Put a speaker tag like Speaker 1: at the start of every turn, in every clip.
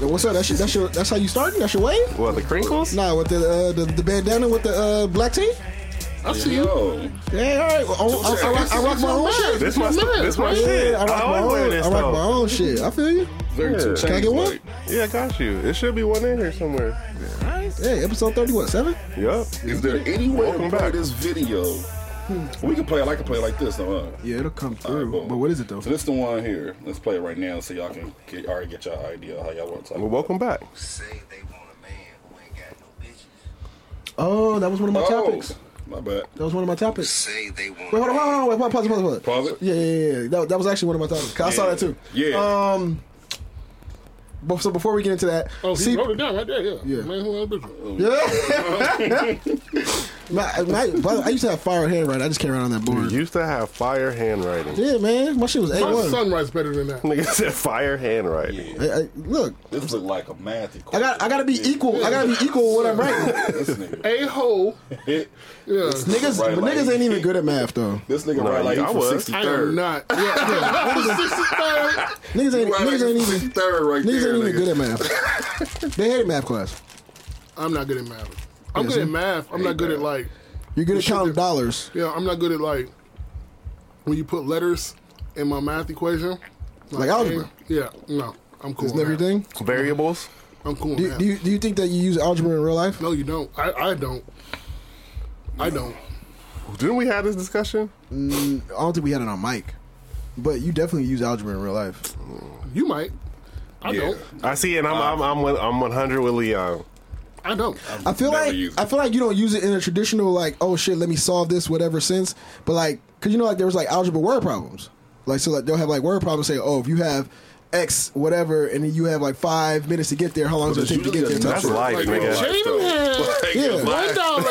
Speaker 1: What's up? That's your, that's your that's how you starting? That's your wave?
Speaker 2: What the crinkles?
Speaker 1: Nah, with the uh, the, the bandana with the uh, black tee.
Speaker 2: I see you.
Speaker 3: Yo,
Speaker 1: Yeah, all right. Well, I, I, I, rock, I rock my own shit.
Speaker 2: This my this my shit. I
Speaker 1: Yeah, I rock my
Speaker 2: always wear
Speaker 1: own.
Speaker 2: this
Speaker 1: I rock my
Speaker 2: though.
Speaker 1: own shit. I feel you.
Speaker 3: very two
Speaker 2: Can
Speaker 1: I
Speaker 3: chains,
Speaker 1: get one?
Speaker 3: like,
Speaker 2: Yeah, I got you. It should be one in here somewhere.
Speaker 1: Hey, episode thirty what seven?
Speaker 2: Yup.
Speaker 3: Is there any way
Speaker 2: Welcome
Speaker 3: to play
Speaker 2: back.
Speaker 3: this video?
Speaker 4: Hmm.
Speaker 3: We can play it. I can play it like this, though. Huh?
Speaker 1: Yeah, it'll come
Speaker 3: All right,
Speaker 1: through.
Speaker 3: boom.
Speaker 1: But what is it though?
Speaker 3: So this the one here. Let's play it right now, so y'all can get, already get y'all idea how y'all want to talk.
Speaker 2: Well, welcome back.
Speaker 5: say they want a man who ain't got no bitches.
Speaker 1: Oh, that was one of my
Speaker 3: oh,
Speaker 1: topics.
Speaker 3: my bad.
Speaker 1: That was one of my topics.
Speaker 5: Say they want
Speaker 1: Wait,
Speaker 5: a
Speaker 1: hold on, hold on,
Speaker 5: man.
Speaker 1: hold on. Wait, pause, pause, pause, pause.
Speaker 3: Pause it.
Speaker 1: Yeah, yeah, yeah, yeah. That, that was actually one of my topics. 'cause I saw that too.
Speaker 3: Yeah.
Speaker 1: Um, but so before we get into that,
Speaker 4: Oh, he
Speaker 1: see-
Speaker 4: wrote it down right there. Yeah.
Speaker 1: Yeah.
Speaker 4: Man, who ain't bitch?
Speaker 1: my, my, brother, I used to have fire handwriting. I just came around on that board.
Speaker 2: Used to have fire handwriting.
Speaker 1: Yeah, man, my shit was a
Speaker 4: My
Speaker 1: one.
Speaker 4: son writes better than that.
Speaker 2: Nigga said fire handwriting.
Speaker 1: Look,
Speaker 3: this look like a math
Speaker 1: I
Speaker 3: equation.
Speaker 1: got I gotta be equal. I gotta be equal with what I'm writing.
Speaker 3: this nigga.
Speaker 4: A hole.
Speaker 3: It,
Speaker 4: Yeah.
Speaker 1: Niggas,
Speaker 3: Right,
Speaker 1: but
Speaker 3: like-
Speaker 1: niggas ain't even good at math though.
Speaker 3: this nigga
Speaker 2: Nah,
Speaker 3: right like
Speaker 2: I
Speaker 3: he from
Speaker 2: was.
Speaker 4: I
Speaker 3: 63rd.
Speaker 4: am not. Yeah, yeah. Sixty-third.
Speaker 1: Niggas ain't
Speaker 3: Right, like
Speaker 1: niggas ain't even
Speaker 3: 63rd right
Speaker 1: niggas
Speaker 3: there,
Speaker 1: ain't even
Speaker 3: nigga.
Speaker 1: good at math. They hated math class.
Speaker 4: I'm not good at math. I'm
Speaker 1: Yeah,
Speaker 4: good
Speaker 1: see?
Speaker 4: at math. I'm not good at like.
Speaker 1: You're good at
Speaker 4: should
Speaker 1: counting
Speaker 4: do-
Speaker 1: dollars.
Speaker 4: Yeah, I'm not good at like when you put letters in my math equation.
Speaker 1: Like algebra.
Speaker 4: A- yeah, no, I'm cool.
Speaker 1: Isn't
Speaker 4: on that.
Speaker 1: everything?
Speaker 2: Variables.
Speaker 4: I'm cool. on
Speaker 1: Do you,
Speaker 4: that.
Speaker 1: do you do you think that you use algebra in real life?
Speaker 4: no, you don't. I, I don't. I don't.
Speaker 2: Didn't we have this discussion?
Speaker 1: Mm, I don't think we had it on mic. But you definitely use algebra in real life.
Speaker 4: You might. I
Speaker 3: Yeah.
Speaker 4: don't.
Speaker 2: I see, and I'm I'm I'm, with, I'm 100 with Leon.
Speaker 4: I don't.
Speaker 1: I feel
Speaker 3: Never
Speaker 1: like
Speaker 3: used it.
Speaker 1: I feel like you don't use it in a traditional like oh shit let me solve this whatever sense, but like because you know like there was like algebra word problems, like so like they'll have like word problems say oh if you have X whatever and then you have like five minutes to get there how long does it take to get there?
Speaker 2: That's life,
Speaker 3: Like,
Speaker 2: nigga.
Speaker 3: real life, though. Like,
Speaker 1: Yeah.
Speaker 3: it's
Speaker 4: One
Speaker 3: life.
Speaker 4: dollar.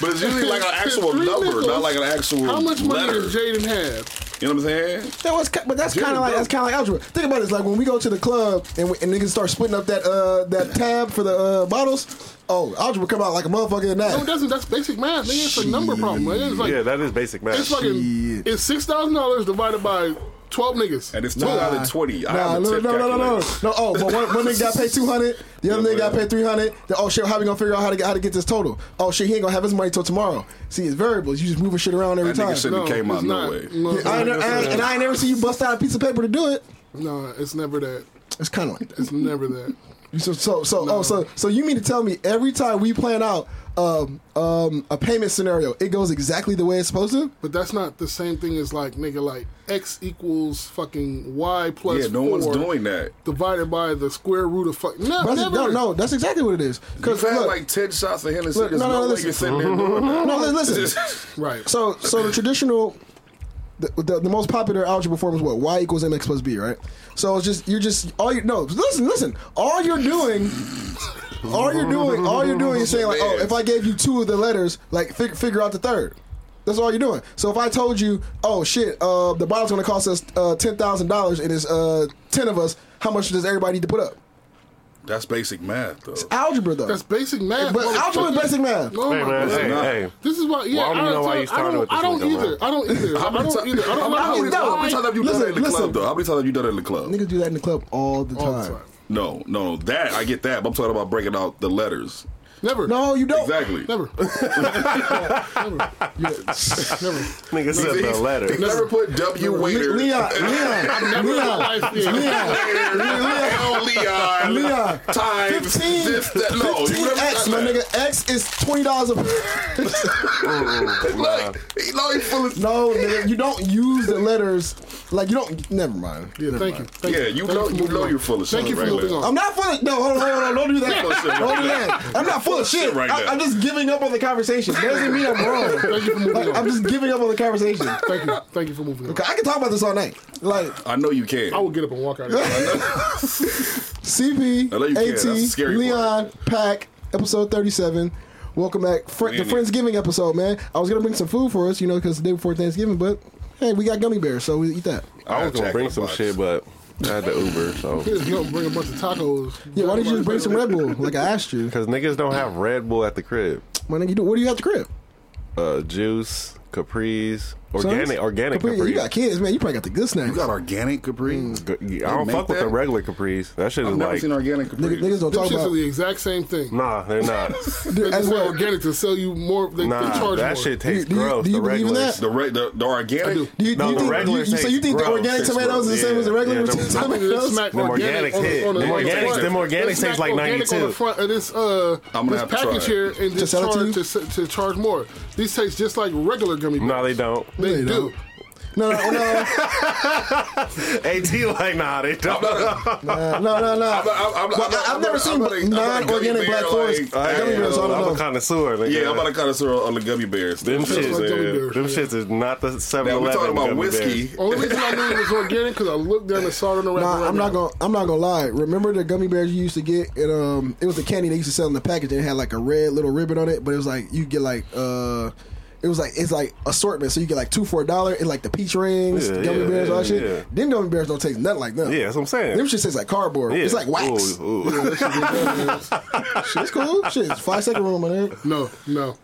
Speaker 3: But it's usually like an actual
Speaker 4: Three
Speaker 3: number,
Speaker 4: nickels.
Speaker 3: not like an actual
Speaker 4: How much money
Speaker 3: letter.
Speaker 4: does Jaden have?
Speaker 3: You know what I'm saying?
Speaker 1: That was, ki- but that's kind of like that's kind of like algebra. Think about this: like when we go to the club and, we, and niggas start splitting up that uh that tab for the uh, bottles. Oh, algebra come out like a motherfucker in
Speaker 4: No, it
Speaker 1: that.
Speaker 4: doesn't. That's basic math. Nigga, it's a number problem. Nigga. It's like
Speaker 2: Yeah, that is basic math.
Speaker 4: it's fucking
Speaker 1: Shit.
Speaker 4: it's six thousand dollars divided by twelve niggas.
Speaker 3: And it's 2020. I
Speaker 1: Nah,
Speaker 3: have
Speaker 1: no,
Speaker 3: a
Speaker 1: no,
Speaker 3: tip
Speaker 1: no, no, no, no,
Speaker 3: calculator.
Speaker 1: no. Oh, but one, one nigga got paid two hundred, the other nigga got paid three hundred. Then oh shit, how we gonna figure out how to get- how to get this total? Oh shit, he ain't gonna have his money till tomorrow. See, it's variables. You just moving shit around every
Speaker 3: That nigga
Speaker 1: time.
Speaker 3: shouldn't have came
Speaker 4: it's
Speaker 3: out no
Speaker 4: not.
Speaker 3: way.
Speaker 4: No,
Speaker 1: I ain't, never- I ain't- and I ain't never see you bust out a piece of paper to do it.
Speaker 4: no, it's never that.
Speaker 1: It's kind of like that.
Speaker 4: It's never that.
Speaker 1: So so so oh so so you mean to tell me every time we plan out um um a payment scenario, it goes exactly the way it's supposed to?
Speaker 4: But that's not the same thing as like nigga like x equals fucking y plus
Speaker 3: Yeah, no one's
Speaker 4: four
Speaker 3: doing that.
Speaker 4: divided by the square root of fuck. No,
Speaker 1: But that's,
Speaker 4: never.
Speaker 1: no, no, that's exactly what it is.
Speaker 3: You've
Speaker 1: Because
Speaker 3: had
Speaker 1: look,
Speaker 3: like 10 shots of Hennessy.
Speaker 1: look,
Speaker 3: There's
Speaker 1: no,
Speaker 3: no,
Speaker 1: no,
Speaker 3: way
Speaker 1: listen.
Speaker 3: you're sitting there doing that.
Speaker 1: no, li- listen.
Speaker 4: Right.
Speaker 1: So so the traditional, the, the, the most popular algebra form is what y equals mx plus b, right? So it's just you're just all you no listen listen all you're doing. All you're doing, all you're doing is saying like, oh, if I gave you two of the letters, like fig- figure out the third. That's all you're doing. So if I told you, oh shit, uh, the bottle's gonna cost us uh, ten thousand dollars, and it's uh, ten of us. How much does everybody need to put up?
Speaker 3: That's basic math, though.
Speaker 1: Algebra though,
Speaker 4: that's basic math.
Speaker 1: but algebra is
Speaker 4: motherfucker.
Speaker 1: basic math.
Speaker 4: Oh
Speaker 2: hey
Speaker 4: my
Speaker 2: man,
Speaker 4: God.
Speaker 2: hey,
Speaker 3: Nah.
Speaker 2: hey.
Speaker 4: This is why. Yeah,
Speaker 2: Why
Speaker 4: I
Speaker 2: don't you know why he's
Speaker 4: I
Speaker 2: starting
Speaker 4: don't,
Speaker 2: with this
Speaker 4: I don't
Speaker 2: nigga,
Speaker 4: either.
Speaker 2: man?
Speaker 4: I don't either. I
Speaker 3: many
Speaker 4: don't
Speaker 3: ti-
Speaker 4: either. I don't know
Speaker 3: How
Speaker 4: how
Speaker 3: many
Speaker 4: he's
Speaker 3: how
Speaker 1: I-
Speaker 3: many times have you done
Speaker 1: listen,
Speaker 3: that in the
Speaker 1: listen.
Speaker 3: club, though? How many times have you done it in the club?
Speaker 1: Niggas do that in the club all the time.
Speaker 4: all the time.
Speaker 3: No, no, that, I get that. But I'm talking about breaking out the letters.
Speaker 4: Never.
Speaker 1: No, you don't.
Speaker 3: Exactly.
Speaker 4: Never.
Speaker 2: Nigga said the
Speaker 3: He's- He
Speaker 2: letter.
Speaker 3: never put W
Speaker 1: Le-
Speaker 3: waiter.
Speaker 1: Leon, Leon, Leon,
Speaker 4: Life, yeah.
Speaker 1: Leon.
Speaker 3: Leon. Leon.
Speaker 1: Leon.
Speaker 3: E Times
Speaker 1: 15,
Speaker 3: this, that. No, you never
Speaker 1: 15x,
Speaker 3: done
Speaker 1: my
Speaker 3: that.
Speaker 1: nigga. X is $20 a
Speaker 3: Look, he know he full of.
Speaker 1: No, nigga, you don't use the letters. Like, you don't. Never mind. Never
Speaker 4: Thank you.
Speaker 1: mind.
Speaker 4: Thank
Speaker 3: Yeah,
Speaker 4: you.
Speaker 3: you
Speaker 4: Thank
Speaker 3: know,
Speaker 4: for
Speaker 3: you
Speaker 4: moving
Speaker 3: know
Speaker 4: on.
Speaker 3: you're full of shit.
Speaker 4: Thank you for
Speaker 3: right
Speaker 4: moving
Speaker 3: now.
Speaker 4: on.
Speaker 1: I'm not full of. No, hold on, hold on. Don't do that.
Speaker 3: Full of shit right
Speaker 1: Don't do
Speaker 3: now.
Speaker 1: that. I'm not full of shit.
Speaker 3: right
Speaker 1: I,
Speaker 3: now.
Speaker 1: I'm just giving up on the conversation. That doesn't mean I'm wrong. Like, I'm just giving up on the conversation.
Speaker 4: Thank you. Thank you for moving on.
Speaker 1: I can talk about this all night. Like,
Speaker 3: I know you can.
Speaker 4: I will get up and walk out of here.
Speaker 1: CP,
Speaker 3: I know you can. That's the
Speaker 1: AT,
Speaker 3: scary
Speaker 1: Leon, Pack, episode 37. Welcome back. Fr- the
Speaker 3: Man,
Speaker 1: Friendsgiving episode, man. I was going to bring some food for us, you know, because the day before Thanksgiving, but hey, we got gummy bears, so we eat that.
Speaker 2: I was gonna bring some shit, but I had the Uber, so.
Speaker 4: Here's nothing. Bring a bunch of tacos.
Speaker 1: Yeah, why didn't you just bring some Red Bull like I asked you?
Speaker 2: Cause niggas don't have Red Bull at the crib.
Speaker 1: My nigga, you do, what do you have to crib?
Speaker 2: Uh, juice, capris, organic, organic
Speaker 1: Capri-
Speaker 2: capris.
Speaker 1: You got kids, man. You probably got the good snacks.
Speaker 3: You got organic Capri.
Speaker 2: Go- Mm, I don't
Speaker 3: make
Speaker 2: fuck with
Speaker 3: that?
Speaker 2: the regular capris. That shit is
Speaker 3: I've never
Speaker 2: like
Speaker 3: seen organic Capri.
Speaker 1: Niggas, niggas don't
Speaker 4: Them
Speaker 1: talk
Speaker 4: shits are
Speaker 1: about.
Speaker 4: the exact same thing.
Speaker 2: nah, they're not.
Speaker 4: They
Speaker 1: as
Speaker 4: just say
Speaker 1: well.
Speaker 4: organic to sell you more. They, they
Speaker 2: nah,
Speaker 4: charge
Speaker 2: that
Speaker 4: more.
Speaker 2: shit tastes
Speaker 1: Do you- do you-
Speaker 2: gross.
Speaker 1: do you
Speaker 2: the
Speaker 1: believe in
Speaker 2: regular,
Speaker 1: that?
Speaker 3: the, re- the, the organic.
Speaker 1: Do you,
Speaker 2: No,
Speaker 1: do you
Speaker 2: the
Speaker 1: think,
Speaker 2: regular
Speaker 1: you, you- so
Speaker 2: tastes
Speaker 1: you think the
Speaker 2: gross.
Speaker 1: organic
Speaker 2: Tastes
Speaker 1: tomatoes is the same
Speaker 2: gross.
Speaker 1: as the regular
Speaker 2: Yeah, them-
Speaker 4: I think they
Speaker 1: tomatoes?
Speaker 4: smack
Speaker 2: Them
Speaker 4: organic
Speaker 2: organics
Speaker 4: on the,
Speaker 2: hit.
Speaker 4: on the,
Speaker 2: Them
Speaker 4: on the
Speaker 2: organics-
Speaker 4: front.
Speaker 2: them
Speaker 4: They
Speaker 2: organics
Speaker 4: smack
Speaker 2: taste like
Speaker 4: organic on the
Speaker 2: 92.
Speaker 4: front of this uh
Speaker 3: I'm gonna
Speaker 4: this
Speaker 3: have to try
Speaker 4: package
Speaker 3: it.
Speaker 4: here and just
Speaker 1: sell it to
Speaker 4: charge
Speaker 1: you?
Speaker 4: to, s- to charge more. These taste just like regular gummy bears.
Speaker 2: No, they don't.
Speaker 4: They,
Speaker 1: They
Speaker 4: do.
Speaker 1: don't. No, no, no,
Speaker 2: At like nah, they don't.
Speaker 1: no, no, no.
Speaker 3: I'm- I'm- I'm-
Speaker 1: Well,
Speaker 3: I'm-
Speaker 1: I've
Speaker 3: I'm
Speaker 1: never
Speaker 3: not-
Speaker 1: seen
Speaker 3: I'm not a- I'm not a gummy
Speaker 1: non-organic
Speaker 3: bear,
Speaker 1: Black
Speaker 3: like,
Speaker 1: Forest
Speaker 3: I
Speaker 1: gummy
Speaker 3: am.
Speaker 1: bears. I
Speaker 2: I'm a
Speaker 1: don't know.
Speaker 2: connoisseur. Nigga.
Speaker 3: Yeah, I'm about to cut us on the gummy bears.
Speaker 2: Them
Speaker 3: Now,
Speaker 2: shits,
Speaker 4: like gummy bears,
Speaker 2: them
Speaker 4: yeah.
Speaker 2: shits is not the 7
Speaker 3: we
Speaker 2: Eleven.
Speaker 3: talking about whiskey.
Speaker 1: Oh.
Speaker 4: Only reason I knew it was organic because I looked down and saw it on the wrapper.
Speaker 1: Nah,
Speaker 4: right
Speaker 1: I'm not
Speaker 4: now.
Speaker 1: gonna. I'm not gonna lie. Remember the gummy bears you used to get? It um, it was the candy they used to sell in the package. And it had like a red little ribbon on it, but it was like you get like uh, it was like it's like assortment. So you get like two for a dollar. And like the peach rings,
Speaker 2: Yeah,
Speaker 1: gummy
Speaker 2: yeah,
Speaker 1: bears, all that
Speaker 2: yeah,
Speaker 1: shit.
Speaker 2: yeah.
Speaker 1: Them gummy bears don't taste nothing like them.
Speaker 2: Yeah, that's what I'm saying.
Speaker 1: Them shit tastes like cardboard.
Speaker 2: Yeah.
Speaker 1: It's like wax.
Speaker 2: Ooh, ooh.
Speaker 1: Shit's cool. Shit, it's five second rule, man.
Speaker 4: No, no.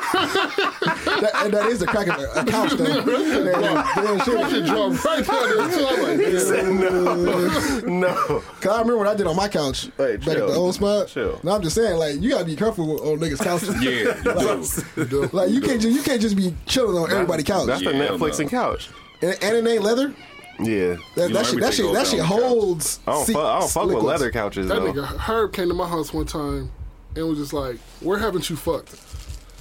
Speaker 1: That, and that is the crack of a, a couch though. Yeah, damn
Speaker 4: That shit
Speaker 1: shit.
Speaker 4: dropped right down there. So I'm like,
Speaker 2: no.
Speaker 1: Cause I remember what I did on my couch
Speaker 2: Hey,
Speaker 1: back at
Speaker 2: chill.
Speaker 1: the old spot.
Speaker 2: Chill.
Speaker 1: No, I'm just saying, like you gotta be careful with old niggas' couches.
Speaker 3: Yeah, you do.
Speaker 1: Like you can't just you can't just be chilling on everybody's couch,
Speaker 2: That's the
Speaker 3: Yeah,
Speaker 2: Netflix
Speaker 3: no.
Speaker 2: and couch.
Speaker 1: and, and it ain't leather.
Speaker 2: Yeah.
Speaker 1: That,
Speaker 3: You
Speaker 1: that
Speaker 3: know,
Speaker 1: shit that
Speaker 3: everything
Speaker 1: shit
Speaker 3: goes
Speaker 1: that
Speaker 3: down
Speaker 1: shit
Speaker 3: the couch.
Speaker 1: holds.
Speaker 2: I don't
Speaker 1: se-
Speaker 2: fuck, I don't fuck with
Speaker 1: liquids.
Speaker 2: leather couches,
Speaker 4: That
Speaker 2: though.
Speaker 4: nigga Herb came to my house one time and was just like, "Where haven't you fucked?"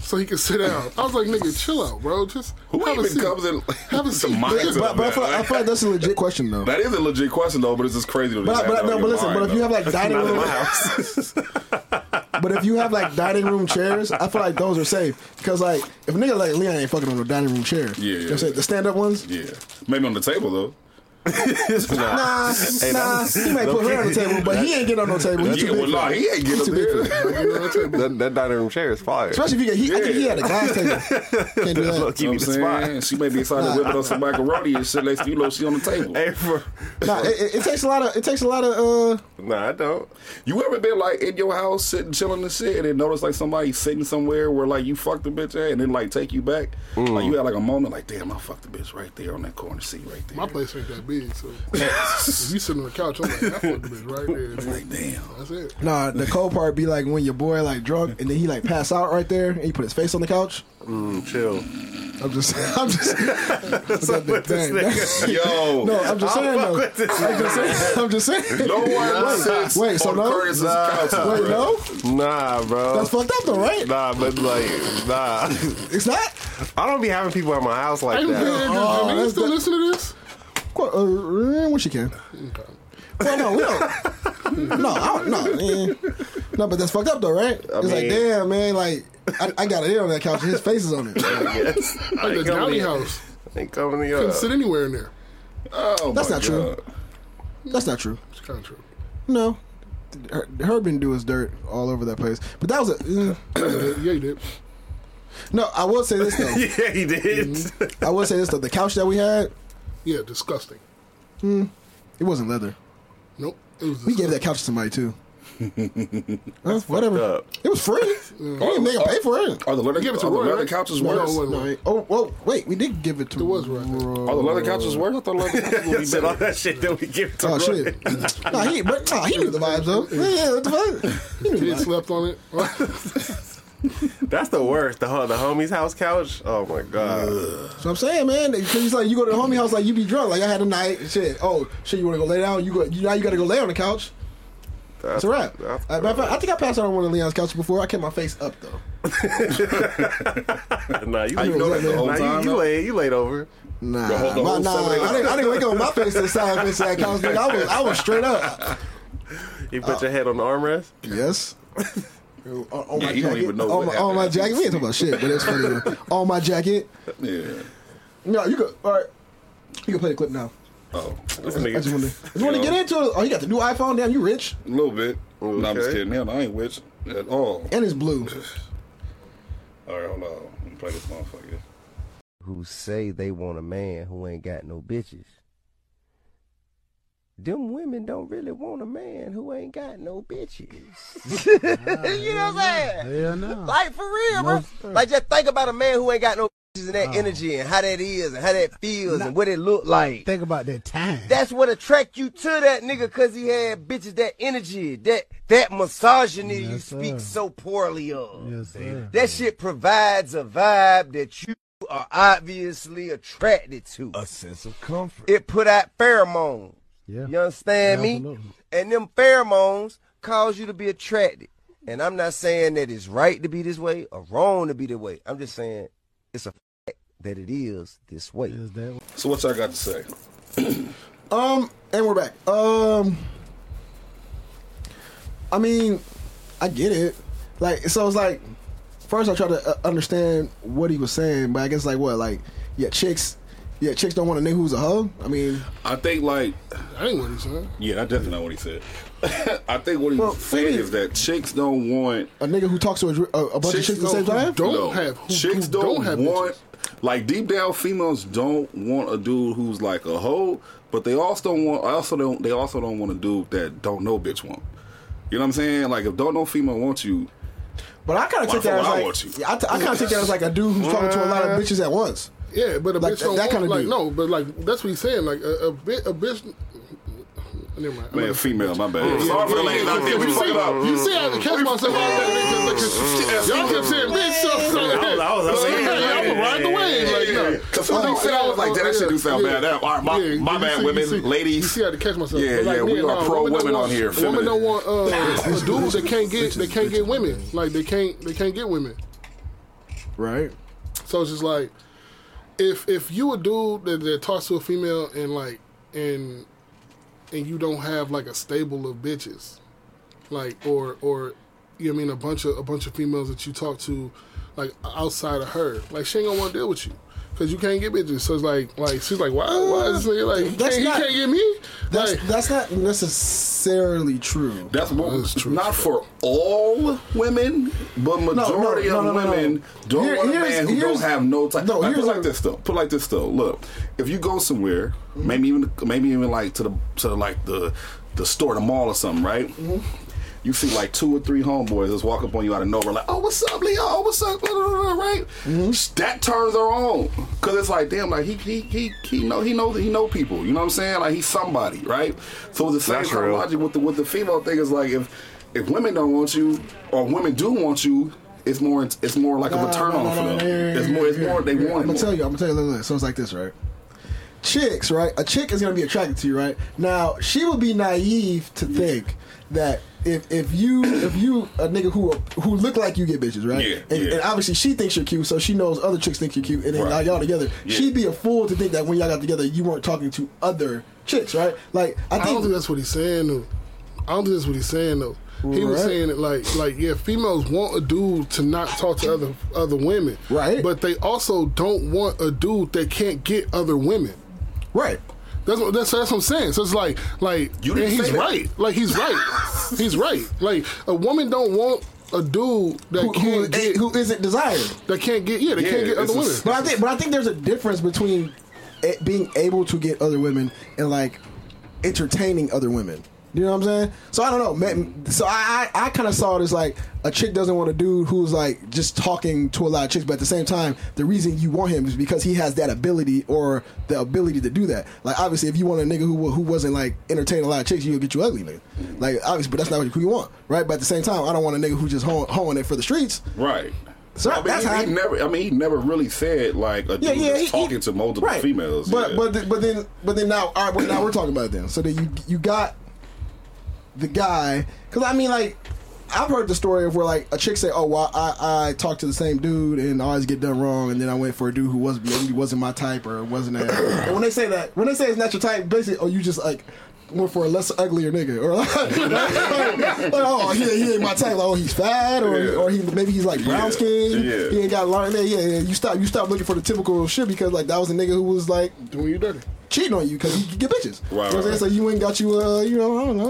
Speaker 4: So he could sit down. I was like, "Nigga, chill out, bro. Just
Speaker 3: Who
Speaker 4: have a
Speaker 3: even
Speaker 4: seat."
Speaker 3: comes in?
Speaker 4: Have a
Speaker 3: the
Speaker 4: seat.
Speaker 3: minds
Speaker 1: But,
Speaker 3: of
Speaker 1: but I,
Speaker 3: that?
Speaker 1: feel like, I feel like that's a legit question though.
Speaker 3: That is a legit question though, but it's just crazy. To
Speaker 1: But,
Speaker 3: just
Speaker 1: but
Speaker 3: have that
Speaker 1: no,
Speaker 3: on
Speaker 1: but
Speaker 3: your
Speaker 1: listen.
Speaker 3: mind,
Speaker 1: But if you
Speaker 3: though.
Speaker 1: have like dining
Speaker 2: Not in
Speaker 1: room,
Speaker 2: my house.
Speaker 1: but if you have like dining room chairs, I feel like those are safe because like if a nigga like Leon ain't fucking on a dining room chair,
Speaker 3: Yeah,
Speaker 1: you know
Speaker 3: yeah.
Speaker 1: what I'm saying the stand up ones,
Speaker 3: yeah, maybe on the table though.
Speaker 1: Nah, nah. He might put her on the table, but he ain't getting on no table. He's
Speaker 3: Yeah,
Speaker 1: too
Speaker 3: well,
Speaker 1: big.
Speaker 3: nah,
Speaker 1: for it.
Speaker 3: he ain't get up
Speaker 1: too big
Speaker 3: there.
Speaker 2: that, that dining room chair is fire.
Speaker 1: Especially if you get, he, I think he had a glass table. Can't
Speaker 2: Give
Speaker 1: do that.
Speaker 2: me
Speaker 3: You
Speaker 2: the
Speaker 3: know what I'm
Speaker 2: spot.
Speaker 3: saying? She may be excited to whip up some macaroni and shit. Next thing you know, she on the table.
Speaker 2: Hey, for,
Speaker 1: Nah, it, it- it takes a lot of. It takes a lot of. Uh,
Speaker 2: nah, I don't.
Speaker 3: You ever been like in your house sitting chilling and shit and notice like somebody sitting somewhere where like you fucked the bitch at and then like take you back? Like you had like a moment like damn I fucked the bitch right there on that corner seat right there.
Speaker 4: My place ain't that big, so if you sitting on the couch, I'm like, "That fucking bitch right there."
Speaker 3: like damn.
Speaker 4: That's it.
Speaker 1: nah, the cold part be like when your boy like drunk and then he like pass out right there and he put his face on the couch.
Speaker 2: Chill.
Speaker 1: I'm just. I'm just.
Speaker 2: What's up with this
Speaker 1: Dang,
Speaker 2: nigga?
Speaker 3: Yo,
Speaker 1: No, I'm
Speaker 2: I
Speaker 1: just saying
Speaker 2: don't
Speaker 1: though.
Speaker 2: fuck with this
Speaker 1: I'm just saying. I'm just saying.
Speaker 3: no one sits
Speaker 1: wait, so
Speaker 3: on
Speaker 1: no?
Speaker 3: Curtis's
Speaker 1: Wait,
Speaker 3: couch. bruh.
Speaker 1: no,
Speaker 2: Nah, bro.
Speaker 1: that's fucked up though, right?
Speaker 2: Nah, but like, nah.
Speaker 1: It's not.
Speaker 2: I don't be having people at my house
Speaker 4: I
Speaker 2: like
Speaker 4: ain't been
Speaker 2: that.
Speaker 1: Oh,
Speaker 4: Are you
Speaker 1: that's
Speaker 4: still
Speaker 1: the-
Speaker 4: listening to this?
Speaker 1: Qu- Uh, when she can.
Speaker 4: Okay.
Speaker 1: Well, no, we don't. No, I don't, no, eh. no, but that's fucked up though, right? it's like,
Speaker 2: mean-
Speaker 1: damn, man, like I, I got it in on that couch. and His face is on it.
Speaker 2: Yes. I
Speaker 4: Like
Speaker 2: ain't
Speaker 4: the
Speaker 2: coming
Speaker 4: Downey
Speaker 2: here.
Speaker 4: house.
Speaker 2: I ain't coming to
Speaker 4: Couldn't
Speaker 2: your
Speaker 4: sit anywhere in there.
Speaker 3: Oh,
Speaker 1: That's
Speaker 3: my
Speaker 1: not
Speaker 3: God.
Speaker 1: true. That's not true.
Speaker 4: It's kind of true.
Speaker 1: No, her, her been do his dirt all over that place. But that was a eh.
Speaker 4: Yeah, you did. Yeah, you did.
Speaker 1: no. I will say this though.
Speaker 2: Yeah, he did.
Speaker 1: I will say this though. The couch that we had,
Speaker 4: Yeah, disgusting.
Speaker 1: it wasn't leather.
Speaker 4: Nope. It was
Speaker 1: We
Speaker 4: disgusting.
Speaker 1: gave that couch to somebody too. Huh, whatever.
Speaker 2: up.
Speaker 1: It was free. We didn't make 'em pay for it.
Speaker 3: Are the leather,
Speaker 4: Give it to
Speaker 3: are the
Speaker 4: Roy,
Speaker 3: leather
Speaker 4: right?
Speaker 3: couches
Speaker 4: No,
Speaker 3: worse?
Speaker 4: it wasn't.
Speaker 1: No, it- oh, whoa, wait, we did give it to. It
Speaker 4: was right there.
Speaker 3: Are the leather couches worse? I thought leather couches would be
Speaker 2: Said all
Speaker 3: better.
Speaker 2: that shit that we give to
Speaker 1: Oh
Speaker 2: Roy.
Speaker 1: shit! nah, he but nah, he knew the vibes though. Yeah, yeah, what the fuck? He knew the
Speaker 4: Kid
Speaker 1: vibes.
Speaker 4: slept on it.
Speaker 2: That's the worst. The the homie's house couch. Oh my god.
Speaker 1: So I'm saying, man, because it's like you go to the homie house, like you be drunk, like I had a night, and shit. Oh shit, you want to go lay down? You go you, now, you got to go lay on the couch.
Speaker 2: That's,
Speaker 1: That's a wrap. Uh,
Speaker 2: that's-
Speaker 1: matter of fact, I think I passed out on one of Leon's couches before. I kept my face up though.
Speaker 2: Nah, you,
Speaker 3: you know that the whole
Speaker 2: nah, you-
Speaker 3: time,
Speaker 2: you,
Speaker 3: though?
Speaker 2: laid, you laid over.
Speaker 1: Nah,
Speaker 3: The whole- the
Speaker 1: my-
Speaker 3: whole
Speaker 1: nah,
Speaker 3: seven-
Speaker 1: I didn't, I didn't wake up with my face to the side face to that couch. nigga. I was I was straight up.
Speaker 2: You put your head on the armrest.
Speaker 1: Yes. On, on
Speaker 3: Yeah,
Speaker 1: my
Speaker 3: you don't
Speaker 1: jacket,
Speaker 3: even know
Speaker 1: on,
Speaker 3: what
Speaker 1: my, on my
Speaker 3: happened.
Speaker 1: jacket. We ain't talking about shit, but it's funny. though. on my jacket.
Speaker 3: Yeah.
Speaker 1: No, you go. All right, you can play the clip now.
Speaker 3: Oh,
Speaker 2: This
Speaker 1: I just want
Speaker 2: nigga.
Speaker 1: to. You want to get into it? Oh, you got the new iPhone. Damn, you rich.
Speaker 3: a little bit. No, I'm just
Speaker 2: Okay.
Speaker 3: kidding. Hell, no, I ain't witch at all.
Speaker 1: And it's blue.
Speaker 3: All right, hold on. Let me play this motherfucker.
Speaker 6: who say they want a man who ain't got no bitches. them women don't really want a man who ain't got no bitches. you know what I'm saying?
Speaker 7: Hell uh. no.
Speaker 6: Like for real, bro.
Speaker 7: No, sir.
Speaker 6: Like just think about a man who ain't got no bitches and that energy and how that is and how that feels and what it look like.
Speaker 7: Think about that time.
Speaker 6: That's what attract you to that nigga cause he had bitches that energy, that that misogyny you
Speaker 7: Yes,
Speaker 6: speak
Speaker 7: sir.
Speaker 6: so poorly of.
Speaker 7: yes, sir.
Speaker 6: That shit provides a vibe that you are obviously attracted to.
Speaker 8: A sense of comfort.
Speaker 6: It put out pheromones.
Speaker 7: Yeah.
Speaker 6: You understand me?
Speaker 7: Absolutely.
Speaker 6: And them pheromones cause you to be attracted. And I'm not saying that it's right to be this way or wrong to be that way. I'm just saying it's a fact that it is this way.
Speaker 7: Is that
Speaker 3: So what y'all got to say?
Speaker 1: Um, and we're back. Um, I mean, I get it. Like, so it's like, first I tried to uh, understand what he was saying, but I guess like what, like, yeah, chicks, yeah, chicks don't want a nigga who's a hoe. I mean,
Speaker 3: I think like
Speaker 4: That ain't what he said.
Speaker 3: yeah, I definitely know what he said. I think what he
Speaker 1: Well,
Speaker 3: said
Speaker 1: maybe-
Speaker 3: is that chicks don't want
Speaker 1: a nigga who talks to a, dr- a, a bunch of chicks at the same
Speaker 4: don't-
Speaker 1: time.
Speaker 4: don't- have- who-
Speaker 3: chicks
Speaker 4: who
Speaker 3: don't,
Speaker 4: don't have
Speaker 3: want like deep down females don't want a dude who's like a hoe, but they also don't want also don't they also don't want a dude that don't know bitch want. You know what I'm saying? Like if don't know female wants you,
Speaker 1: But I kind of
Speaker 3: Why
Speaker 1: take
Speaker 3: the
Speaker 1: that as
Speaker 3: fuck I
Speaker 1: like,
Speaker 3: want you?
Speaker 1: yeah, I, t- I kind of take that as like a dude who's talking to a lot of bitches at once.
Speaker 4: Yeah, but a
Speaker 1: Like
Speaker 4: bitch
Speaker 1: that-
Speaker 4: don't
Speaker 1: that
Speaker 4: want,
Speaker 1: kinda
Speaker 4: like
Speaker 1: dude.
Speaker 4: no, but like that's what he's saying. Like a, a bit, a bitch. Never mind. I'm
Speaker 3: man,
Speaker 4: not-
Speaker 3: female, my bad.
Speaker 4: Yeah,
Speaker 3: Sorry for the
Speaker 4: yeah,
Speaker 3: ladies
Speaker 4: yeah,
Speaker 3: out there.
Speaker 4: yeah,
Speaker 3: We
Speaker 4: you
Speaker 3: fucking
Speaker 4: see-
Speaker 3: up.
Speaker 4: You see, I had to catch myself out there. because- Y'all kept saying bitch, so so.
Speaker 3: was- I was- I was
Speaker 4: so,
Speaker 3: saying,
Speaker 4: hey,
Speaker 3: yeah,
Speaker 4: I'ma ride the wave, like,
Speaker 3: yeah,
Speaker 4: no.
Speaker 3: yeah. 'Cause when they said, I was like, that shit do sound bad. That- all right, my- my
Speaker 4: you
Speaker 3: bad,
Speaker 4: you
Speaker 3: women,
Speaker 4: see-
Speaker 3: ladies.
Speaker 4: You see, I had to catch myself.
Speaker 3: Yeah,
Speaker 4: But,
Speaker 3: yeah,
Speaker 4: like,
Speaker 3: we are
Speaker 4: nah,
Speaker 3: pro
Speaker 4: don't
Speaker 3: women
Speaker 4: want-
Speaker 3: on here,
Speaker 4: Women don't want
Speaker 3: feminine.
Speaker 4: uh, a dude that can't get they can't get women. Like they can't they can't get women.
Speaker 1: Right.
Speaker 4: So it's just like, if if you a dude that, that talks to a female and like and and you don't have like a stable of bitches, like or or you know what I mean a bunch of a bunch of females that you talk to, like outside of her, like she ain't gonna want to deal with you. Cause you can't get bitches, so it's like, like she's like, why, why is this nigga like, he
Speaker 1: That's
Speaker 4: can't,
Speaker 1: not-
Speaker 4: he can't get me?
Speaker 1: That's
Speaker 4: like,
Speaker 1: that's not necessarily true.
Speaker 3: That's more,
Speaker 4: That's true.
Speaker 3: not for all women, but majority
Speaker 1: no, no,
Speaker 3: of
Speaker 1: no, no.
Speaker 3: women don't
Speaker 1: Here-
Speaker 3: want a
Speaker 1: here's-
Speaker 3: man who don't
Speaker 1: here's-
Speaker 3: have no type.
Speaker 1: No,
Speaker 3: No, put
Speaker 1: here's
Speaker 3: it
Speaker 1: a-
Speaker 3: like this though. Put it like this though. Look, if you go somewhere, maybe even maybe even like to the to like the the store, the mall or something, right? You see like two or three homeboys just walk up on you out of nowhere, like, "Oh, what's up, Leo? Oh, what's up?" Blah, blah, blah, blah, right? That turns her on because it's like, damn, like he he he he know he know he know people. You know what I'm saying? Like he's somebody, right? So the same
Speaker 2: That's
Speaker 3: kind of
Speaker 2: real.
Speaker 3: logic with the with the female thing is like if if women don't want you or women do want you, it's more it's more like a return on for them. it's more it's more
Speaker 1: I'm
Speaker 3: they want it.
Speaker 1: gonna
Speaker 3: more.
Speaker 1: tell you. I'm gonna tell you. Look, look. So it's like this, right? Chicks, right? A chick is gonna be attracted to you, right? Now she will be naive to think that if if you if you a nigga who who look like you get bitches, right?
Speaker 3: Yeah,
Speaker 1: and,
Speaker 3: yeah.
Speaker 1: and obviously she thinks you're cute, so she knows other chicks think you're cute, and then
Speaker 3: Right.
Speaker 1: now y'all together,
Speaker 3: Yeah.
Speaker 1: she'd be a fool to think that when y'all got together, you weren't talking to other chicks, right? Like I
Speaker 4: I don't
Speaker 1: think
Speaker 4: think that's what he's saying though. I don't think that's what he's saying though. He was
Speaker 1: Right.
Speaker 4: saying it like like yeah, females want a dude to not talk to other other women,
Speaker 1: Right.
Speaker 4: But they also don't want a dude that can't get other women.
Speaker 1: right.
Speaker 4: That's what that's, that's what I'm saying. So it's like like
Speaker 3: You
Speaker 4: and
Speaker 3: didn't
Speaker 4: he's
Speaker 3: say that.
Speaker 4: right. Like he's right. he's right. Like a woman don't want a dude that
Speaker 1: Who,
Speaker 4: can't
Speaker 1: who,
Speaker 4: get
Speaker 1: who isn't desired?
Speaker 4: that can't get yeah they can't
Speaker 3: Yeah,
Speaker 4: get other
Speaker 3: it's a-
Speaker 4: women.
Speaker 1: But I think, but I think there's a difference between it being able to get other women and like entertaining other women. You know what I'm saying? So I don't know. man- So I I, I kind of saw it as like a chick doesn't want a dude who's like just talking to a lot of chicks, but at the same time, the reason you want him is because he has that ability or the ability to do that. Like obviously, if you want a nigga who wa- who wasn't like entertaining a lot of chicks, you'll get you ugly nigga. Like obviously, but that's not who you want, right? But at the same time, I don't want a nigga who just hoeing, hoeing it for the streets.
Speaker 3: Right.
Speaker 1: So
Speaker 3: I mean,
Speaker 1: that's
Speaker 3: he,
Speaker 1: how
Speaker 3: he
Speaker 1: I-
Speaker 3: never. I mean, he never really said like a dude
Speaker 1: Yeah, yeah,
Speaker 3: that's
Speaker 1: he,
Speaker 3: talking
Speaker 1: he-
Speaker 3: to multiple
Speaker 1: right.
Speaker 3: females.
Speaker 1: But
Speaker 3: yeah.
Speaker 1: but th- but then but then now all right, well, now we're talking about it then. So then you you got the guy because I mean like I've heard the story of where like a chick say, "Oh, well, I I talked to the same dude and I always get done wrong," and then I went for a dude who was maybe wasn't my type or wasn't that. and when they say that, when they say it's not your type, basically, oh, you just like. Went for a less uglier nigga, or like, like, oh, he, he ain't my type. Like, oh, he's fat, or
Speaker 3: Yeah.
Speaker 1: or he maybe he's like brown
Speaker 3: Yeah.
Speaker 1: skin.
Speaker 3: Yeah.
Speaker 1: He ain't got long. Yeah, yeah, yeah. You stop. You stop looking for the typical shit because like that was a nigga who was like
Speaker 4: doing you dirty.
Speaker 1: cheating on you because you could get bitches.
Speaker 3: Right,
Speaker 1: you know what I'm saying?
Speaker 3: right.
Speaker 1: So you ain't got you, uh, you know, I don't know.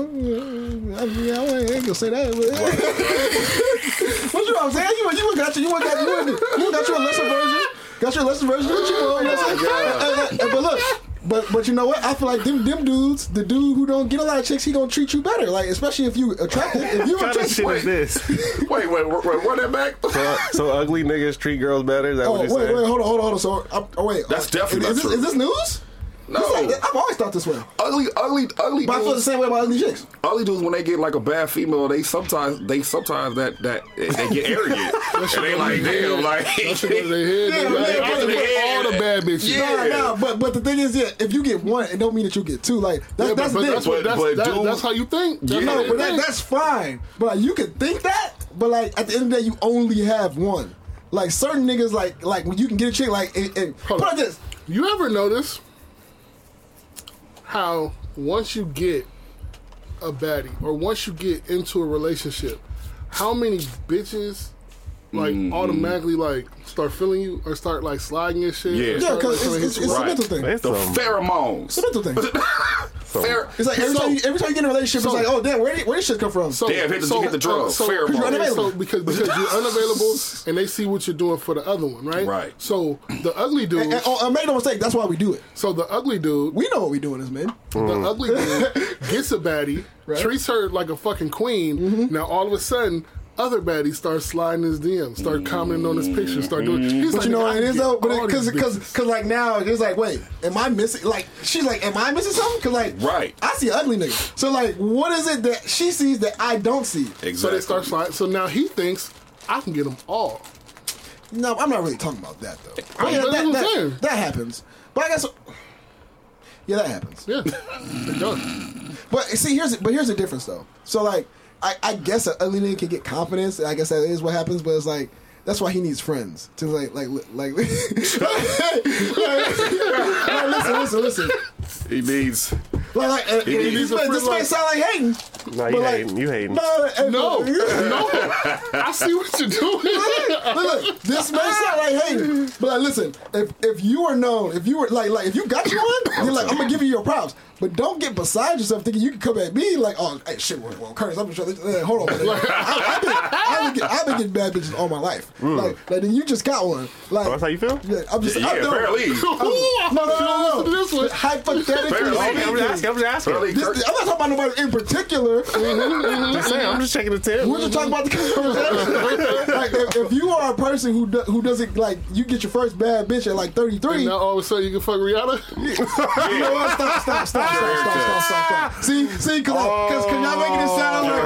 Speaker 1: uh, I, mean, I ain't gonna say that. But what you know what I'm saying? You ain't- you ain't got you, you ain't got
Speaker 3: Oh
Speaker 1: you, ain't- you ain't got your lesser version. Got your lesser version. What you want? you know what I'm saying? And- and- But look, But but you know what? I feel like them them dudes, the dude who don't get a lot of chicks, he gonna treat you better. Like especially if you attractive. If you
Speaker 2: What kind of
Speaker 1: attractive,
Speaker 2: shit is this?
Speaker 3: Wait, wait, wait, wait, run that back.
Speaker 2: So, so ugly niggas treat girls better? Is that
Speaker 1: Oh
Speaker 2: what
Speaker 1: wait
Speaker 2: you said?
Speaker 1: wait hold on hold on hold on. So I, oh, wait,
Speaker 3: That's
Speaker 1: uh, is,
Speaker 3: definitely not
Speaker 1: this,
Speaker 3: true.
Speaker 1: Is this news? This
Speaker 3: No,
Speaker 1: like- I've always thought this way,
Speaker 3: ugly, ugly, ugly.
Speaker 1: but I feel the
Speaker 3: Dudes,
Speaker 1: same way about ugly chicks.
Speaker 3: ugly dudes when they get like a bad female, they sometimes they sometimes that that they get arrogant. and they like damn, like
Speaker 4: That shit goes to their head.
Speaker 1: Yeah,
Speaker 4: they like,
Speaker 1: yeah,
Speaker 4: I can
Speaker 1: yeah.
Speaker 4: put all the bad bitches.
Speaker 3: Yeah.
Speaker 1: Nah, nah, but but the thing is, yeah, if you get one, it don't mean that you get two. Like that,
Speaker 4: Yeah, but,
Speaker 1: that's the
Speaker 4: but
Speaker 1: thing.
Speaker 4: that's, what,
Speaker 3: But-
Speaker 4: that's,
Speaker 3: but
Speaker 4: that,
Speaker 3: dude-
Speaker 4: that's how you think. That's
Speaker 3: Yeah.
Speaker 4: how
Speaker 1: no,
Speaker 4: you
Speaker 1: but that,
Speaker 4: think.
Speaker 1: that's fine. But like, you can think that, but like at the end of the day, you only have one. Like certain niggas, like like when you can get a chick, like and, and
Speaker 4: Hold
Speaker 1: put it
Speaker 4: on.
Speaker 1: like this.
Speaker 4: You ever notice how once you get a baddie or once you get into a relationship, how many bitches like
Speaker 3: Mm-hmm.
Speaker 4: automatically like start feeling you or start like sliding and shit?
Speaker 3: Yeah.
Speaker 4: or
Speaker 1: Yeah,
Speaker 4: start,
Speaker 1: because
Speaker 4: like,
Speaker 1: it's, it's, it's
Speaker 3: Right.
Speaker 1: a mental thing.
Speaker 2: It's
Speaker 1: It's
Speaker 3: the
Speaker 2: some-
Speaker 3: pheromones.
Speaker 1: a mental thing.
Speaker 3: Pher-
Speaker 1: It's like every
Speaker 4: So-
Speaker 1: time you, every time you get in a relationship,
Speaker 4: so-
Speaker 1: it's like, oh damn, where did, where did shit come from?
Speaker 4: So,
Speaker 3: Damn, hit the- hit the drugs,
Speaker 4: so-
Speaker 3: pheromones.
Speaker 4: 'cause you're unavailable.
Speaker 1: Right.
Speaker 4: So because because you're unavailable and they see what you're doing for the other one, right?
Speaker 3: Right.
Speaker 4: So the ugly dude.
Speaker 1: and, and, oh, and make no mistake, that's why we do it.
Speaker 4: so the ugly dude.
Speaker 1: We know what we doing, is man.
Speaker 4: the
Speaker 1: Mm.
Speaker 4: ugly dude gets a baddie, treats her like a fucking queen.
Speaker 1: Mm-hmm.
Speaker 4: Now all of a sudden, other baddies start sliding his DMs, start commenting on his pictures, start doing. He's
Speaker 1: Mm-hmm. But
Speaker 4: like,
Speaker 1: you know what
Speaker 4: I
Speaker 1: it is
Speaker 4: get
Speaker 1: though, but
Speaker 4: all
Speaker 1: because
Speaker 4: these
Speaker 1: because
Speaker 4: bitches.
Speaker 1: because like now it's like, wait, am I missing? Like she's like, am I missing something? Because like,
Speaker 3: Right.
Speaker 1: I see ugly niggas. So like, what is it that she sees that I don't see?
Speaker 4: so
Speaker 3: exactly.
Speaker 4: they start sliding. So now he thinks I can get them all.
Speaker 1: No, I'm not really talking about that though.
Speaker 4: I-
Speaker 1: yeah,
Speaker 4: that's
Speaker 1: that,
Speaker 4: what I'm
Speaker 1: that-
Speaker 4: saying.
Speaker 1: that happens. But I guess, yeah, that happens.
Speaker 4: Yeah, they're done.
Speaker 1: But see, here's but here's the difference though. So like, I, I guess a ugly nigga can get confidence. and I guess that is what happens. But it's like that's why he needs friends to like like li- like. like, like, listen, listen, listen.
Speaker 3: he needs.
Speaker 1: Like, like uh,
Speaker 3: needs
Speaker 1: this,
Speaker 4: a
Speaker 1: may,
Speaker 4: friend
Speaker 1: this may
Speaker 4: like-
Speaker 1: sound like hating.
Speaker 2: No,
Speaker 1: but,
Speaker 2: you
Speaker 1: like,
Speaker 2: hating. You hating.
Speaker 1: No, uh,
Speaker 4: No,
Speaker 1: look,
Speaker 4: no, I see what you're doing.
Speaker 1: look, this may sound like hating, but like, listen, if if you were known, if you were like like if you got you one, you're like I'm gonna give you your props, but don't get beside yourself thinking you can come at me like oh hey, shit, well, well Curtis, I'm sure. Hey, hold on, like, I've been I've been, get- I been getting bad bitches all my life. Like, like then you just got one. Like
Speaker 2: Mm. Oh, that's how you feel?
Speaker 1: Yeah, I'm just
Speaker 3: Yeah,
Speaker 1: I'm
Speaker 3: apparently.
Speaker 1: I'm- no, no, no, no,
Speaker 4: Listen to this one.
Speaker 1: Hypothetically,
Speaker 3: Apparently.
Speaker 2: I'm
Speaker 1: speaking,
Speaker 2: just asking. I'm just asking.
Speaker 3: Really,
Speaker 1: this-
Speaker 3: Kurt-
Speaker 1: I'm not talking about nobody in particular.
Speaker 2: Mm-hmm.
Speaker 4: Mm-hmm.
Speaker 2: Just saying, I'm just checking the tip.
Speaker 1: We're just talking about the conversation. like, if, if you are a person who do, who doesn't like, you get your first bad bitch at like thirty three.
Speaker 4: now all of a sudden you can fuck Rihanna.
Speaker 1: You know what? Stop, stop, stop, stop, stop, stop, stop, stop. See, see, because because y'all making it
Speaker 2: Oh.
Speaker 1: sound
Speaker 3: Your
Speaker 1: like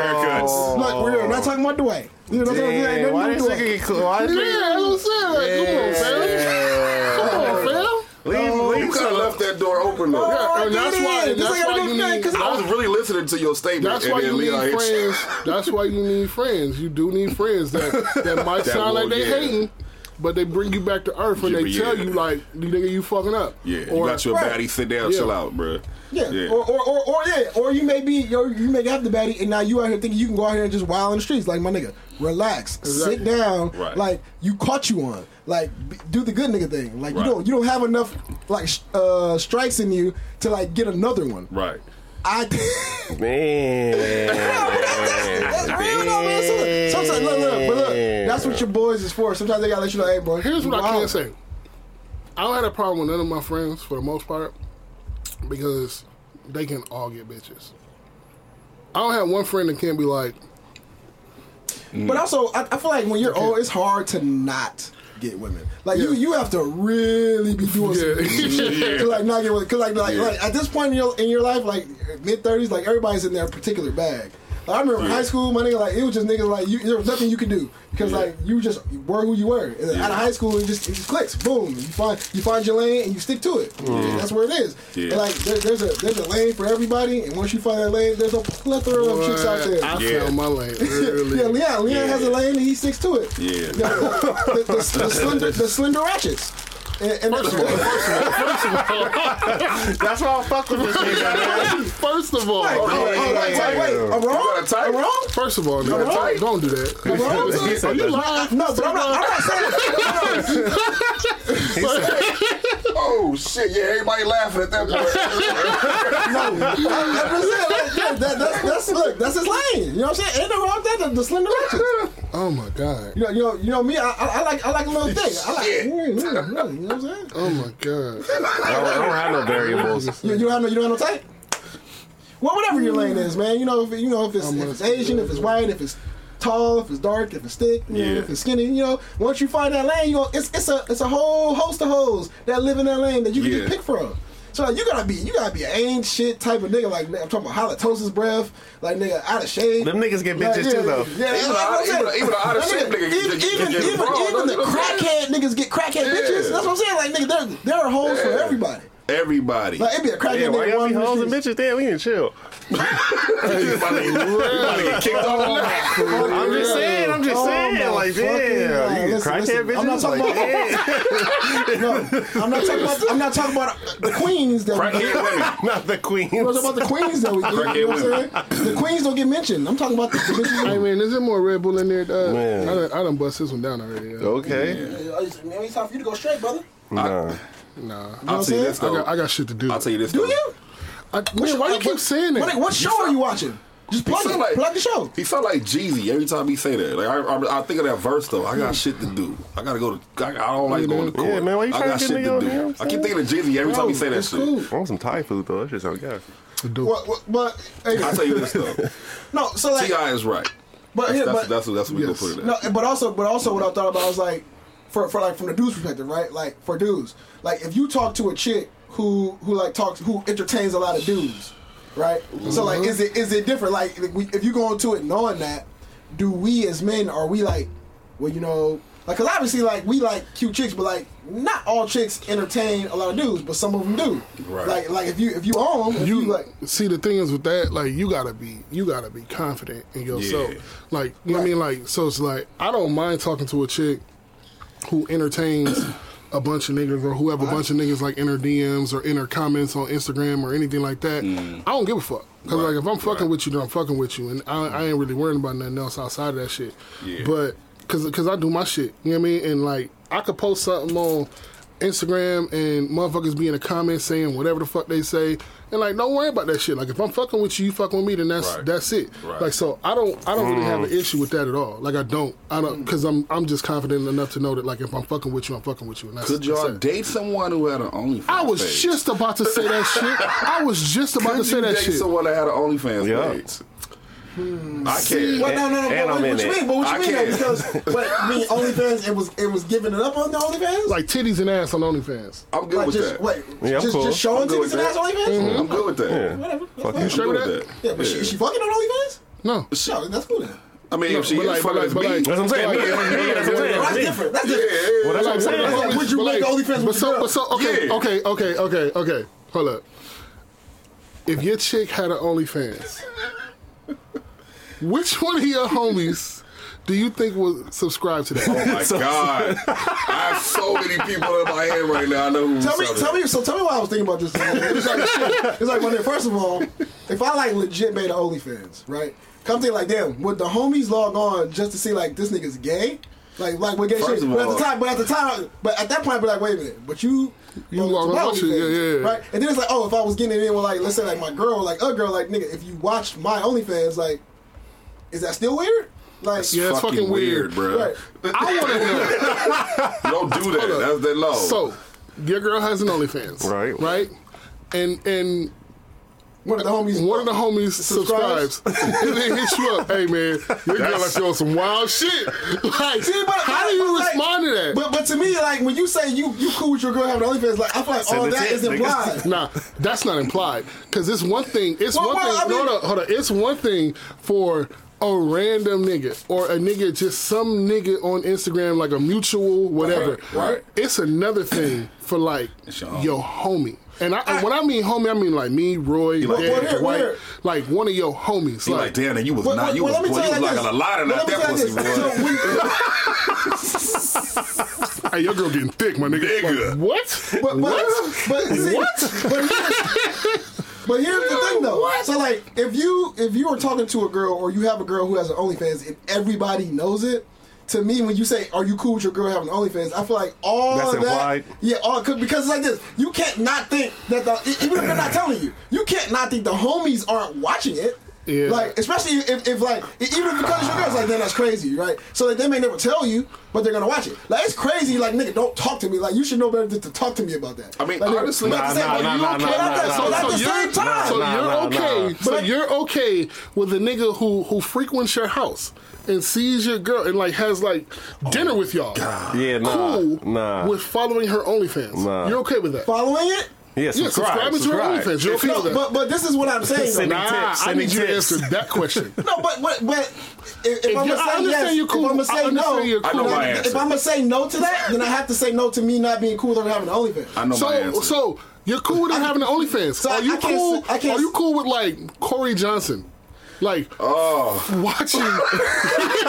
Speaker 1: look,
Speaker 3: haircuts.
Speaker 1: we're not talking about Dwayne. You know what I'm saying?
Speaker 2: Damn,
Speaker 1: Ain't
Speaker 2: why
Speaker 1: nothing
Speaker 2: this
Speaker 1: to do
Speaker 2: nigga
Speaker 1: with Dwayne.
Speaker 2: get cl- why this
Speaker 4: yeah,
Speaker 2: nigga-
Speaker 4: that's what I'm saying. Like, come on, fam. Come on, fam.
Speaker 2: Leave,
Speaker 3: Oh, You
Speaker 2: leave
Speaker 3: could have
Speaker 2: some.
Speaker 3: left that door open though.
Speaker 1: Oh, I
Speaker 4: and that's
Speaker 1: did it.
Speaker 4: why-
Speaker 1: This
Speaker 4: that's
Speaker 1: ain't
Speaker 4: why
Speaker 1: got to do
Speaker 4: you
Speaker 1: with nothing,
Speaker 4: need-
Speaker 1: 'cause I-
Speaker 3: I was really listening to your statement.
Speaker 4: That's
Speaker 3: and
Speaker 4: why
Speaker 3: then
Speaker 4: you
Speaker 3: Leon hit
Speaker 4: need friends. That's why you need friends. You do need friends that that might
Speaker 3: That
Speaker 4: sound
Speaker 3: will,
Speaker 4: like they
Speaker 3: yeah.
Speaker 4: hating, but they bring you back to earth and
Speaker 3: Yeah,
Speaker 4: they
Speaker 3: but
Speaker 4: tell
Speaker 3: yeah.
Speaker 4: you like, "You nigga, you fucking up."
Speaker 3: Yeah, you
Speaker 4: Or-
Speaker 3: got your
Speaker 1: Right.
Speaker 3: baddie. Sit down,
Speaker 4: Yeah.
Speaker 3: chill out, bruh.
Speaker 1: Yeah. Or, or, or, or yeah, or you may be or you may have the baddie, and now you out here thinking you can go out here and just wild in the streets. Like my nigga, relax, sit down.
Speaker 3: Right.
Speaker 1: Like you caught you on. Like b- do the good nigga thing. Like
Speaker 3: Right.
Speaker 1: you don't you don't have enough like sh- uh, strikes in you to like get another one.
Speaker 3: right.
Speaker 1: I.
Speaker 2: Man.
Speaker 1: No, but that's- that's- that's real though, man. Sometimes- Sometimes, look, look, but look, that's what your boys is for. Sometimes they gotta let you know, hey, bro.
Speaker 4: Here's
Speaker 1: you
Speaker 4: what I
Speaker 1: wild.
Speaker 4: can say. I don't have a problem with none of my friends for the most part because they can all get bitches. I don't have one friend that can't be like, Mm.
Speaker 1: But also, I, I feel like when you're old, it's hard to not get women. Like you,
Speaker 4: Yeah.
Speaker 1: you have to really be doing
Speaker 4: Yeah.
Speaker 1: some shit to like not get women. Cause like, like, like at this point in your in your life, like mid thirties, like everybody's in their particular bag. Like, I remember in high school, my nigga, like it was just niggas like you, there was nothing you could do because like you just were who you were. And then Out of high school, it just it just clicks. Boom, you find you find your lane and you stick to it. That's where it is.
Speaker 3: Yeah.
Speaker 1: And like there, there's a there's a lane for everybody, and once you find that lane, there's a plethora of chicks out there.
Speaker 4: I
Speaker 3: Yeah.
Speaker 4: found my lane early.
Speaker 1: Yeah, Leon. Leon
Speaker 3: Yeah.
Speaker 1: has a lane and he sticks to it.
Speaker 3: Yeah.
Speaker 1: The, the, the, the slender, the slender ratchets. And, and
Speaker 2: That's why I fuck with this nigga.
Speaker 4: First of all,
Speaker 1: Oh, oh, oh, wait, wait, wait. I'm wrong.
Speaker 3: got a type?
Speaker 1: I'm wrong.
Speaker 4: first of all, nigga,
Speaker 1: right.
Speaker 4: don't do that.
Speaker 1: I'm wrong.
Speaker 2: He said
Speaker 4: Are Oh, you
Speaker 2: that.
Speaker 4: lying?
Speaker 1: No, but I'm not, I'm not saying.
Speaker 3: oh shit! Yeah, everybody laughing at that point.
Speaker 1: No, I, I'm just saying, like, yeah, that, that's that's look, that's his lane. You know what I'm saying? Ain't nothing wrong with that. The, the slender ratchet.
Speaker 4: Oh my god.
Speaker 1: You know, you know, you know me. I, I, I like I like a little thing. I like.
Speaker 3: Shit.
Speaker 1: Mm, mm, mm, you know what I'm saying?
Speaker 4: Oh my god.
Speaker 2: I don't, I don't have no variables.
Speaker 1: You, you don't have no, you don't have no type. Well, whatever your lane is, man. You know, if it- you know if it's, if it's Asian, if it's white, if it's tall, if it's dark, if it's thick, you know,
Speaker 3: Yeah.
Speaker 1: if it's skinny. You know, once you find that lane, you know, it's it's a it's a whole host of hoes that live in that lane that you can
Speaker 3: Yeah.
Speaker 1: just pick from. So like, you gotta be you gotta be an ain't shit type of nigga. Like I'm talking about halitosis breath, like nigga out of shape.
Speaker 2: Them niggas get bitches
Speaker 1: yeah,
Speaker 2: too, though.
Speaker 1: Yeah,
Speaker 3: Even a- even a- even a out of shape nigga
Speaker 1: Even,
Speaker 3: get-
Speaker 1: even, even,
Speaker 3: get- get
Speaker 1: even,
Speaker 3: raw, don't
Speaker 1: the
Speaker 3: you know what I'm
Speaker 1: crackhead niggas get crackhead bitches.
Speaker 3: Yeah.
Speaker 1: That's what I'm saying. Like nigga, there there are hoes for everybody.
Speaker 3: Everybody.
Speaker 1: Like it'd be a crackhead
Speaker 2: Yeah, why
Speaker 1: nigga
Speaker 2: y'all be
Speaker 1: wandering the
Speaker 2: hoes and
Speaker 1: streets.
Speaker 2: bitches? Damn, we can chill.
Speaker 3: You about to- you about to get kicked off now.
Speaker 2: I'm just saying, I'm just
Speaker 1: Oh my
Speaker 2: saying, like,
Speaker 1: fucking God.
Speaker 2: damn, you can
Speaker 1: Listen,
Speaker 2: crack that
Speaker 1: listen, I'm not
Speaker 2: bitches,
Speaker 1: talking
Speaker 2: like, damn.
Speaker 1: No, I'm not talking about. I'm not talking about the queens that. We
Speaker 3: Crackhead women.
Speaker 2: Not the queens.
Speaker 1: I'm talking about the queens that we get. You know what I'm saying? The queens don't get mentioned. I'm talking about the, the
Speaker 4: Hey
Speaker 1: bitches.
Speaker 4: man, is there more Red Bull in there? Uh,
Speaker 2: Man.
Speaker 4: I, done, I done bust this one down already. Yeah.
Speaker 2: Okay.
Speaker 1: Man, it's time for you to go straight, brother.
Speaker 2: Nah.
Speaker 4: Nah, I,
Speaker 3: I'll tell you this
Speaker 4: I
Speaker 3: though.
Speaker 4: got, I got shit to do.
Speaker 3: I'll tell you this.
Speaker 1: Do
Speaker 3: though.
Speaker 1: you?
Speaker 4: I, man, why you keep saying
Speaker 1: What,
Speaker 4: that?
Speaker 1: what show are you watching? Just plug
Speaker 3: sound
Speaker 1: it.
Speaker 3: like-
Speaker 1: plug the show.
Speaker 3: He sound like Jeezy every time he say that. Like I, I, I think of that verse though. I got shit to do. I gotta go to. I, I don't like going to court.
Speaker 2: man, why you
Speaker 3: I
Speaker 2: trying
Speaker 3: got
Speaker 2: to get
Speaker 3: shit
Speaker 2: me
Speaker 3: to
Speaker 2: on
Speaker 3: do.
Speaker 2: here? I'm
Speaker 3: I keep thinking of Jeezy every time he say that
Speaker 1: it's
Speaker 3: shit.
Speaker 1: cool.
Speaker 2: I want some Thai food, though. That shit sounds good.
Speaker 4: To do.
Speaker 1: What, what, but
Speaker 3: I
Speaker 1: hey,
Speaker 3: tell you this though.
Speaker 1: no. So like,
Speaker 3: Ti is right.
Speaker 1: but here,
Speaker 3: That's
Speaker 1: but
Speaker 3: that's what that's what we
Speaker 4: Yes.
Speaker 3: gonna put it.
Speaker 1: No,
Speaker 3: at.
Speaker 1: but also, but also, what I thought about was like, for for like from the dude's perspective, right? Like for dudes, like if you talk to a chick who who like talks who entertains a lot of dudes, right? So like, is it is it different? Like if we- if you go into it knowing that, do we as men are we like, well, you know. Like, cause obviously, like we like cute chicks, but like not all chicks entertain a lot of dudes, but some of them do.
Speaker 3: Right.
Speaker 1: Like, like if you if you own them, if you,
Speaker 4: you
Speaker 1: like,
Speaker 4: see the thing is with that like you gotta be you gotta be confident in yourself
Speaker 3: Yeah.
Speaker 4: like you know what i mean like so it's like i don't mind talking to a chick who entertains a bunch of niggas or who have a bunch of niggas like in her dms or in her comments on instagram or anything like that
Speaker 3: Mm.
Speaker 4: i don't give a fuck because like if i'm fucking with you then i'm fucking with you and I, I ain't really worrying about nothing else outside of that shit
Speaker 3: Yeah.
Speaker 4: but because because i do my shit you know what i mean and like i could post something on Instagram and motherfuckers be in the comments saying whatever the fuck they say, and like don't worry about that shit. Like if I'm fucking with you, you fucking with me, then that's
Speaker 3: Right.
Speaker 4: that's it.
Speaker 3: Right.
Speaker 4: Like so, I don't I don't really have an issue with that at all. Like I don't I don't because I'm I'm just confident enough to know that like if I'm fucking with you, I'm fucking with you. And that's,
Speaker 3: Could y'all
Speaker 4: that's it.
Speaker 3: date someone who had an OnlyFans?
Speaker 4: I was
Speaker 3: page?
Speaker 4: just about to say that shit. I was just about
Speaker 3: Could
Speaker 4: to say
Speaker 3: you
Speaker 4: that
Speaker 3: date
Speaker 4: shit.
Speaker 3: someone that had an OnlyFans
Speaker 2: Yeah.
Speaker 3: page? I can't.
Speaker 1: Well, no,
Speaker 2: And
Speaker 1: no, no. but
Speaker 2: I'm
Speaker 1: what,
Speaker 2: in
Speaker 1: what you
Speaker 2: it.
Speaker 1: mean? But what
Speaker 3: I
Speaker 1: you mean? Though,
Speaker 3: can't.
Speaker 1: because, but I mean, OnlyFans, it was it was giving it up on the OnlyFans.
Speaker 4: like titties and ass on OnlyFans.
Speaker 3: I'm good
Speaker 1: like
Speaker 3: with
Speaker 1: just
Speaker 3: that.
Speaker 1: wait,
Speaker 2: Yeah, I'm
Speaker 1: just,
Speaker 2: cool.
Speaker 1: just showing
Speaker 3: I'm good
Speaker 1: titties
Speaker 3: with
Speaker 1: and ass
Speaker 3: that. Mm-hmm.
Speaker 1: OnlyFans.
Speaker 3: I'm good with that.
Speaker 2: Yeah.
Speaker 1: Whatever. That's
Speaker 2: Fuck
Speaker 1: fine.
Speaker 2: you.
Speaker 4: straight
Speaker 3: I'm
Speaker 4: with
Speaker 3: good
Speaker 4: that?
Speaker 1: Yeah, but She,
Speaker 3: Yeah.
Speaker 1: she fucking on OnlyFans.
Speaker 4: No,
Speaker 1: No, that's cool. Then.
Speaker 3: I mean, if she
Speaker 4: but
Speaker 3: is
Speaker 4: like- but
Speaker 3: fucking
Speaker 4: like-
Speaker 3: as
Speaker 4: but
Speaker 3: me,
Speaker 4: like-
Speaker 2: That's what I'm saying.
Speaker 4: Like,
Speaker 2: Me,
Speaker 4: yeah,
Speaker 2: me, that's what I'm
Speaker 4: yeah,
Speaker 1: Well,
Speaker 2: saying.
Speaker 1: that's
Speaker 2: Me.
Speaker 1: different. That's different.
Speaker 2: Well, that's what I'm
Speaker 4: But
Speaker 2: saying.
Speaker 1: Like, would you
Speaker 4: but
Speaker 1: make OnlyFans
Speaker 4: But
Speaker 1: with your
Speaker 4: so,
Speaker 1: girl?
Speaker 4: but so, okay,
Speaker 3: Yeah.
Speaker 4: okay, okay, okay, okay. Hold up. If your chick had an OnlyFans, which one of your homies do you think would subscribe to
Speaker 3: Oh
Speaker 4: that?
Speaker 3: my god! I have so many people in my head right now. I know who.
Speaker 1: Tell me, tell me. So tell me why I was thinking about this. It's like, shit. It's like, well, then, first of all, if I like legit made an OnlyFans, right? Come think like, damn, would the homies log on just to see like this nigga's gay? Like, like what gay
Speaker 3: First
Speaker 1: shit?
Speaker 3: of
Speaker 1: But at
Speaker 3: all-
Speaker 1: the time, but at the time, but at that point, I'd be like, wait a minute, but you,
Speaker 4: You
Speaker 1: but
Speaker 4: log
Speaker 1: it's my
Speaker 4: on to- yeah,
Speaker 1: OnlyFans,
Speaker 4: yeah, yeah.
Speaker 1: right? And then it's like, oh, if I was getting it in with like, let's say like my girl, like a girl, like nigga, if you watched my OnlyFans, like, is that still weird? Like,
Speaker 4: Yeah, it's fucking weird.
Speaker 3: bro.
Speaker 4: I want to know.
Speaker 3: Don't do that.
Speaker 4: Hold up.
Speaker 3: That's that law.
Speaker 4: So, your girl has an OnlyFans,
Speaker 2: Right.
Speaker 4: Right, and and
Speaker 1: one of the homies,
Speaker 4: one of the homies
Speaker 1: Subscribes.
Speaker 4: subscribes, and then hits you up. Hey man, your girl is doing some wild shit. Like,
Speaker 1: See, but-
Speaker 4: how
Speaker 1: but-
Speaker 4: do you
Speaker 1: but, like,
Speaker 4: respond to that?
Speaker 1: But but to me, like when you say you you cool with your girl having OnlyFans, like I feel like all
Speaker 2: the
Speaker 1: that
Speaker 2: tit,
Speaker 1: is
Speaker 2: nigga.
Speaker 1: implied.
Speaker 4: Nah, that's not implied. Because it's one thing. It's
Speaker 1: Well,
Speaker 4: one
Speaker 1: well, I
Speaker 4: thing.
Speaker 1: mean-
Speaker 4: hold up, hold up. It's one thing for a random nigga or a nigga just some nigga on Instagram, like a mutual whatever.
Speaker 3: Right, right.
Speaker 4: It's another thing for like
Speaker 3: It's your
Speaker 4: your,
Speaker 3: homie.
Speaker 4: homie. And I, and when I mean homie, I mean like me, Roy,
Speaker 3: like,
Speaker 4: Dad,
Speaker 1: well, here,
Speaker 4: Dwight,
Speaker 1: here.
Speaker 4: like one of your homies.
Speaker 3: He
Speaker 4: like,
Speaker 3: like, damn, and you was not. You was, boy, you was locking a lot in
Speaker 1: Well,
Speaker 3: that
Speaker 1: let me
Speaker 3: that
Speaker 1: tell you
Speaker 3: pussy,
Speaker 1: like this. So
Speaker 3: boy.
Speaker 1: when-
Speaker 4: hey, your girl getting thick, my nigga.
Speaker 3: Nigga.
Speaker 4: Like, what?
Speaker 1: But but but see, But here's, but here's the thing though. So like, if you if you are talking to a girl or you have a girl who has an OnlyFans and everybody knows it, to me, when you say, "Are you cool with your girl having OnlyFans?" I feel like all
Speaker 2: That's
Speaker 1: of that,
Speaker 2: implied.
Speaker 1: yeah, all cause, because it's like this, you can't not think that the e, even if they're not telling you, you can't not think the homies aren't watching it.
Speaker 4: Yeah.
Speaker 1: Like especially if, if like e, even if it comes to your girl, it's like then that's crazy, right? So like, they may never tell you, but they're gonna watch it. Like it's crazy. Like nigga, don't talk to me. Like you should know better than to talk to me about that.
Speaker 3: I mean,
Speaker 1: like, nigga,
Speaker 3: honestly-
Speaker 1: but at the
Speaker 2: Nah, nah,
Speaker 1: same- but
Speaker 2: nah,
Speaker 1: you
Speaker 2: nah,
Speaker 1: okay
Speaker 2: nah,
Speaker 1: at that-
Speaker 2: nah,
Speaker 1: so
Speaker 2: nah,
Speaker 1: at
Speaker 2: nah.
Speaker 1: the same time.
Speaker 4: So
Speaker 2: Nah,
Speaker 4: you're
Speaker 2: nah,
Speaker 4: okay.
Speaker 2: nah.
Speaker 4: So you're okay with a nigga who who frequents your house and sees your girl and like has like dinner with y'all.
Speaker 2: Oh, Yeah, nah,
Speaker 4: cool
Speaker 2: nah.
Speaker 4: with following her OnlyFans.
Speaker 2: Nah.
Speaker 4: You're okay with that?
Speaker 1: Following it.
Speaker 2: Yeah,
Speaker 4: yeah,
Speaker 2: subscribe.
Speaker 4: subscribing to her
Speaker 2: subscribe.
Speaker 4: OnlyFans. You're okay
Speaker 1: No,
Speaker 4: with that?
Speaker 1: but but this is what I'm saying. though.
Speaker 2: Send me
Speaker 4: nah,
Speaker 2: tips,
Speaker 4: I
Speaker 2: send me
Speaker 4: need you to
Speaker 2: tips.
Speaker 4: answer that question.
Speaker 1: No, but but, but if, if,
Speaker 4: If
Speaker 1: I'm
Speaker 4: you-
Speaker 1: gonna
Speaker 4: I
Speaker 1: say
Speaker 4: understand
Speaker 1: yes,
Speaker 4: you're cool.
Speaker 1: if I'm gonna
Speaker 4: I
Speaker 1: say no,
Speaker 4: understand you're
Speaker 3: cool. I know my
Speaker 1: then- if
Speaker 3: answer.
Speaker 1: I'm gonna say no to that, then I have to say no to me not being cool or having an OnlyFans.
Speaker 3: I know my
Speaker 4: So,
Speaker 3: answer.
Speaker 4: so you're cool with him having the OnlyFans?
Speaker 1: So
Speaker 4: are
Speaker 1: I
Speaker 4: you
Speaker 1: can't
Speaker 4: cool?
Speaker 1: s- I can't
Speaker 4: are you
Speaker 1: s-
Speaker 4: cool with like Corey Johnson, like
Speaker 3: oh,
Speaker 4: watching?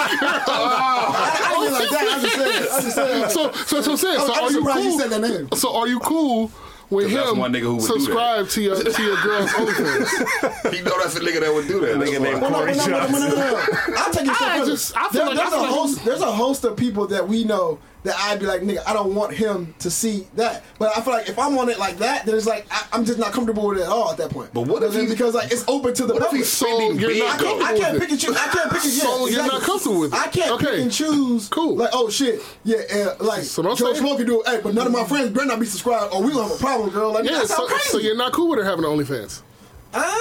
Speaker 1: I, I didn't like that. I just said, I just said. like-
Speaker 4: so, so that's what I'm saying.
Speaker 1: I
Speaker 4: So
Speaker 1: was- I
Speaker 4: are
Speaker 1: was
Speaker 4: you
Speaker 1: surprised you
Speaker 4: cool?
Speaker 1: said that name.
Speaker 4: So are you cool with
Speaker 3: 'Cause that's
Speaker 4: him
Speaker 3: one nigga who would do that.
Speaker 4: subscribe to your to your girl's OnlyFans?
Speaker 3: you know that's the nigga that would do that. That's
Speaker 2: Nigga
Speaker 3: why.
Speaker 2: named
Speaker 1: Well, no,
Speaker 2: Corey
Speaker 1: well, no, well, no, well, no, no, no. I'll take it a step
Speaker 4: I
Speaker 1: further.
Speaker 4: just- I feel
Speaker 1: There-
Speaker 4: like- I
Speaker 1: there's
Speaker 4: feel
Speaker 1: a
Speaker 4: like-
Speaker 1: host. There's a host of people that we know that I'd be like, nigga, I don't want him to see that. But I feel like if I'm on it like that, then it's like I, I'm just not comfortable with it at all at that point.
Speaker 3: But what if
Speaker 1: Because-
Speaker 3: he-
Speaker 1: because like it's open to the
Speaker 3: What if
Speaker 1: public.
Speaker 3: he's spending
Speaker 4: you're
Speaker 3: big
Speaker 4: not-
Speaker 1: I can't, I
Speaker 3: though?
Speaker 1: can't pick and choose. I can't pick and choose.
Speaker 4: So you're not comfortable with it.
Speaker 1: I can't pick
Speaker 4: Okay.
Speaker 1: and choose.
Speaker 4: Cool.
Speaker 1: Like, oh shit, yeah, uh, like
Speaker 4: So
Speaker 1: Joe
Speaker 4: don't
Speaker 1: Smoke
Speaker 4: say-
Speaker 1: Smoke can do it. Hey, but none of my friends better not be subscribed, or we gonna have a problem, girl. Like,
Speaker 4: Yeah.
Speaker 1: that's
Speaker 4: So,
Speaker 1: crazy.
Speaker 4: so you're not cool with her having the OnlyFans?
Speaker 1: Ah.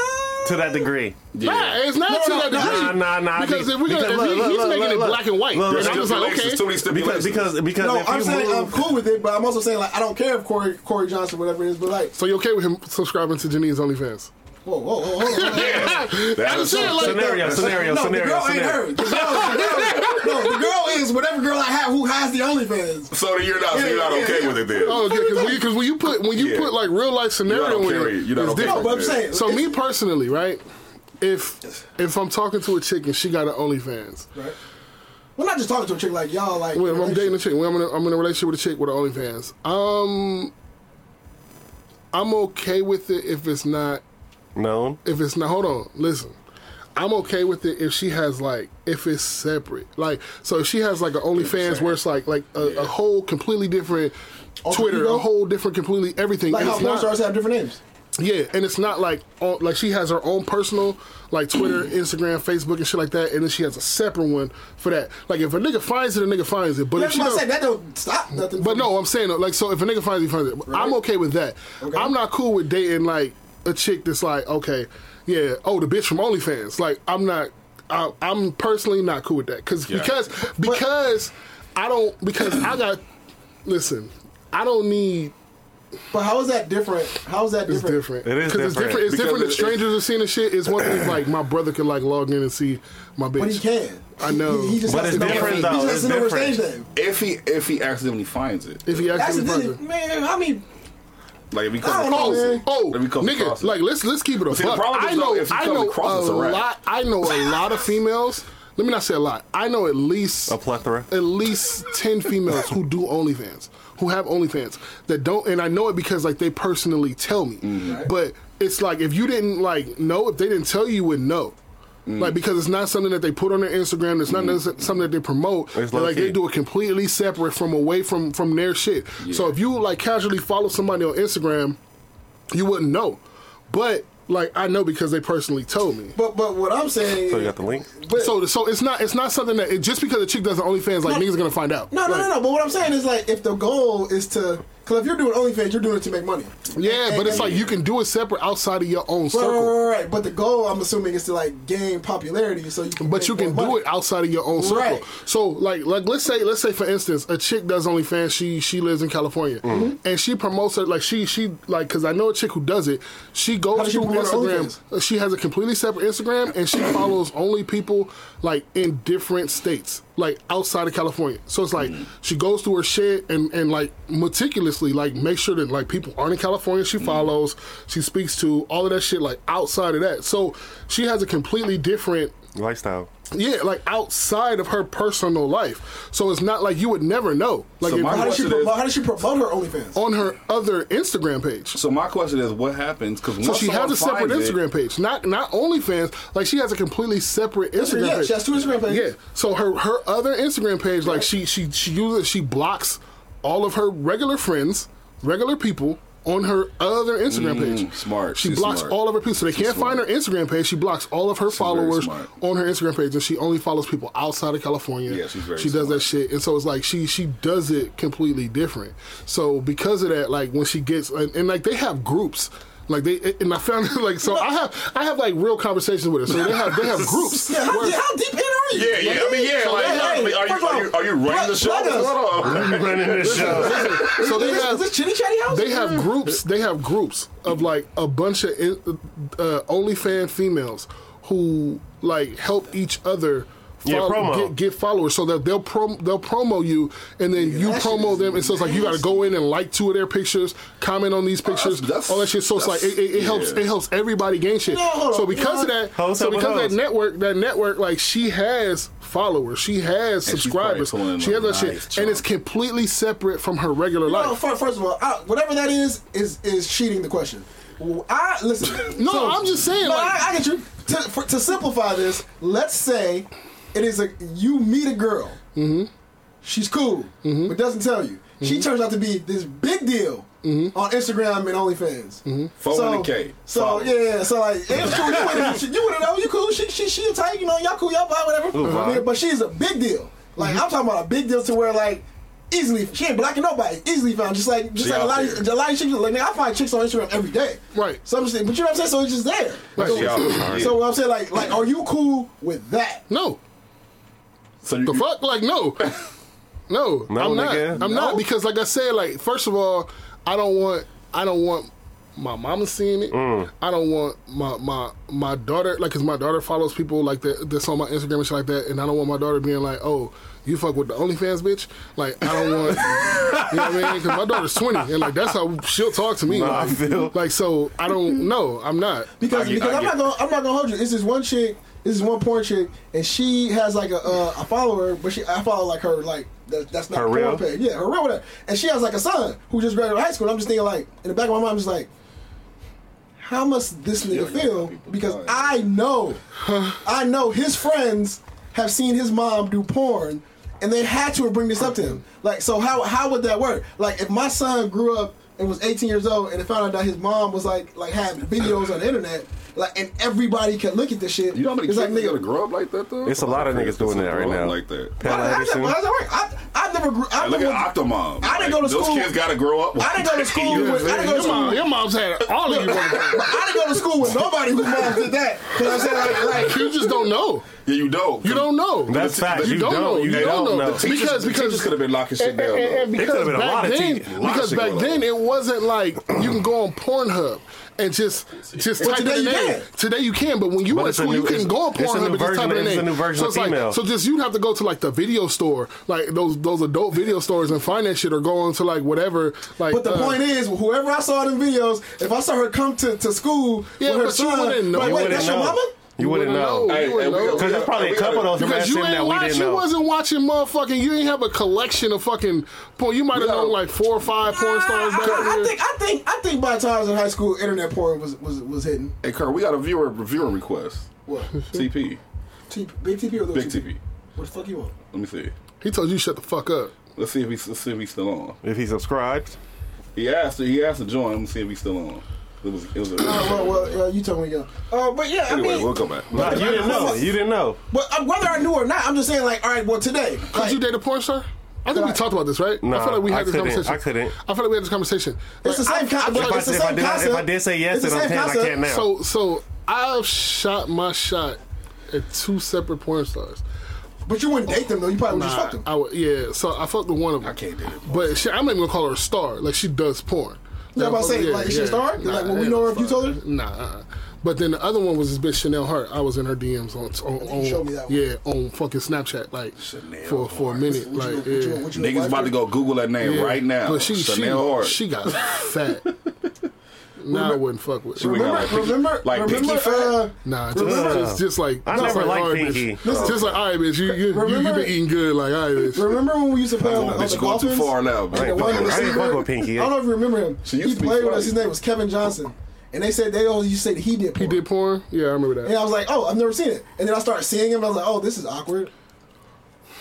Speaker 2: To that degree.
Speaker 4: Nah, it's not
Speaker 1: No,
Speaker 4: to
Speaker 1: no,
Speaker 4: that
Speaker 1: no,
Speaker 4: degree.
Speaker 2: Nah, nah, nah.
Speaker 4: Because
Speaker 2: be-
Speaker 4: if we're gonna,
Speaker 2: because
Speaker 4: if
Speaker 2: look,
Speaker 4: he, he's
Speaker 2: look,
Speaker 4: making
Speaker 2: look,
Speaker 4: it
Speaker 2: look.
Speaker 4: black and white,
Speaker 2: Look,
Speaker 4: and
Speaker 2: look,
Speaker 4: I'm just like,
Speaker 3: stipulations,
Speaker 4: okay.
Speaker 3: too many stipulations.
Speaker 2: Because because because
Speaker 1: No,
Speaker 2: if
Speaker 1: I'm
Speaker 2: you
Speaker 1: saying
Speaker 2: move,
Speaker 1: I'm cool with it, but I'm also saying like I don't care if Corey Corey Johnson whatever it is, but like
Speaker 4: So you okay with him subscribing to Janine's OnlyFans?
Speaker 1: whoa whoa whoa hold on. hold on.
Speaker 4: I'm
Speaker 3: is
Speaker 4: saying
Speaker 3: so-
Speaker 4: like
Speaker 2: scenario,
Speaker 4: that.
Speaker 2: scenario,
Speaker 1: no,
Speaker 2: scenario,
Speaker 1: the girl ain't
Speaker 2: scenario.
Speaker 1: her. The girl, the girl, no, the girl is whatever girl I have who has the OnlyFans.
Speaker 3: So then you're not, so you're not
Speaker 1: Yeah,
Speaker 3: okay
Speaker 1: yeah.
Speaker 3: with it then.
Speaker 4: Oh, okay. Because when, you put when you
Speaker 3: Yeah.
Speaker 4: put like real life
Speaker 3: You're
Speaker 4: scenario
Speaker 3: not
Speaker 4: in
Speaker 3: okay
Speaker 4: it,
Speaker 3: with it. You're not
Speaker 4: it's
Speaker 3: okay
Speaker 1: No,
Speaker 4: different.
Speaker 1: but I'm
Speaker 3: Yeah.
Speaker 1: saying
Speaker 4: So
Speaker 1: it's-
Speaker 4: me personally, right? If if I'm talking to a chick and she got an OnlyFans,
Speaker 1: Right. Well, not just talking to a chick like y'all. Like
Speaker 4: when I'm dating a chick, when I'm in a, I'm in a relationship with a chick with an OnlyFans, um, I'm okay with it if it's not
Speaker 2: No.
Speaker 4: if it's not. Hold on, listen. I'm okay with it if she has like if it's separate, like so if she has like an OnlyFans where it's like like a, a whole completely different
Speaker 1: Alter
Speaker 4: Twitter,
Speaker 1: ego?
Speaker 4: a whole different completely everything.
Speaker 1: like
Speaker 4: and
Speaker 1: how
Speaker 4: it's
Speaker 1: porn
Speaker 4: not-
Speaker 1: stars have different names.
Speaker 4: Yeah, and it's not like all, like she has her own personal like Twitter, Instagram, Facebook, and shit like that, and then she has a separate one for that. Like if a nigga finds it, a nigga finds it. But if
Speaker 1: That's
Speaker 4: she
Speaker 1: what
Speaker 4: don't,
Speaker 1: I'm saying. That don't stop nothing.
Speaker 4: but
Speaker 1: for
Speaker 4: no,
Speaker 1: me.
Speaker 4: I'm saying like so if a nigga finds it, he finds it. I'm okay with that.
Speaker 1: Okay.
Speaker 4: I'm not cool with dating like a chick that's like okay, yeah, oh the bitch from OnlyFans. Like I'm not, I, I'm personally not cool with that because because because I don't because I got listen, I don't need
Speaker 1: But how is that different? How is that
Speaker 4: It's
Speaker 1: different?
Speaker 4: different.
Speaker 2: It is
Speaker 4: 'Cause It's
Speaker 2: different.
Speaker 4: different, it's
Speaker 3: Because
Speaker 4: different if
Speaker 3: it-
Speaker 4: strangers are seeing the shit. It's one thing if, like my brother could like log in and see my bitch.
Speaker 1: But he can.
Speaker 4: I know.
Speaker 1: He, he just
Speaker 2: But
Speaker 1: has
Speaker 2: it's
Speaker 1: to know
Speaker 2: different,
Speaker 1: he
Speaker 2: though.
Speaker 1: just has
Speaker 2: It's
Speaker 1: to know her
Speaker 2: different.
Speaker 1: stage name.
Speaker 3: if he if he accidentally finds it,
Speaker 4: If he actually
Speaker 1: Accidentally,
Speaker 4: brother.
Speaker 1: man. I mean,
Speaker 3: like if he comes
Speaker 1: I don't know,
Speaker 3: across
Speaker 1: man.
Speaker 3: it,
Speaker 4: Oh,
Speaker 3: if he comes
Speaker 4: nigga!
Speaker 3: across it.
Speaker 4: Like, let's let's keep it a
Speaker 3: See, the
Speaker 4: buck.
Speaker 3: problem is,
Speaker 4: I
Speaker 3: though,
Speaker 4: know,
Speaker 3: if he
Speaker 4: I
Speaker 3: comes
Speaker 4: know
Speaker 3: across, it's
Speaker 4: a
Speaker 3: a wrap.
Speaker 4: lot. I know a lot of females. Let me not say a lot. I know at least
Speaker 2: A plethora.
Speaker 4: at least ten females who do OnlyFans, who have OnlyFans that don't, and I know it because like they personally tell me.
Speaker 1: Mm-hmm.
Speaker 4: But it's like if you didn't like know, if they didn't tell you, you would know.
Speaker 1: Mm.
Speaker 4: Like because it's not something that they put on their Instagram. It's not necess- something that they promote.
Speaker 2: It's
Speaker 4: They're, like they
Speaker 2: low-key.
Speaker 4: do it completely separate from away from from their shit. So if you like casually follow somebody on Instagram, you wouldn't know. But like I know because they personally told me.
Speaker 1: but but what I'm saying.
Speaker 2: So you got the link.
Speaker 1: but-
Speaker 4: So so it's not it's not something that it, just because a chick does an OnlyFans like niggas are gonna find out.
Speaker 1: No, no,
Speaker 4: Like,
Speaker 1: no, no. But what I'm saying is like, if the goal is to, because if you're doing OnlyFans, you're doing it to make money.
Speaker 4: Yeah,
Speaker 1: And-
Speaker 4: but it's
Speaker 1: and-
Speaker 4: like you can do it separate outside of your own
Speaker 1: Right, right,
Speaker 4: circle.
Speaker 1: right, right. But the goal, I'm assuming, is to like gain popularity, so you can.
Speaker 4: But
Speaker 1: make
Speaker 4: you can
Speaker 1: more
Speaker 4: do
Speaker 1: money.
Speaker 4: it outside of your own circle.
Speaker 1: Right.
Speaker 4: So like like let's say let's say for instance a chick does OnlyFans she she lives in California
Speaker 1: Mm-hmm.
Speaker 4: and she promotes it like she she like because I know a chick who does it she
Speaker 1: How
Speaker 4: goes
Speaker 1: does she
Speaker 4: through
Speaker 1: promote her Mm-hmm.
Speaker 4: Instagram Uh, she has a completely separate Instagram and she follows only people like in different states like outside of California so it's
Speaker 1: Mm-hmm.
Speaker 4: like she goes through her shit and and like meticulously like make sure that like people aren't in California
Speaker 1: Mm-hmm.
Speaker 4: she follows she speaks to all of that shit like outside of that so she has a completely different
Speaker 2: Lifestyle.
Speaker 4: Yeah, like outside of her personal life. So it's not like you would never know. Like
Speaker 3: So
Speaker 4: if-
Speaker 3: my
Speaker 1: How does she
Speaker 3: Yes, it
Speaker 1: promote?
Speaker 3: is.
Speaker 1: How does she promote her OnlyFans?
Speaker 4: on her other Instagram page.
Speaker 3: So my question is, what happens? Because
Speaker 4: So she has a separate Instagram page, not not OnlyFans. Like she has a completely separate Instagram
Speaker 1: yeah,
Speaker 4: page.
Speaker 1: she has two Instagram pages.
Speaker 4: Yeah. So her her other Instagram page, like she she she uses she blocks all of her regular friends, regular people on her other Instagram page.
Speaker 3: Mm, smart.
Speaker 4: She
Speaker 3: She's
Speaker 4: blocks
Speaker 3: smart.
Speaker 4: all of her people. So they can't find her
Speaker 3: smart.
Speaker 4: Instagram page. She blocks all of her
Speaker 3: very
Speaker 4: followers
Speaker 3: smart.
Speaker 4: on her Instagram page, and she only follows people outside of California.
Speaker 3: Yeah, she's very
Speaker 4: She does
Speaker 3: smart.
Speaker 4: that shit, and so it's like she she does it completely different. So because of that, like when she gets and, and like they have groups. Like they and I found like so I have I have like real conversations with her. So they have they have groups.
Speaker 1: Yeah, how,
Speaker 4: where-
Speaker 1: yeah, how deep in are you?
Speaker 3: Yeah, yeah. I mean, yeah.
Speaker 1: So
Speaker 3: Like,
Speaker 1: that-
Speaker 3: I mean, are,
Speaker 1: first
Speaker 3: you,
Speaker 1: of all,
Speaker 3: are you are you running the show?
Speaker 1: plug- plug us.
Speaker 3: Hold on.
Speaker 2: Running the show.
Speaker 4: so
Speaker 1: Is
Speaker 4: they
Speaker 1: this- is
Speaker 4: have
Speaker 1: this Chitty Chatty House?
Speaker 4: they have groups. They have groups of like a bunch of uh, OnlyFans females who like help each other.
Speaker 2: Yeah,
Speaker 4: follow-
Speaker 2: promo.
Speaker 4: Get, get followers so that they'll prom- they'll promo you and then you
Speaker 1: that shit
Speaker 4: promo
Speaker 1: is
Speaker 4: them and so it's like you got to go in and like two of their pictures, comment on these pictures,
Speaker 3: that's-
Speaker 4: all that shit. So it's like it, it, it
Speaker 3: that's-
Speaker 4: helps
Speaker 3: yeah.
Speaker 4: it helps everybody gain shit.
Speaker 1: No, hold on.
Speaker 4: so because
Speaker 1: You know
Speaker 4: of that,
Speaker 2: Hoes
Speaker 4: so
Speaker 2: helping
Speaker 4: because of that
Speaker 2: hoes.
Speaker 4: network, that network like she has followers, she has
Speaker 3: And she's probably
Speaker 4: subscribers,
Speaker 3: pulling
Speaker 4: she
Speaker 3: a
Speaker 4: has that
Speaker 3: nice
Speaker 4: shit, and
Speaker 3: chunk.
Speaker 4: it's completely separate from her regular
Speaker 1: No,
Speaker 4: life.
Speaker 1: fir- first of all, I, whatever that is, is is cheating the question. I listen.
Speaker 4: No, I'm just saying,
Speaker 1: No,
Speaker 4: like-
Speaker 1: I, I get you. To, for, to simplify this, let's say it is a you meet a girl. Mm-hmm. She's cool,
Speaker 4: Mm-hmm.
Speaker 1: but doesn't tell you. She turns out to be this big deal
Speaker 4: Mm-hmm.
Speaker 1: on Instagram and OnlyFans. Mm-hmm.
Speaker 3: 400K.
Speaker 1: So
Speaker 3: Follow.
Speaker 1: yeah, yeah, so like it's cool. You wouldn't, you wouldn't know. You cool. She she she a type. You know, y'all cool. Y'all vibe, whatever.
Speaker 2: vibe.
Speaker 1: Yeah, But she's a big deal. Like I'm talking about a big deal to where like. Easily, she ain't blocking nobody. Easily found, just like just
Speaker 3: She
Speaker 1: like a
Speaker 3: out
Speaker 1: lot, of,
Speaker 3: there.
Speaker 1: a lot of chicks. Like nigga, I find chicks on Instagram every day.
Speaker 4: Right.
Speaker 1: So I'm just, but you know what I'm saying. So it's just there.
Speaker 4: Right.
Speaker 1: So,
Speaker 4: She
Speaker 3: out there.
Speaker 1: so what I'm saying, like, like, are you cool with that?
Speaker 4: No.
Speaker 3: So you,
Speaker 4: The fuck? Like no. No. I'm not.
Speaker 2: nigga.
Speaker 4: I'm not because like I said, like, first of all, I don't want I don't want my mama seeing it.
Speaker 2: Mm.
Speaker 4: I don't want my my my daughter like cause my daughter follows people like that that's on my Instagram and shit like that and I don't want my daughter being like, Oh, you fuck with the OnlyFans bitch? Like I don't want You know what I mean? Cause my daughter's twenty and like that's how she'll talk to me.
Speaker 2: Nah, I
Speaker 4: like,
Speaker 2: feel-
Speaker 4: like so I don't no, I'm not.
Speaker 1: Because
Speaker 3: I get-
Speaker 1: because
Speaker 3: I
Speaker 1: I'm not
Speaker 3: get-
Speaker 1: gonna I'm not gonna hold you. This is one chick. This is one porn chick, and she has like a uh, a follower, but she I follow like her like that, that's not
Speaker 2: Her
Speaker 1: her porn
Speaker 2: real?
Speaker 1: page. Yeah, her real whatever. And she has like a son who just graduated high school. And I'm just thinking like in the back of my mind, I'm just like. How must this
Speaker 3: Yeah,
Speaker 1: nigga
Speaker 3: you
Speaker 1: feel?
Speaker 3: got people
Speaker 1: Because
Speaker 3: dying.
Speaker 1: I know, I know his friends have seen his mom do porn, and they had to bring this up to him. Like, so how how would that work? Like, if my son grew up and was 18 years old, and it found out that his mom was like like had videos on the internet, like, and everybody could look at this shit.
Speaker 3: you know how many
Speaker 1: it's
Speaker 3: kids
Speaker 1: like,
Speaker 3: nigga to
Speaker 1: nigga,
Speaker 3: grow up like that though?
Speaker 2: It's a lot of niggas doing that right
Speaker 3: Grow up
Speaker 2: now.
Speaker 3: Like that.
Speaker 1: how,
Speaker 2: Pamela
Speaker 1: how, does that,
Speaker 2: Anderson.
Speaker 1: how does that work? I, I never grew. I
Speaker 3: Hey, look
Speaker 1: never,
Speaker 3: at Octomom.
Speaker 1: I didn't
Speaker 3: Like,
Speaker 1: go to
Speaker 3: those
Speaker 1: school.
Speaker 3: kids gotta grow up.
Speaker 1: I didn't go to school
Speaker 3: You know
Speaker 1: with-
Speaker 3: what I'm
Speaker 1: I didn't
Speaker 3: saying?
Speaker 1: go to
Speaker 4: Your, mom,
Speaker 1: school.
Speaker 4: your mom's had all of you.
Speaker 1: But I didn't go to school with nobody whose mom did that. Because I said like, like
Speaker 4: you just don't know.
Speaker 3: Yeah, you don't.
Speaker 4: You don't know.
Speaker 2: That's facts.
Speaker 4: You,
Speaker 2: You
Speaker 4: don't,
Speaker 2: don't.
Speaker 4: know.
Speaker 2: You
Speaker 4: You
Speaker 2: don't
Speaker 4: don't, know.
Speaker 2: know.
Speaker 3: Teachers-
Speaker 4: Because
Speaker 3: the
Speaker 4: because
Speaker 3: teachers could have been locking shit
Speaker 4: and- and-
Speaker 3: down, though.
Speaker 4: and
Speaker 2: There
Speaker 4: because
Speaker 2: could've been a
Speaker 4: back
Speaker 2: lot of
Speaker 4: then,
Speaker 2: teachers. A lot
Speaker 3: of
Speaker 4: because
Speaker 3: shit
Speaker 4: back
Speaker 3: going
Speaker 4: then
Speaker 3: on.
Speaker 4: it wasn't like you can go on Pornhub and just just
Speaker 1: Well,
Speaker 4: type
Speaker 1: today
Speaker 4: in
Speaker 1: you
Speaker 4: a name.
Speaker 1: can.
Speaker 4: Today you can, but when you
Speaker 2: But
Speaker 4: were in
Speaker 2: it's a
Speaker 4: school, you
Speaker 2: new-
Speaker 4: couldn't
Speaker 2: it's-
Speaker 4: go on
Speaker 2: it's a new
Speaker 4: Pornhub and just
Speaker 2: version
Speaker 4: type in a
Speaker 2: of- it's
Speaker 4: name.
Speaker 2: a new version
Speaker 4: so
Speaker 2: of
Speaker 4: it's like
Speaker 2: female.
Speaker 4: so just you'd have to go to like the video store, like those those adult video stores, and find that shit, or go on to like whatever. Like,
Speaker 1: But the
Speaker 4: uh,
Speaker 1: point is, whoever I saw in the videos, if I saw her come to, to school
Speaker 4: Yeah,
Speaker 1: with her
Speaker 4: but you
Speaker 1: son,
Speaker 4: wouldn't know.
Speaker 1: like,
Speaker 4: You
Speaker 1: wait,
Speaker 4: wouldn't
Speaker 1: that's your
Speaker 2: know.
Speaker 1: mama?
Speaker 2: You wouldn't know.
Speaker 4: You wouldn't
Speaker 3: Hey, hey, we
Speaker 4: know.
Speaker 3: gotta-
Speaker 2: Because there's probably a couple of those
Speaker 4: Because
Speaker 2: around
Speaker 4: you
Speaker 2: him
Speaker 4: ain't
Speaker 2: that we
Speaker 4: watch,
Speaker 2: didn't
Speaker 4: you
Speaker 2: know.
Speaker 4: wasn't watching motherfucking. You ain't have a collection of fucking porn. You might have
Speaker 3: Yeah.
Speaker 4: known like four or five porn stars back
Speaker 1: I, I, I
Speaker 4: then.
Speaker 1: think I think I think by the time I was in high school, internet porn was was, was hitting.
Speaker 3: Hey, Kurt, we got a viewer reviewer request.
Speaker 1: What?
Speaker 3: TP,
Speaker 1: T- big TP or little
Speaker 3: big TP.
Speaker 1: What the fuck you want?
Speaker 3: Let me see.
Speaker 4: He told you shut the fuck up.
Speaker 3: Let's see if he's let's see if he's still on.
Speaker 2: If he subscribed,
Speaker 3: He asked he asked to join. Let me see if he's still on. It was it was. A,
Speaker 1: Oh, well, well, uh, you told me. Yeah. Uh, but yeah, I
Speaker 3: anyway,
Speaker 1: mean,
Speaker 3: we'll go back.
Speaker 2: Nah, you didn't know. You didn't know.
Speaker 1: but uh, whether I knew or not, I'm just saying, like, all right, well, today,
Speaker 4: Could
Speaker 1: like,
Speaker 4: you date a porn star? I think we
Speaker 1: Right.
Speaker 4: talked about this, right? I
Speaker 2: Nah,
Speaker 4: feel like we had
Speaker 2: I
Speaker 4: this
Speaker 2: couldn't.
Speaker 4: conversation.
Speaker 2: I couldn't.
Speaker 4: I feel like we had this conversation.
Speaker 1: it's the
Speaker 4: Like,
Speaker 1: same concept.
Speaker 2: If I,
Speaker 1: It's the
Speaker 2: if, I
Speaker 1: same
Speaker 2: did, if I
Speaker 1: concept.
Speaker 2: did say yes,
Speaker 1: It's the
Speaker 2: then I'm
Speaker 1: same
Speaker 2: saying I
Speaker 1: concept.
Speaker 2: can't now.
Speaker 4: So, so I've shot my shot at two separate porn stars.
Speaker 1: But you wouldn't date them though. You probably would just fuck them.
Speaker 4: I would, yeah. So I fucked the one of them. I
Speaker 3: can't do that.
Speaker 4: But she, I'm not even gonna call her a star. Like she does porn.
Speaker 1: Yeah, I'm about to say,
Speaker 4: Yeah,
Speaker 1: like, is she a
Speaker 4: yeah.
Speaker 1: star? Like, when we know her, if you told her?
Speaker 4: Nah. uh-uh. But then the other one was this bitch Chanel Hart. I was in her DMs on, on,
Speaker 1: think you
Speaker 4: on-
Speaker 1: showed me that one.
Speaker 4: yeah, on fucking Snapchat, like
Speaker 3: Chanel
Speaker 4: for for a
Speaker 3: Hart.
Speaker 4: minute,
Speaker 1: Would you-
Speaker 4: like
Speaker 1: would you-
Speaker 4: yeah.
Speaker 1: would you
Speaker 3: Niggas
Speaker 1: wife
Speaker 3: about
Speaker 1: her?
Speaker 3: to go Google that name
Speaker 4: Yeah.
Speaker 3: right now.
Speaker 4: But she
Speaker 3: Chanel Hart.
Speaker 4: she she got fat. Nah, I wouldn't fuck with.
Speaker 3: We
Speaker 1: Remember,
Speaker 3: got, like, pinky-
Speaker 1: remember,
Speaker 3: like
Speaker 1: remember,
Speaker 3: pinky
Speaker 1: uh,
Speaker 4: Nah, just,
Speaker 1: Remember-
Speaker 4: just, just like
Speaker 7: I
Speaker 4: just
Speaker 7: never
Speaker 4: like,
Speaker 7: liked
Speaker 4: all right,
Speaker 7: pinky.
Speaker 4: bitch. It's just like all right, bitch. You you you, you
Speaker 1: Remember-
Speaker 4: been eating good, like all right, bitch.
Speaker 1: remember when we used to play on
Speaker 3: Come
Speaker 1: the,
Speaker 3: on,
Speaker 1: on the
Speaker 3: bitch, you going
Speaker 1: Dolphins?
Speaker 3: too far now, man.
Speaker 1: The one
Speaker 7: fuck with- I ain't
Speaker 1: receiver-
Speaker 7: fuck with Pinky,
Speaker 1: I don't know if you remember him.
Speaker 3: She
Speaker 1: He
Speaker 3: used to be
Speaker 1: played with us.
Speaker 3: funny.
Speaker 1: His name was Kevin Johnson, and they said they always used to say that he did.
Speaker 4: He
Speaker 1: porn.
Speaker 4: did porn. Yeah, I remember that.
Speaker 1: And I was like, oh, I've never seen it. And then I started seeing him, and I was like, oh, this is awkward.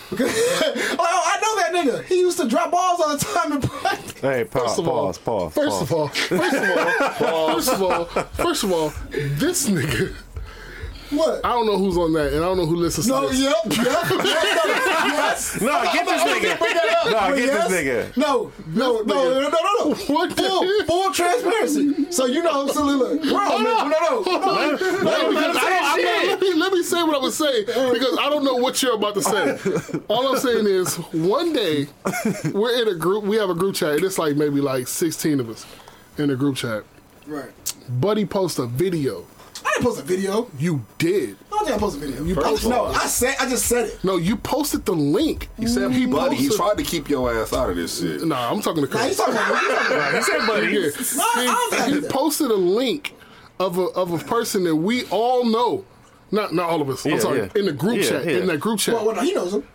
Speaker 1: Because, oh, I know that nigga. He used to drop balls all the time in practice.
Speaker 2: Hey, pause,
Speaker 4: of all-
Speaker 2: pause, pause.
Speaker 4: First of all, first of all, first of all, first of all, this nigga.
Speaker 1: What?
Speaker 4: I don't know who's on that, and I don't know who listens to
Speaker 1: no,
Speaker 4: this.
Speaker 1: yep, yep, yes, no, yes.
Speaker 2: No, get this nigga. No,
Speaker 1: But
Speaker 2: get
Speaker 1: yes,
Speaker 2: this nigga.
Speaker 1: No, no, no, no, no, no, no.
Speaker 4: What the
Speaker 1: Full,
Speaker 4: hell?
Speaker 1: full transparency. So you know, so look, we're on, man. No, no, no.
Speaker 4: No, because I don't- I'm not- let, me, let me say what I was saying because I don't know what you're about to say. All I'm saying is, one day we're in a group. We have a group chat. And it's like maybe like 16 of us in a group chat.
Speaker 1: Right.
Speaker 4: Buddy posts a video.
Speaker 1: I didn't post a video.
Speaker 4: You did.
Speaker 1: I don't think I posted a video.
Speaker 4: You
Speaker 1: I-
Speaker 4: posted-
Speaker 1: no, I said, I just said it.
Speaker 4: No, you posted the link.
Speaker 3: He said, buddy, he
Speaker 4: posted-
Speaker 3: tried to keep your ass out of this shit.
Speaker 4: Nah, I'm talking to
Speaker 1: Now
Speaker 4: Chris.
Speaker 1: you talking about? you talking about-
Speaker 7: He said, buddy.
Speaker 4: Yeah.
Speaker 1: No, I don't
Speaker 4: he,
Speaker 1: think I
Speaker 4: he
Speaker 1: did that.
Speaker 4: posted a link of a of a person that we all know. Not not all of us.
Speaker 7: Yeah,
Speaker 4: I'm sorry.
Speaker 7: yeah.
Speaker 4: In the group
Speaker 7: Yeah,
Speaker 4: chat.
Speaker 7: yeah.
Speaker 4: In that group chat.
Speaker 1: Well, well, no, he knows him.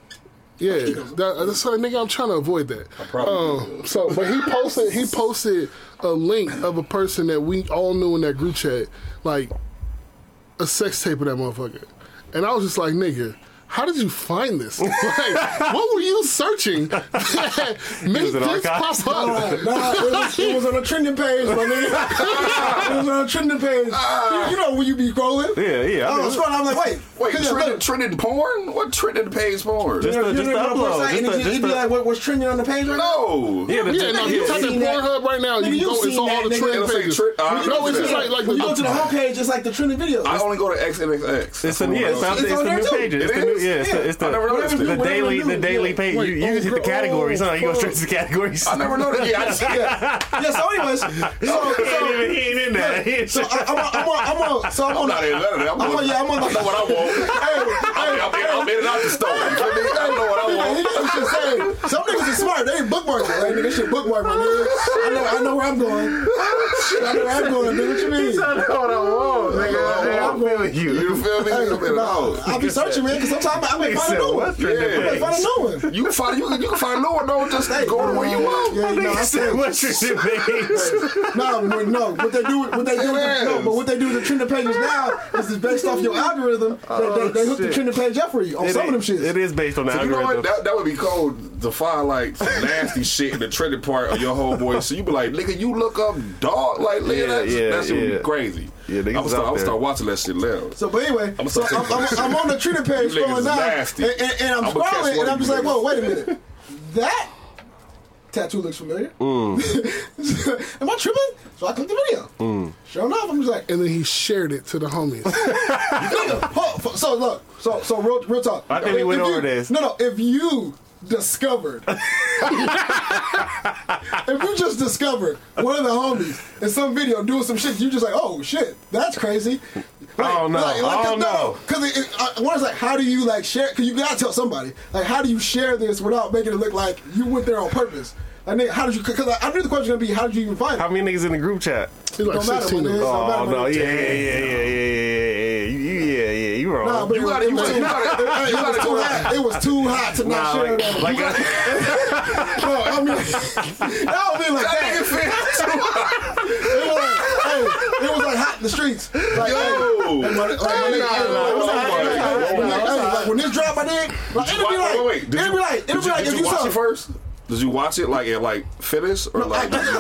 Speaker 4: yeah. That, that's why nigga I'm trying to avoid that.
Speaker 3: probably
Speaker 4: Um, so but he posted he posted a link of a person that we all knew in that group chat, like a sex tape of that motherfucker. And I was just like, nigga, how did you find this? Like, what were you searching? that Made
Speaker 7: an
Speaker 4: this
Speaker 7: archive.
Speaker 4: pop up.
Speaker 1: Nah, nah, it, was, it was on a trending page, my nigga. it was on a trending page. You, you know when you be scrolling?
Speaker 7: Yeah, yeah, I
Speaker 1: I
Speaker 7: know.
Speaker 1: was scrolling. I'm like, wait, look
Speaker 3: Wait,
Speaker 1: at that,
Speaker 3: trended,
Speaker 1: look.
Speaker 3: trended porn? What trended page porn?
Speaker 7: Just
Speaker 1: You
Speaker 7: the-
Speaker 1: know,
Speaker 7: just
Speaker 1: you
Speaker 7: the
Speaker 1: know, you go on
Speaker 7: upload.
Speaker 1: site and
Speaker 7: Just the-
Speaker 1: it-
Speaker 7: just
Speaker 1: It be
Speaker 7: the-
Speaker 1: like, what, what's trending on the page right now?
Speaker 3: no.
Speaker 7: Yeah, the-
Speaker 4: Yeah, no,
Speaker 1: you
Speaker 4: you type in
Speaker 1: seen that.
Speaker 4: Pornhub right now,
Speaker 1: Nigga,
Speaker 4: you,
Speaker 1: you
Speaker 4: go, it's
Speaker 1: seen
Speaker 4: on
Speaker 1: that,
Speaker 4: all the
Speaker 1: nigga.
Speaker 4: trend
Speaker 3: It'll say
Speaker 4: pages.
Speaker 3: tri- uh,
Speaker 4: no, it's just
Speaker 3: yeah.
Speaker 4: like like
Speaker 1: When you
Speaker 4: the,
Speaker 1: go to the homepage, it's like the trending videos.
Speaker 3: I only go to XNXX.
Speaker 7: It's the yeah,
Speaker 1: It's
Speaker 7: it's, the- it's
Speaker 1: on
Speaker 7: the
Speaker 1: there
Speaker 7: new
Speaker 1: too.
Speaker 7: pages. It's
Speaker 3: It
Speaker 7: the new
Speaker 3: is?
Speaker 7: yeah, it's the, it's the,
Speaker 3: I never noticed
Speaker 7: the
Speaker 3: it. Whatever
Speaker 7: daily
Speaker 1: new,
Speaker 7: the daily
Speaker 1: yeah.
Speaker 7: page.
Speaker 1: Wait,
Speaker 7: you you
Speaker 1: oh,
Speaker 7: just hit the
Speaker 1: girl,
Speaker 7: categories.
Speaker 1: oh,
Speaker 7: huh? you go
Speaker 1: fuck.
Speaker 7: straight to the categories.
Speaker 3: I never noticed. Yeah, I just,
Speaker 1: yeah, so anyways, so,
Speaker 7: He ain't even-
Speaker 1: so,
Speaker 7: he ain't in there. He ain't-
Speaker 1: so I, I'm on, I'm on, I'm on, so I'm
Speaker 3: I'm
Speaker 1: on,
Speaker 3: not in
Speaker 1: the-
Speaker 3: none of that. I'm,
Speaker 1: I'm on, yeah, I'm on
Speaker 3: I know what I want.
Speaker 1: Hey,
Speaker 3: I'm,
Speaker 1: hey,
Speaker 3: in- I'm, in- I'm in and out the store. You feel me? I know what I
Speaker 1: Like,
Speaker 3: want.
Speaker 1: niggas is saying, some niggas is smart. They ain't bookmarked it. Like, nigga, shit bookmarked, my nigga. I know, I know where I'm going. Shit, I know where I'm going, nigga. What you mean?
Speaker 7: I'm feeling
Speaker 3: You
Speaker 7: you.
Speaker 3: feel me?
Speaker 1: Hey,
Speaker 3: I'm in and
Speaker 1: nah,
Speaker 3: out.
Speaker 1: I'll be searching, man, because sometimes I may
Speaker 7: He
Speaker 1: find
Speaker 7: said,
Speaker 1: a new one.
Speaker 7: "What's trending
Speaker 1: I may
Speaker 7: page?"
Speaker 1: find a new one.
Speaker 3: You can find you can, you can find no one though. Just go to where you want.
Speaker 1: Yeah, no, I
Speaker 7: He said,
Speaker 1: said,
Speaker 7: What's trending page?
Speaker 1: no, but no. What they do, what they do, with the, no, but what they do with the trending pages now is it's based off your algorithm. They, they, they
Speaker 3: Oh,
Speaker 1: hook the
Speaker 7: shit.
Speaker 1: trending page up for you on some of them shits.
Speaker 7: It is based on the
Speaker 3: You know what?
Speaker 7: algorithm.
Speaker 3: That, that would be cold to find like some nasty shit in the trending part of your whole boy. So you be like, nigga, you look up dog. Like, nigga,
Speaker 7: Yeah,
Speaker 3: that,
Speaker 7: yeah,
Speaker 3: that shit would
Speaker 7: yeah.
Speaker 3: be crazy.
Speaker 7: Yeah,
Speaker 3: I'm
Speaker 7: niggas
Speaker 3: gonna
Speaker 7: out
Speaker 3: start, I'm
Speaker 7: there.
Speaker 3: start watching that shit now.
Speaker 1: So, but anyway,
Speaker 3: I'ma
Speaker 1: so
Speaker 3: start
Speaker 1: I'm,
Speaker 3: taking
Speaker 1: I'm,
Speaker 3: pictures.
Speaker 1: I'm on the Twitter page
Speaker 3: You niggas
Speaker 1: scrolling down,
Speaker 3: nasty.
Speaker 1: and, and, and I'm
Speaker 3: I'ma catch
Speaker 1: scrolling,
Speaker 3: one
Speaker 1: and
Speaker 3: of
Speaker 1: I'm
Speaker 3: you
Speaker 1: just like,
Speaker 3: niggas.
Speaker 1: whoa, wait a minute, that tattoo looks familiar.
Speaker 3: Mm.
Speaker 1: Am I tripping? So I click the video. Sure enough, I'm just like,
Speaker 4: and then he shared it to the homies.
Speaker 1: nigga, huh, f- so look, so so real, real talk.
Speaker 7: I think we
Speaker 1: If-
Speaker 7: went
Speaker 1: if
Speaker 7: over
Speaker 1: you-
Speaker 7: this.
Speaker 1: No, no, if you discovered, if you just discovered one of the homies in some video doing some shit, you just like, oh shit, that's crazy. Like,
Speaker 7: Oh, no. Oh, no.
Speaker 1: Because it, I- one is like, how do you like share? Because you gotta tell somebody, like, how do you share this without making it look like you went there on purpose? Like, nigga, how did you? Because I, I knew the question was gonna be, how did you even find it?
Speaker 7: How many niggas in the group chat?
Speaker 4: He's like
Speaker 1: Don't matter,
Speaker 4: 16
Speaker 1: my
Speaker 4: of
Speaker 1: nigga.
Speaker 4: us.
Speaker 7: Oh
Speaker 1: Somebody
Speaker 7: no,
Speaker 1: might-
Speaker 7: yeah, yeah, yeah, yeah, yeah, yeah, yeah, yeah, you, you- yeah, yeah, you wrong.
Speaker 1: Nah, but it
Speaker 3: You
Speaker 1: was-
Speaker 3: gotta-
Speaker 1: it was
Speaker 3: you
Speaker 1: too-
Speaker 3: gotta- you
Speaker 1: it
Speaker 3: gotta
Speaker 1: was
Speaker 3: go
Speaker 1: too
Speaker 3: back.
Speaker 1: hot. It was too hot to
Speaker 7: nah,
Speaker 1: not share
Speaker 7: like,
Speaker 1: that.
Speaker 7: like
Speaker 1: no, I
Speaker 7: I,
Speaker 1: mean, I don't mean like that.
Speaker 3: Nigga, feel-
Speaker 1: It was like, hey, it was like hot in the streets. Like,
Speaker 3: Yo.
Speaker 1: hey, like, my- like, my nigga,
Speaker 3: Nah,
Speaker 1: hey,
Speaker 3: nah,
Speaker 1: it was
Speaker 3: nah,
Speaker 1: like, hey, like,
Speaker 3: nah, nah,
Speaker 1: like,
Speaker 3: nah,
Speaker 1: hey,
Speaker 3: nah.
Speaker 1: like, when this drop, I did. Like, it'll be
Speaker 3: Wait,
Speaker 1: like,
Speaker 3: wait, wait. Did
Speaker 1: it'll
Speaker 3: you-
Speaker 1: be like, it'll be
Speaker 3: did
Speaker 1: like,
Speaker 3: did
Speaker 1: if you
Speaker 3: watch
Speaker 1: saw.
Speaker 3: it first, did you watch it like it like finished or like? did you-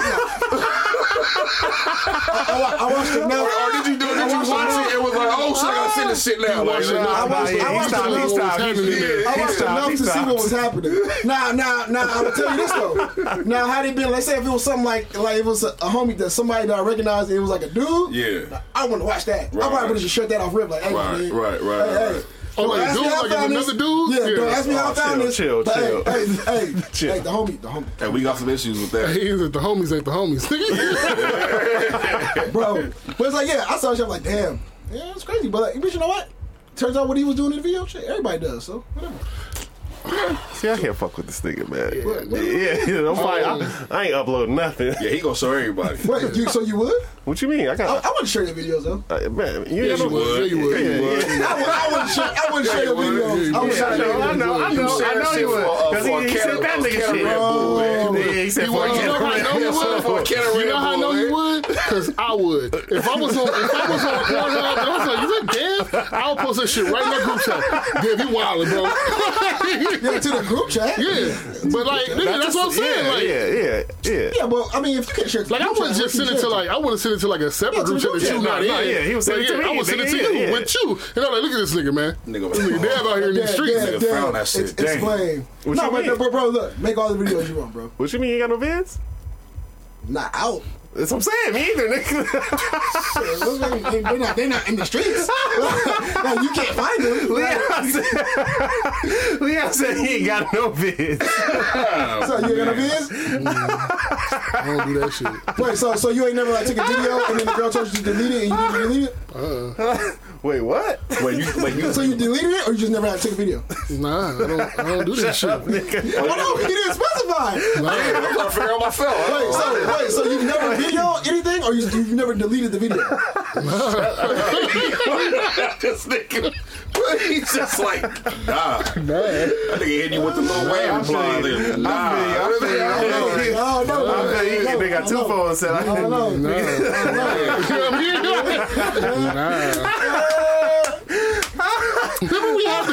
Speaker 1: I, wa- I watched it now.
Speaker 3: or, or Oh, did you do? Did
Speaker 1: I
Speaker 3: you
Speaker 1: watched
Speaker 3: watch it? It was like, oh, shit, I gotta finish shit now. Like,
Speaker 4: watched it
Speaker 3: nah,
Speaker 4: now.
Speaker 1: I watched,
Speaker 7: Yeah,
Speaker 1: I
Speaker 7: he
Speaker 1: watched
Speaker 7: stopped,
Speaker 1: enough
Speaker 7: he stopped, he
Speaker 3: stopped.
Speaker 1: I watched
Speaker 7: He stopped,
Speaker 1: enough
Speaker 7: he
Speaker 1: to see
Speaker 7: stopped.
Speaker 1: what was happening. Nah, nah, nah. I'm gonna tell you this though. Now, how they been? Let's say if it was something like, like it was a, a homie that somebody that I recognized, it was like a dude.
Speaker 3: Yeah.
Speaker 1: I wouldn't watch that. I
Speaker 3: Right.
Speaker 1: probably would have just shut that off rip. Like, hey,
Speaker 3: Right,
Speaker 1: man.
Speaker 3: right, right,
Speaker 1: Hey,
Speaker 3: right.
Speaker 1: hey.
Speaker 4: Oh,
Speaker 1: Don't
Speaker 4: like a
Speaker 1: ask me
Speaker 4: dude?
Speaker 1: how I
Speaker 4: Like if
Speaker 1: found
Speaker 4: another
Speaker 1: this.
Speaker 4: dude?
Speaker 1: Yeah,
Speaker 4: Yeah.
Speaker 1: don't ask me how I
Speaker 7: Oh,
Speaker 1: found
Speaker 7: chill,
Speaker 1: this.
Speaker 7: chill,
Speaker 1: But hey,
Speaker 7: chill.
Speaker 1: Hey, hey, hey,
Speaker 7: Chill.
Speaker 1: the homie, the homie.
Speaker 3: And we got some issues with that.
Speaker 4: He's at the homies, ain't the homies.
Speaker 1: bro. But it's like, yeah, I saw shit. I'm like, damn, yeah, it's crazy. But like, but you know what? Turns out what he was doing in the video, shit, everybody does. So whatever.
Speaker 2: See, I can't fuck with this nigga, man.
Speaker 4: What-
Speaker 2: Yeah, I'm probably, I, I ain't uploading nothing.
Speaker 3: Yeah, he gonna show everybody.
Speaker 1: Wait, you, so you would?
Speaker 2: What you mean? I
Speaker 1: I,
Speaker 2: got
Speaker 1: I wouldn't share your videos though.
Speaker 2: uh, man. You
Speaker 4: Yeah,
Speaker 2: ain't got no-
Speaker 4: you would. Yeah, you would.
Speaker 2: Yeah,
Speaker 4: You would.
Speaker 2: yeah.
Speaker 1: I, would, I wouldn't share. I wouldn't share your
Speaker 4: Yeah, you would.
Speaker 1: videos. I wouldn't
Speaker 4: Yeah,
Speaker 1: share your
Speaker 4: I
Speaker 1: videos.
Speaker 4: know, I
Speaker 3: You
Speaker 4: know,
Speaker 3: said
Speaker 4: I
Speaker 3: that
Speaker 4: know
Speaker 3: shit
Speaker 4: he
Speaker 3: for,
Speaker 4: would.
Speaker 3: uh,
Speaker 2: 'Cause
Speaker 3: for
Speaker 2: he-
Speaker 3: a
Speaker 2: he
Speaker 3: can
Speaker 2: said
Speaker 3: of-
Speaker 2: that
Speaker 3: a
Speaker 2: nigga
Speaker 3: can of
Speaker 2: shit.
Speaker 3: Red Bull, man.
Speaker 2: Yeah, he said
Speaker 4: You
Speaker 2: fuck
Speaker 4: wanna
Speaker 2: it.
Speaker 4: know how I know you would?
Speaker 3: For a can of
Speaker 4: You
Speaker 3: Red
Speaker 4: know how I
Speaker 3: Bull,
Speaker 4: know
Speaker 3: man.
Speaker 4: you would? Because I would. If I was on, if I was on Pornhub and I was like, "You look dead," I'll post that shit right in my group chat. Dev, you wildin', bro.
Speaker 1: Yeah, to the group chat.
Speaker 4: yeah, but like, nigga, that's, what I'm saying.
Speaker 2: Yeah,
Speaker 4: like,
Speaker 2: yeah, yeah, yeah.
Speaker 1: Yeah, well, I mean, if you can't share, it to
Speaker 4: Like
Speaker 1: the
Speaker 4: I
Speaker 1: group
Speaker 4: wouldn't
Speaker 1: chat,
Speaker 4: just
Speaker 1: you
Speaker 4: send
Speaker 1: can
Speaker 4: it to
Speaker 1: share
Speaker 4: like I wouldn't send it to like a separate
Speaker 1: Yeah,
Speaker 4: group
Speaker 1: to
Speaker 4: chat
Speaker 1: the
Speaker 4: that
Speaker 1: group
Speaker 4: you
Speaker 1: chat.
Speaker 4: not
Speaker 2: No,
Speaker 4: in.
Speaker 2: no, yeah, he was sending it to
Speaker 4: Like, yeah, I
Speaker 2: me,
Speaker 4: would send it to
Speaker 2: nigga,
Speaker 4: you
Speaker 2: yeah,
Speaker 4: with you. And I'm like, look at this nigga, man.
Speaker 3: Nigga, oh.
Speaker 4: This nigga Dev out here in
Speaker 1: Yeah,
Speaker 4: these streets.
Speaker 1: yeah,
Speaker 3: Nigga
Speaker 1: yeah.
Speaker 3: found that shit.
Speaker 1: It's, it's
Speaker 3: Dang.
Speaker 1: lame.
Speaker 2: What
Speaker 1: no,
Speaker 2: you
Speaker 1: but,
Speaker 2: mean?
Speaker 1: but bro, look, make all the videos you want, bro.
Speaker 2: What you mean? You ain't got no vids?
Speaker 1: Not out.
Speaker 2: That's what I'm saying. Me either, nigga.
Speaker 1: Shit, those niggas, they- they're, not, they're not in the streets. like, you can't find them.
Speaker 2: Leon said, Leon said he ain't got no vids.
Speaker 1: so you ain't gonna be
Speaker 4: I don't do that shit. Uh
Speaker 1: Wait, so so you ain't never like took a video and then the girl told you to delete it and you didn't delete it?
Speaker 4: uh
Speaker 2: Wait, what?
Speaker 3: Wait, you, wait, you,
Speaker 1: So you deleted it or you just never had to take a video?
Speaker 4: Nah, I don't I don't do that shit.
Speaker 2: Nigga.
Speaker 1: Oh no, he didn't specify.
Speaker 4: Nah.
Speaker 3: I'm gonna figure out myself.
Speaker 1: Wait, so wait, so you've never video anything or you you've never deleted the video?
Speaker 3: this nigga, he's just like, nah. That nigga hit you with the little wave reply. nigga. Nah,
Speaker 2: I'm feeling you. I'm feeling you.
Speaker 1: Oh,
Speaker 3: Nah.
Speaker 1: I don't know.
Speaker 2: I bet you
Speaker 1: I
Speaker 2: they got
Speaker 1: don't
Speaker 2: two
Speaker 1: know.
Speaker 2: phones. Said
Speaker 1: I don't
Speaker 7: Oh,
Speaker 1: know.
Speaker 4: Nah. Remember we had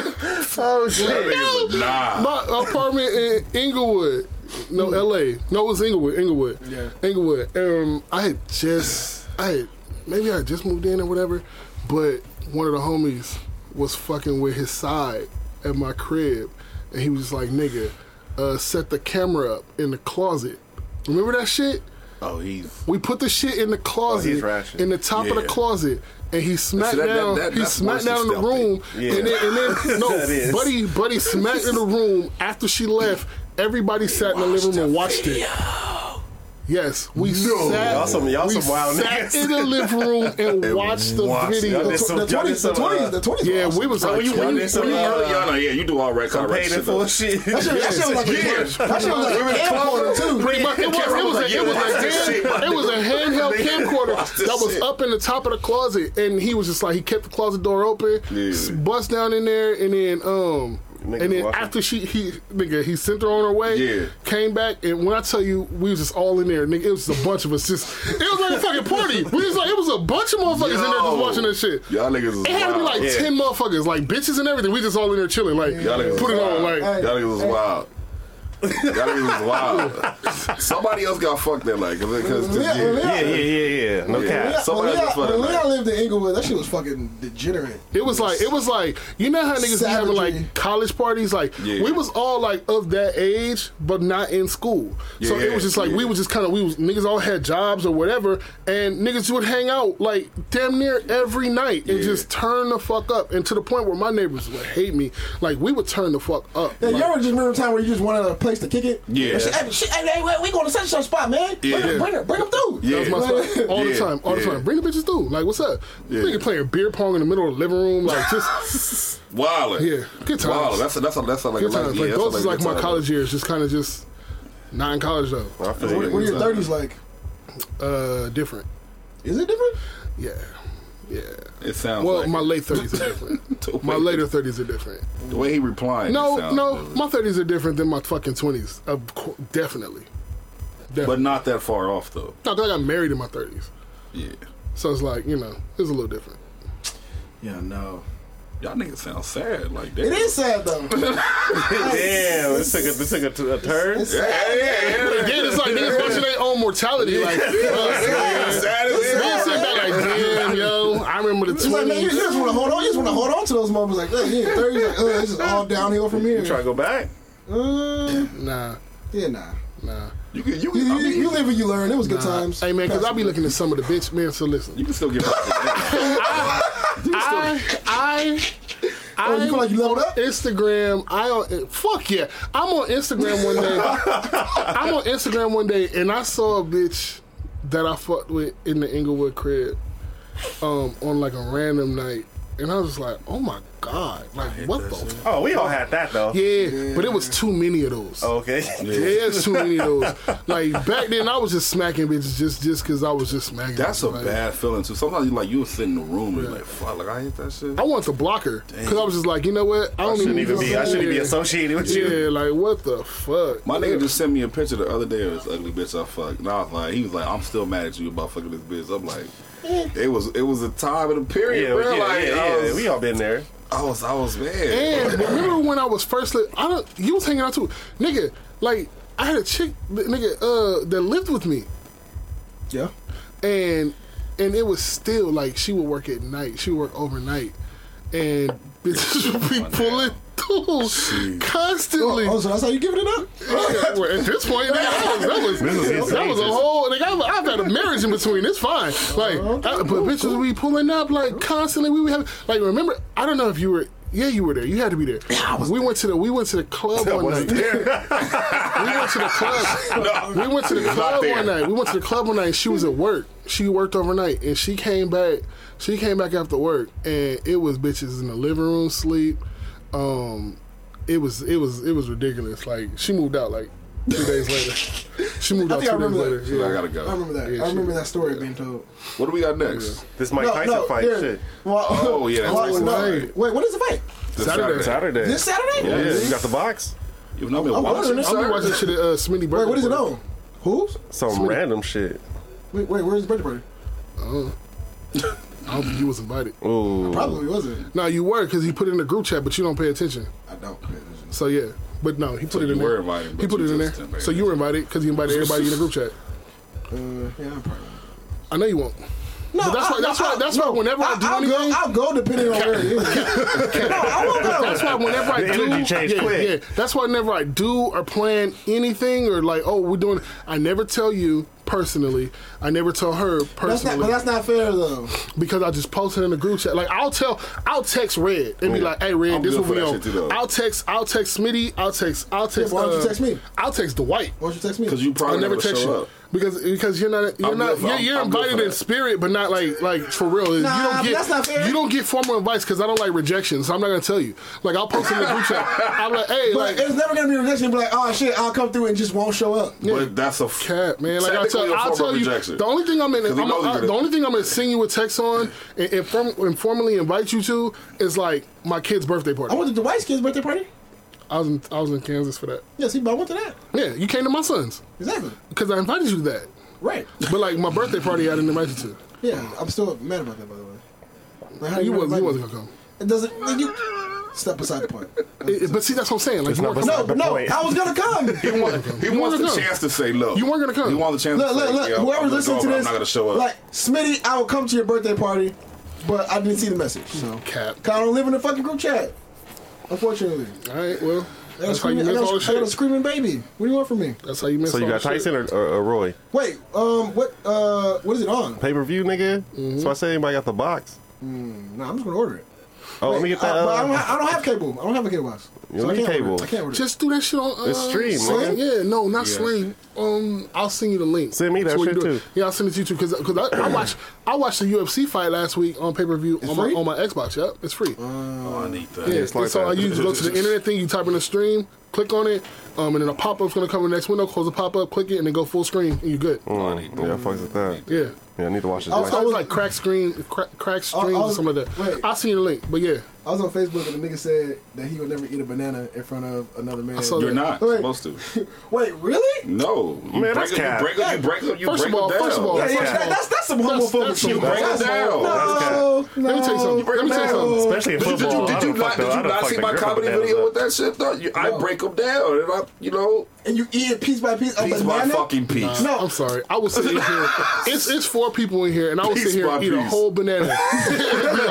Speaker 2: Oh shit!
Speaker 3: Nah.
Speaker 4: my apartment in Inglewood. No, LA. No, it was Inglewood. Inglewood. Yeah. Inglewood. Um, I had just, I had, maybe I had just moved in or whatever, but one of the homies was fucking with his side at my crib, and he was just like, "Nigga, uh, set the camera up in the closet." Remember that shit?
Speaker 3: Oh, he's.
Speaker 4: We put the shit in the closet,
Speaker 2: ratchet.
Speaker 4: in the top of the
Speaker 3: Yeah.
Speaker 4: closet, and he smacked
Speaker 3: See, that- that-
Speaker 4: down.
Speaker 3: that-
Speaker 4: he
Speaker 3: that's
Speaker 4: smacked
Speaker 3: worse
Speaker 4: down in the
Speaker 3: than stealthy.
Speaker 4: room,
Speaker 2: Yeah.
Speaker 4: and then, and then
Speaker 2: That
Speaker 4: no,
Speaker 2: is.
Speaker 4: buddy, buddy smacked in the room after she left. Everybody sat in the living room and watched it. Yes, we sat.
Speaker 2: Y'all some- y'all
Speaker 4: we
Speaker 2: some wild
Speaker 4: sat
Speaker 2: niggas.
Speaker 4: in the living room and watched the
Speaker 2: watched it.
Speaker 4: video.
Speaker 2: Y'all
Speaker 1: The
Speaker 2: did some- y'all did
Speaker 1: twenties, the
Speaker 2: some,
Speaker 1: twenties,
Speaker 2: uh,
Speaker 1: the twenties.
Speaker 4: yeah, we was like,
Speaker 2: you- when you-
Speaker 4: "Twenty-
Speaker 2: some,
Speaker 3: When you
Speaker 2: uh,
Speaker 3: early y'all know, yeah, you do all right
Speaker 2: Paid
Speaker 3: copyright
Speaker 2: in
Speaker 3: shit.
Speaker 2: full
Speaker 3: though.
Speaker 2: shit.
Speaker 1: That shit, that shit was like a that shit was like a camcorder too.
Speaker 4: Pretty much, it was, it was, a, it was, a, hand, it was a handheld camcorder that was up in the top of the closet, and he was just like he kept the closet door open,
Speaker 3: Yeah.
Speaker 4: s- bust down in there, and then um,
Speaker 2: Nigga
Speaker 4: and then
Speaker 2: walking.
Speaker 4: after she he nigga he sent her on her way,
Speaker 3: Yeah.
Speaker 4: came back, and when I tell you we was just all in there, nigga, it was just a bunch of us, just it was like a fucking party. We was like it was a bunch of motherfuckers in there just
Speaker 3: Yo.
Speaker 4: watching that shit.
Speaker 3: Y'all niggas was
Speaker 4: It had to be
Speaker 3: wild.
Speaker 4: like
Speaker 2: Yeah.
Speaker 4: ten motherfuckers, like bitches and everything. We just all in there chilling, like
Speaker 3: Y'all niggas
Speaker 4: put
Speaker 3: was
Speaker 4: it on,
Speaker 3: wild.
Speaker 4: like.
Speaker 3: Y'all niggas was wild. Y'all niggas was wild. Somebody else got fucked that night because
Speaker 1: Leon,
Speaker 3: yeah.
Speaker 1: Leon,
Speaker 2: Yeah, yeah, yeah, yeah. No
Speaker 1: Leon,
Speaker 2: cap.
Speaker 1: when
Speaker 3: somebody
Speaker 1: Leon,
Speaker 3: just wanna
Speaker 1: when
Speaker 3: know.
Speaker 1: Leon lived in Inglewood, that shit was fucking degenerate.
Speaker 4: It was like it was like you know how niggas be having
Speaker 1: Savagery.
Speaker 4: like college parties. Like
Speaker 3: Yeah.
Speaker 4: we was all like of that age, but not in school. so
Speaker 3: Yeah,
Speaker 4: it was just like we
Speaker 3: yeah.
Speaker 4: was just kind of we was niggas all had jobs or whatever, and niggas would hang out like damn near every night and
Speaker 3: Yeah.
Speaker 4: just turn the fuck up. And to the point where my neighbors would hate me. Like we would turn the fuck up.
Speaker 1: Yeah,
Speaker 4: Like,
Speaker 1: you ever just remember a time where you just wanted a place to kick it?
Speaker 3: Yeah.
Speaker 1: And She, hey, she, hey, hey, we going to such and such spot, man.
Speaker 3: Yeah.
Speaker 1: Bring, bring, her- bring them through.
Speaker 3: Yeah.
Speaker 4: That was my
Speaker 1: Like-
Speaker 4: spot. All the
Speaker 3: Yeah,
Speaker 4: time, all the
Speaker 3: yeah.
Speaker 4: time. Bring the bitches through. Like, what's up? Nigga playing beer pong in the middle of the living room. Like, just
Speaker 3: Wildin'.
Speaker 4: Yeah, good times.
Speaker 3: Wildin'. That's a, that's a, that's a, like,
Speaker 4: good times.
Speaker 3: yeah,
Speaker 4: Like,
Speaker 3: that's
Speaker 4: those
Speaker 3: a,
Speaker 4: is like
Speaker 3: good
Speaker 4: my
Speaker 3: time.
Speaker 4: college years, just kind of just not in college though.
Speaker 2: I feel
Speaker 1: What
Speaker 2: you.
Speaker 1: what are your thirties like?
Speaker 4: Uh, different.
Speaker 1: Is it different?
Speaker 4: Yeah, yeah.
Speaker 3: It sounds
Speaker 4: Well,
Speaker 3: like
Speaker 4: my late thirties are different. my later thirties are different.
Speaker 3: the way he replied. it
Speaker 4: No,
Speaker 3: sounds
Speaker 4: no,
Speaker 3: good.
Speaker 4: my thirties are different than my fucking twenties. Definitely.
Speaker 3: but not that far off though.
Speaker 4: No, 'cause I got married in my thirties,
Speaker 3: Yeah,
Speaker 4: so it's like you know, it's a little different.
Speaker 1: Yeah, no.
Speaker 3: y'all niggas sound sad. Like
Speaker 1: It is sad though.
Speaker 2: Damn, this took a this took a, a turn.
Speaker 1: It's sad.
Speaker 4: Again, it's like niggas watching their own mortality. Like, uh,
Speaker 3: Sad as hell.
Speaker 4: niggas sitting back like, damn, yo, I remember the
Speaker 1: It's like, man, you
Speaker 4: twenties.
Speaker 1: just want to hold on. You just want to hold on to those moments. Like, uh, yeah, thirties. Like, uh, this is all downhill from here.
Speaker 2: Try to go back.
Speaker 1: Uh,
Speaker 4: Nah,
Speaker 1: yeah, nah.
Speaker 4: nah.
Speaker 3: You can you
Speaker 1: You,
Speaker 3: can, I
Speaker 1: you,
Speaker 3: mean,
Speaker 1: you live and you learn. It was good times.
Speaker 4: Hey man, because I be looking at some of the bitch man. So listen,
Speaker 3: you can still get back.
Speaker 4: I, I, I
Speaker 1: Oh, you feel like you leveled up?
Speaker 4: Instagram. I on fuck yeah. I'm on Instagram one day. I'm on Instagram one day, and I saw a bitch that I fucked with in the Inglewood crib, um, on like a random night, and I was just like, oh my god, like what the? F-
Speaker 7: Oh, we all had that though.
Speaker 4: yeah, but it was too many of those.
Speaker 1: Oh,
Speaker 7: Okay.
Speaker 4: Yeah, it's too many of those. Like back then, I was just smacking bitches just just because I was just smacking.
Speaker 3: That's a
Speaker 4: bitches, like,
Speaker 3: bad feeling too. Sometimes you like you sit in the room and you're like, fuck, like I hate that shit.
Speaker 4: I wanted to block her because I was just like, you know what? I don't
Speaker 7: Shouldn't even be. I shouldn't be
Speaker 4: Yeah.
Speaker 7: associated with you.
Speaker 4: Yeah, like what the fuck?
Speaker 3: My
Speaker 4: Yeah.
Speaker 3: nigga just sent me a picture the other day of this ugly bitch I fucked. And I was like, he was like, I'm still mad at you about fucking this bitch. I'm like, it was it was a time and a period,
Speaker 7: Yeah,
Speaker 3: bro.
Speaker 7: yeah,
Speaker 3: like, oh.
Speaker 7: yeah,
Speaker 3: I,
Speaker 7: yeah.
Speaker 3: was,
Speaker 7: We all been there.
Speaker 3: I was, I was mad.
Speaker 4: And remember when I was first li- I don't you was hanging out too. Nigga, like I had a chick th- nigga uh that lived with me
Speaker 1: Yeah.
Speaker 4: and and it was still like she would work at night. She would work overnight. And bitches
Speaker 7: Oh,
Speaker 4: would be pulling through constantly.
Speaker 1: Oh, so that's how you giving it up?
Speaker 4: Nigga, at this point, nigga, that was that was, that was a whole. Like, I've, I've had a marriage in between. It's fine. Like, I, but bitches, we pulling up like constantly. We would have like remember. I don't know if you were. Yeah, you were there. You had to be there. we went to the we went to the club one night. we went to the club. we went to the club one night. We went to the club one night. and She was at work. She worked overnight, and she came back. She came back after work, and it was bitches in the living room sleep. Um, it was it was it was ridiculous. Like she moved out like two days later. She moved
Speaker 1: I
Speaker 4: out two
Speaker 1: think I
Speaker 4: days
Speaker 1: remember
Speaker 4: later.
Speaker 1: that.
Speaker 3: She's like, I gotta go.
Speaker 1: I remember that.
Speaker 4: Yeah,
Speaker 1: I
Speaker 4: she-
Speaker 1: remember that story being told.
Speaker 3: What do we got next?
Speaker 7: This Mike Tyson fight.
Speaker 1: here.
Speaker 7: Shit.
Speaker 1: Well,
Speaker 3: Oh, yeah, that's
Speaker 1: well,
Speaker 3: what it's
Speaker 1: no.
Speaker 4: like.
Speaker 1: Wait, what is the fight?
Speaker 3: This
Speaker 4: Saturday.
Speaker 7: Saturday.
Speaker 1: This Saturday?
Speaker 7: yeah,
Speaker 3: Yeah.
Speaker 7: you got the box.
Speaker 3: You know, I've been
Speaker 1: I'm
Speaker 3: watching.
Speaker 1: wondering this-
Speaker 4: I'm gonna watch this shit at uh, Smitty Burger.
Speaker 1: Wait, what is it
Speaker 4: Bar.
Speaker 1: on? Who's?
Speaker 7: Some random shit.
Speaker 1: Wait, wait, where's the birthday party?
Speaker 4: I don't think you was invited.
Speaker 7: Ooh.
Speaker 1: Probably wasn't.
Speaker 4: No, you were because he put it in the group chat, but you don't pay attention.
Speaker 3: I don't.
Speaker 4: So yeah, but no, he put it
Speaker 3: you
Speaker 4: in
Speaker 3: were
Speaker 4: there.
Speaker 3: invited,
Speaker 4: he
Speaker 3: but
Speaker 4: put
Speaker 3: you
Speaker 4: it in
Speaker 3: just
Speaker 4: there.
Speaker 3: didn't pay
Speaker 4: So you were invited because he invited everybody in the group chat.
Speaker 1: Uh, yeah, I'm probably.
Speaker 4: I know you won't.
Speaker 1: No,
Speaker 4: But that's why- that's why- that's why whenever I do
Speaker 1: will
Speaker 4: anything-
Speaker 1: go, I'll go depending on where it is. no, I won't go.
Speaker 4: That's why whenever I
Speaker 7: The
Speaker 4: do,
Speaker 7: energy changed
Speaker 4: yeah,
Speaker 7: quick.
Speaker 4: yeah. That's why whenever I do or plan anything or like, oh, we're doing. I never tell you personally. I never tell her
Speaker 1: That's not,
Speaker 4: personally
Speaker 1: but that's not fair though.
Speaker 4: because I just post it in the group chat. Like I'll tell, I'll text Red and be like, hey Red,
Speaker 3: I'm
Speaker 4: this
Speaker 3: good
Speaker 4: will
Speaker 3: for
Speaker 4: be
Speaker 3: that shit too, though.
Speaker 4: on. I'll text, I'll text Smitty. I'll text, I'll text.
Speaker 1: why don't you
Speaker 4: uh,
Speaker 1: text me?
Speaker 4: I'll text Dwight.
Speaker 1: Why don't you text me?
Speaker 3: Because you
Speaker 4: I
Speaker 3: probably
Speaker 4: never text
Speaker 3: show
Speaker 4: you
Speaker 3: up.
Speaker 4: because because you're not you're
Speaker 3: I'm
Speaker 4: not
Speaker 3: good for-
Speaker 4: you're,
Speaker 3: I'm-
Speaker 4: you're
Speaker 3: I'm good
Speaker 4: invited
Speaker 3: for
Speaker 4: in
Speaker 3: that.
Speaker 4: spirit, but not like like for real.
Speaker 1: Nah,
Speaker 4: you
Speaker 1: but
Speaker 4: don't get
Speaker 1: that's not fair.
Speaker 4: you don't get formal advice because I don't like rejection, so I'm not gonna tell you. Like I'll post in the group chat. I'm like, hey,
Speaker 1: But
Speaker 4: like
Speaker 1: it's never gonna be a rejection. Be like, oh shit, I'll come through and just won't show up.
Speaker 3: But that's a f-
Speaker 4: cap, man. Like I
Speaker 3: technically
Speaker 4: tell,
Speaker 3: a form
Speaker 4: I'll
Speaker 3: of
Speaker 4: tell you,
Speaker 3: rejection.
Speaker 4: the only thing I'm, in,
Speaker 3: 'Cause he
Speaker 4: I'm
Speaker 3: knows you
Speaker 4: I-
Speaker 3: did it.
Speaker 4: the only thing I'm gonna send you a text on and, and, form, and formally invite you to is like my kid's birthday
Speaker 1: I
Speaker 4: party.
Speaker 1: went to Dwight's kid's birthday party.
Speaker 4: I was in, I was in Kansas for that.
Speaker 1: Yeah, see, but I went to that.
Speaker 4: Yeah, you came to my son's
Speaker 1: Exactly.
Speaker 4: because I invited you to that.
Speaker 1: Right.
Speaker 4: But like my birthday party, I didn't invite you to.
Speaker 1: Yeah, I'm still mad about that by the way. Like, how
Speaker 4: You
Speaker 1: gonna
Speaker 4: wasn't,
Speaker 1: invite
Speaker 4: you
Speaker 1: me?
Speaker 4: wasn't gonna come.
Speaker 1: It doesn't. Like, you step beside the point.
Speaker 4: It- it- but see, that's what I'm saying. Like you
Speaker 7: not
Speaker 4: weren't
Speaker 7: beside
Speaker 1: No,
Speaker 4: coming.
Speaker 7: the
Speaker 1: no,
Speaker 7: point.
Speaker 1: I was gonna come.
Speaker 3: He wants, he
Speaker 4: You
Speaker 3: wants
Speaker 4: weren't
Speaker 3: the
Speaker 4: gonna come.
Speaker 3: chance to say no.
Speaker 4: You weren't gonna come.
Speaker 3: He wants the chance
Speaker 1: Look,
Speaker 3: to
Speaker 1: look,
Speaker 3: say,
Speaker 1: look.
Speaker 3: yo, I'm
Speaker 1: Whoever
Speaker 3: gonna
Speaker 1: listening
Speaker 3: go,
Speaker 1: to
Speaker 3: but
Speaker 1: this,
Speaker 3: I'm not going to show up.
Speaker 1: Like Smitty, I will come to your birthday party, but I didn't see the message. So
Speaker 4: Cap.
Speaker 1: Cause I don't live in the fucking group chat. Unfortunately,
Speaker 4: All right, well,
Speaker 1: I got a
Speaker 4: that's how you
Speaker 1: screaming, I
Speaker 4: miss
Speaker 1: got a-
Speaker 4: all the
Speaker 1: I got a
Speaker 4: shit.
Speaker 1: screaming baby. What do you want from me?
Speaker 4: That's how you miss
Speaker 7: So you
Speaker 4: all
Speaker 7: got
Speaker 4: the
Speaker 7: Tyson
Speaker 4: shit.
Speaker 7: or, or, or Roy?
Speaker 1: Wait, um, what, uh, what is it on?
Speaker 7: Pay per view, nigga.
Speaker 3: Mm-hmm.
Speaker 7: So I say anybody got the box.
Speaker 1: Nah, I'm just gonna order it.
Speaker 7: Oh, let me get that.
Speaker 1: Uh, but I, don't
Speaker 7: uh,
Speaker 1: ha- I don't have cable. I don't have a cable box.
Speaker 7: You don't
Speaker 1: I
Speaker 7: need
Speaker 1: can't
Speaker 7: cable.
Speaker 1: Order it. I can't order it.
Speaker 4: Just do that shit on uh,
Speaker 7: It's stream,
Speaker 4: Sling.
Speaker 7: nigga.
Speaker 4: Yeah, no, not Sling. Um, I'll send you the link.
Speaker 7: Send me that
Speaker 4: So what
Speaker 7: shit,
Speaker 4: you do-
Speaker 7: too.
Speaker 4: Yeah, I'll send it to you too because I, I watched I watched the UFC fight last week on pay per view on my
Speaker 1: free?
Speaker 4: on my Xbox. Yep, it's free.
Speaker 3: oh, I need that.
Speaker 4: yeah,
Speaker 7: Uh, like
Speaker 4: so I
Speaker 7: that.
Speaker 4: usually go to the internet thing. You type in the stream, click on it, um, and then a pop up's gonna come in the next window. Close the pop up, click it, and then go full screen, and you're good.
Speaker 7: mm, yeah, fucks with that.
Speaker 4: Yeah.
Speaker 7: Yeah, I need to watch
Speaker 3: Oh,
Speaker 4: Also,
Speaker 7: this. Mike.
Speaker 4: it was like crack screen, crack, crack stream,
Speaker 1: I'll-
Speaker 4: or something like that.
Speaker 1: Oh, wait.
Speaker 4: I'll send you the link, but yeah,
Speaker 1: I was on Facebook and the nigga said that he would never eat a banana in front of another man.
Speaker 4: saw
Speaker 3: You're
Speaker 4: that.
Speaker 3: not
Speaker 1: Wait.
Speaker 3: supposed to.
Speaker 1: Wait, really?
Speaker 3: No, you
Speaker 7: Man,
Speaker 3: break
Speaker 7: that's
Speaker 3: up,
Speaker 7: cap.
Speaker 3: You break up. You break up. You
Speaker 4: First
Speaker 3: break
Speaker 4: of all,
Speaker 3: them down.
Speaker 4: first of all,
Speaker 1: Yeah,
Speaker 4: That's
Speaker 1: yeah,
Speaker 4: cap.
Speaker 1: that, that's that's some
Speaker 4: That's-
Speaker 1: homophobic
Speaker 4: that's
Speaker 1: shit.
Speaker 4: some-
Speaker 1: bro.
Speaker 3: that's
Speaker 1: That's-
Speaker 3: cap.
Speaker 1: No, no.
Speaker 4: Let me tell you something. Let me tell you something.
Speaker 7: Especially in
Speaker 3: Did you, did you,
Speaker 7: football.
Speaker 3: did
Speaker 7: I
Speaker 3: you
Speaker 7: done
Speaker 3: not,
Speaker 7: fucked
Speaker 3: did
Speaker 7: up- I
Speaker 3: you
Speaker 7: done
Speaker 3: not
Speaker 7: fucked
Speaker 3: see
Speaker 7: the
Speaker 3: my
Speaker 7: grip of
Speaker 3: comedy
Speaker 7: bananas
Speaker 3: video
Speaker 7: up.
Speaker 3: with that shit? though? You- I break them down, and I, you know,
Speaker 1: And you eat it piece by piece. A
Speaker 3: piece by
Speaker 1: banana?
Speaker 3: fucking piece.
Speaker 1: No,
Speaker 4: I'm sorry. I was sitting here. It's it's four people in here, and I was
Speaker 3: Piece
Speaker 4: sitting here
Speaker 3: by
Speaker 4: and eat a
Speaker 3: piece.
Speaker 4: whole banana.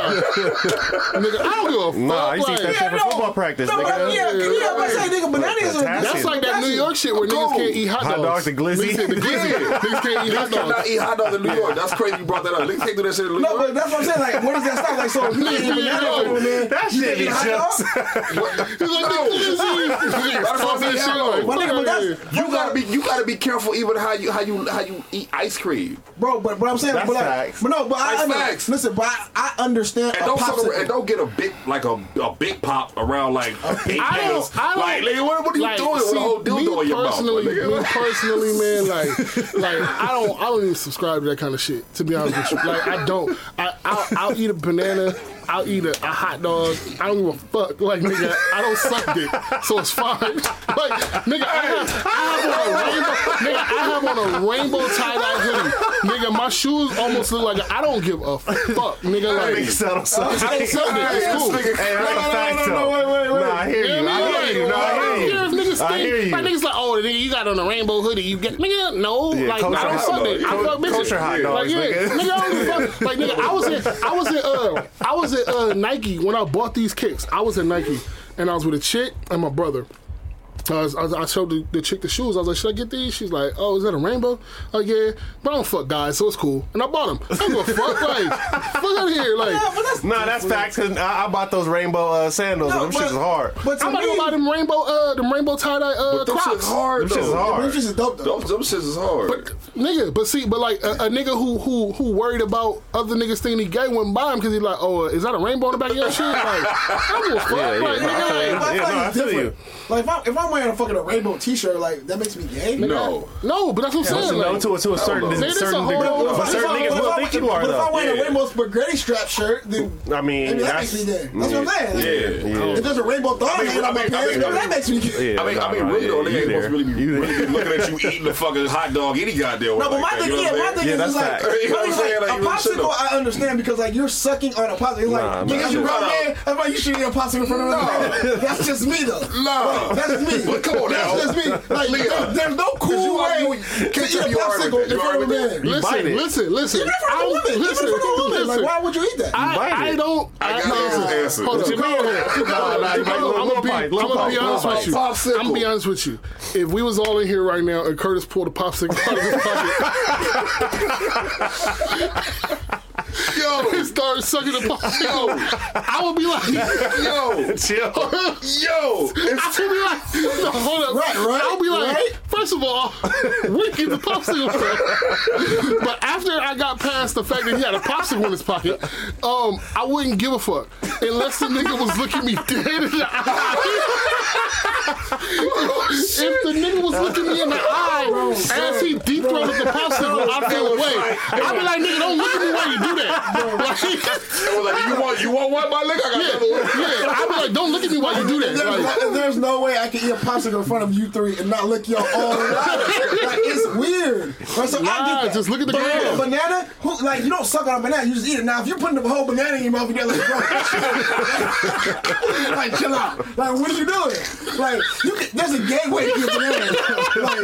Speaker 4: nigga, I don't give a fuck.
Speaker 7: Nah, I used to eat that
Speaker 4: like,
Speaker 7: shit for football practice,
Speaker 1: No, but
Speaker 7: nigga.
Speaker 1: yeah, yeah, yeah, but say nigga, bananas are
Speaker 7: That's
Speaker 4: that's like that New York shit where niggas can't eat hot dogs.
Speaker 7: Hot dogs and glizzy.
Speaker 4: Niggas can't- the glizzy. Niggas can't eat hot
Speaker 3: cannot
Speaker 4: dogs.
Speaker 3: eat hot dogs in New York. That's crazy. You brought that up. Niggas can't do that shit in New
Speaker 1: No,
Speaker 3: York.
Speaker 1: but that's what I'm saying. Like, what does that stop? Like, so if you eat a banana,
Speaker 4: Yeah.
Speaker 1: man,
Speaker 7: That
Speaker 1: you
Speaker 7: shit
Speaker 1: eat
Speaker 7: is
Speaker 1: a hot dog?
Speaker 4: He's like, no.
Speaker 1: My nigga, but that's-
Speaker 3: You gotta be you gotta be careful even how you how you how you eat ice cream.
Speaker 1: bro. But but I'm saying,
Speaker 2: That's
Speaker 1: but, like,
Speaker 2: facts.
Speaker 1: but no, but I
Speaker 3: That's
Speaker 1: under,
Speaker 3: facts.
Speaker 1: listen, but I, I understand.
Speaker 3: And
Speaker 1: a
Speaker 3: don't fuck
Speaker 1: popsicle.
Speaker 3: around- and don't get a big like a, a big pop around like eight
Speaker 4: I don't-
Speaker 3: niggas.
Speaker 4: I don't-
Speaker 3: Like nigga, what, what are you
Speaker 4: like,
Speaker 3: doing with
Speaker 4: see,
Speaker 3: a whole dildo
Speaker 4: me
Speaker 3: in your mouth?
Speaker 4: personally-
Speaker 3: my nigga?
Speaker 4: Me personally, man, like, like I don't, I don't even subscribe to that kind of shit. To be honest with you, like, I don't. I, I'll, I'll eat a banana. I'll eat a, a hot dog. I don't give a fuck. Like, nigga, I don't suck dick, so it's fine. Like, nigga, I have, I have on a rainbow, nigga, I have on a rainbow tie dye hoodie. Nigga, my shoes almost look like. I don't give a fuck, nigga. Like,
Speaker 2: Nigga said I'm sorry.
Speaker 4: I don't suck dick. It's cool.
Speaker 2: Hey, that's
Speaker 3: no, no,
Speaker 2: facts,
Speaker 3: no, no,
Speaker 2: though.
Speaker 3: wait, wait, wait.
Speaker 2: Nah, I hear
Speaker 4: Yeah,
Speaker 2: you. I hear you. No,
Speaker 4: I
Speaker 2: I
Speaker 4: don't
Speaker 2: hear
Speaker 4: care if
Speaker 2: you.
Speaker 4: niggas
Speaker 2: I
Speaker 4: think-
Speaker 2: hear
Speaker 4: Like
Speaker 2: you.
Speaker 4: niggas like, oh, nigga, you got on a rainbow hoodie. You get nigga, no,
Speaker 2: Yeah,
Speaker 4: like
Speaker 2: culture
Speaker 4: I don't
Speaker 2: hot
Speaker 4: fuck
Speaker 2: dog.
Speaker 4: dick. I
Speaker 2: Cul-
Speaker 4: fuck bitches.
Speaker 2: culture hot
Speaker 4: like,
Speaker 2: dogs,
Speaker 4: yeah,
Speaker 2: nigga.
Speaker 4: nigga, I don't give a fuck. Like nigga, I was in, I was in, uh, I was at uh, Nike when I bought these kicks. I was at Nike, and I was with a chick and my brother. I, was, I, was- I showed the, the chick the shoes. I was like, "Should I get these?" She's like, "Oh, is that a rainbow?" Oh yeah, but I don't fuck guys, so it's cool. And I bought them. I don't give a fuck. Like, fuck out of here. Like,
Speaker 2: Nah, that's facts. Cause I, I bought those rainbow uh, sandals.
Speaker 1: No,
Speaker 2: and them shits
Speaker 1: but-
Speaker 2: is hard.
Speaker 1: But to
Speaker 4: I'm not
Speaker 1: me,
Speaker 4: gonna buy them rainbow, uh, them rainbow tie dye uh,
Speaker 3: Them shits
Speaker 4: Crocs.
Speaker 2: Them
Speaker 3: hard
Speaker 2: shits is
Speaker 3: though.
Speaker 1: them
Speaker 2: hard.
Speaker 1: shits is dope though.
Speaker 3: Them, them shits is hard.
Speaker 4: But nigga, but see, but like a, a nigga who who who worried about other niggas thinking he gay wouldn't buy him because he like, oh, uh, is that a rainbow in the back of your shit? Like, I don't give a fuck.
Speaker 2: Yeah, yeah,
Speaker 4: like,
Speaker 2: no, I feel
Speaker 4: nigga,
Speaker 2: you. Yeah, no, I feel
Speaker 4: like,
Speaker 1: Like, that's different. Like if I'm, if I'm wearing a fucking a rainbow T-shirt, like that makes me gay.
Speaker 3: no.
Speaker 4: no, but that's what I'm
Speaker 2: Listen,
Speaker 4: saying.
Speaker 2: no,
Speaker 4: like,
Speaker 2: to a, to a certain,
Speaker 3: Nigga,
Speaker 4: this a
Speaker 2: certain
Speaker 4: whole-
Speaker 2: degree.
Speaker 4: But
Speaker 2: But
Speaker 4: if
Speaker 2: certain
Speaker 1: I-
Speaker 2: niggas
Speaker 1: if
Speaker 2: will
Speaker 1: I-
Speaker 2: think you are
Speaker 1: But if I'm
Speaker 2: though.
Speaker 1: wearing a
Speaker 3: Yeah.
Speaker 1: rainbow spaghetti strap shirt, then
Speaker 2: I mean,
Speaker 1: I mean, that
Speaker 2: that's-
Speaker 1: makes me gay. That's what I'm saying.
Speaker 3: Yeah.
Speaker 1: Like, If there's a rainbow thong
Speaker 3: I mean,
Speaker 1: hanging on my
Speaker 3: I mean,
Speaker 1: pants,
Speaker 3: I mean,
Speaker 1: then
Speaker 3: I
Speaker 1: that
Speaker 3: mean-
Speaker 1: makes me gay.
Speaker 3: I mean, I mean, really though, they ain't supposed to really be, really be looking at you eating the fucking hot dog any goddamn way.
Speaker 1: No, but my
Speaker 3: like that,
Speaker 1: thing,
Speaker 3: you know
Speaker 1: yeah,
Speaker 3: what
Speaker 1: my
Speaker 3: I'm
Speaker 1: thing
Speaker 3: saying?
Speaker 1: is
Speaker 2: that's
Speaker 1: it's like,
Speaker 2: fact.
Speaker 1: my
Speaker 3: You know what
Speaker 1: thing
Speaker 3: I'm
Speaker 1: is
Speaker 3: saying?
Speaker 1: like,
Speaker 3: Like,
Speaker 1: a
Speaker 3: you shouldn't
Speaker 1: popsicle, I understand because like you're sucking on a popsicle. It's
Speaker 2: Nah,
Speaker 1: like,
Speaker 2: nah.
Speaker 1: nigga, you grown man. I'm like, you should eat a popsicle in front of me. That's just me though.
Speaker 3: Nah.
Speaker 1: Like, that's me.
Speaker 3: But come on now.
Speaker 1: that's just me. Like,
Speaker 3: Leon.
Speaker 1: there- there's no
Speaker 3: you
Speaker 1: cool
Speaker 3: are-
Speaker 1: way
Speaker 3: you-
Speaker 1: to eat
Speaker 3: Ketchup,
Speaker 1: a
Speaker 3: you are with
Speaker 1: popsicle
Speaker 3: that.
Speaker 1: in
Speaker 3: You are
Speaker 1: front of
Speaker 3: with
Speaker 1: a
Speaker 3: that.
Speaker 1: man.
Speaker 2: bite
Speaker 4: listen,
Speaker 2: it.
Speaker 4: listen, listen.
Speaker 1: Even in
Speaker 4: I
Speaker 1: front of
Speaker 4: don't-
Speaker 1: a woman, even in
Speaker 4: listen,
Speaker 1: front of a woman. Like,
Speaker 4: listen.
Speaker 1: why would you eat that?
Speaker 4: I,
Speaker 2: bite
Speaker 4: I
Speaker 2: it.
Speaker 4: don't.
Speaker 3: I got
Speaker 4: no,
Speaker 3: an answer.
Speaker 4: Hold
Speaker 2: What
Speaker 4: on.
Speaker 2: you mean? Nah, nah, you
Speaker 4: I'm
Speaker 2: bite a little
Speaker 4: gonna be,
Speaker 2: bite, little
Speaker 4: I'm gonna be
Speaker 2: bite,
Speaker 4: honest
Speaker 2: little
Speaker 4: with you.
Speaker 3: bite.
Speaker 4: I'm gonna be honest with you. If we was all in here right now and Curtis pulled a popsicle out of his pocket, yo, and started sucking the popsicle, I would be like, yo,
Speaker 2: Chill.
Speaker 3: Yo,
Speaker 4: I would be like, no, hold up,
Speaker 1: Right, right,
Speaker 4: I would be like,
Speaker 1: right.
Speaker 4: first of all, where did the popsicle from? but after I got past the fact that he had a popsicle in his pocket, um, I wouldn't give a fuck unless the nigga was looking me dead in the eye. if the nigga was looking me in the eye as he deep throated the popsicle, I'd feel away. I'd be like, nigga, don't look at me while you do that. Like,
Speaker 3: It was like, you want you want one, my nigga? I got another one.
Speaker 4: yeah, I'd be like, don't look at me while you do that.
Speaker 1: There's,
Speaker 4: Like,
Speaker 1: no, there's no way I can eat a popsicle in front of you three and not lick your own. like, it's weird. Right, so
Speaker 4: Nah,
Speaker 1: I get that.
Speaker 4: just look at the
Speaker 1: But
Speaker 4: girl.
Speaker 1: a banana, who, like you don't suck on a banana, you just eat it. Now if you're putting a whole banana in your mouth, you're like, bro, like chill out. Like what are you doing? Like you can, there's a gay way to eat a banana.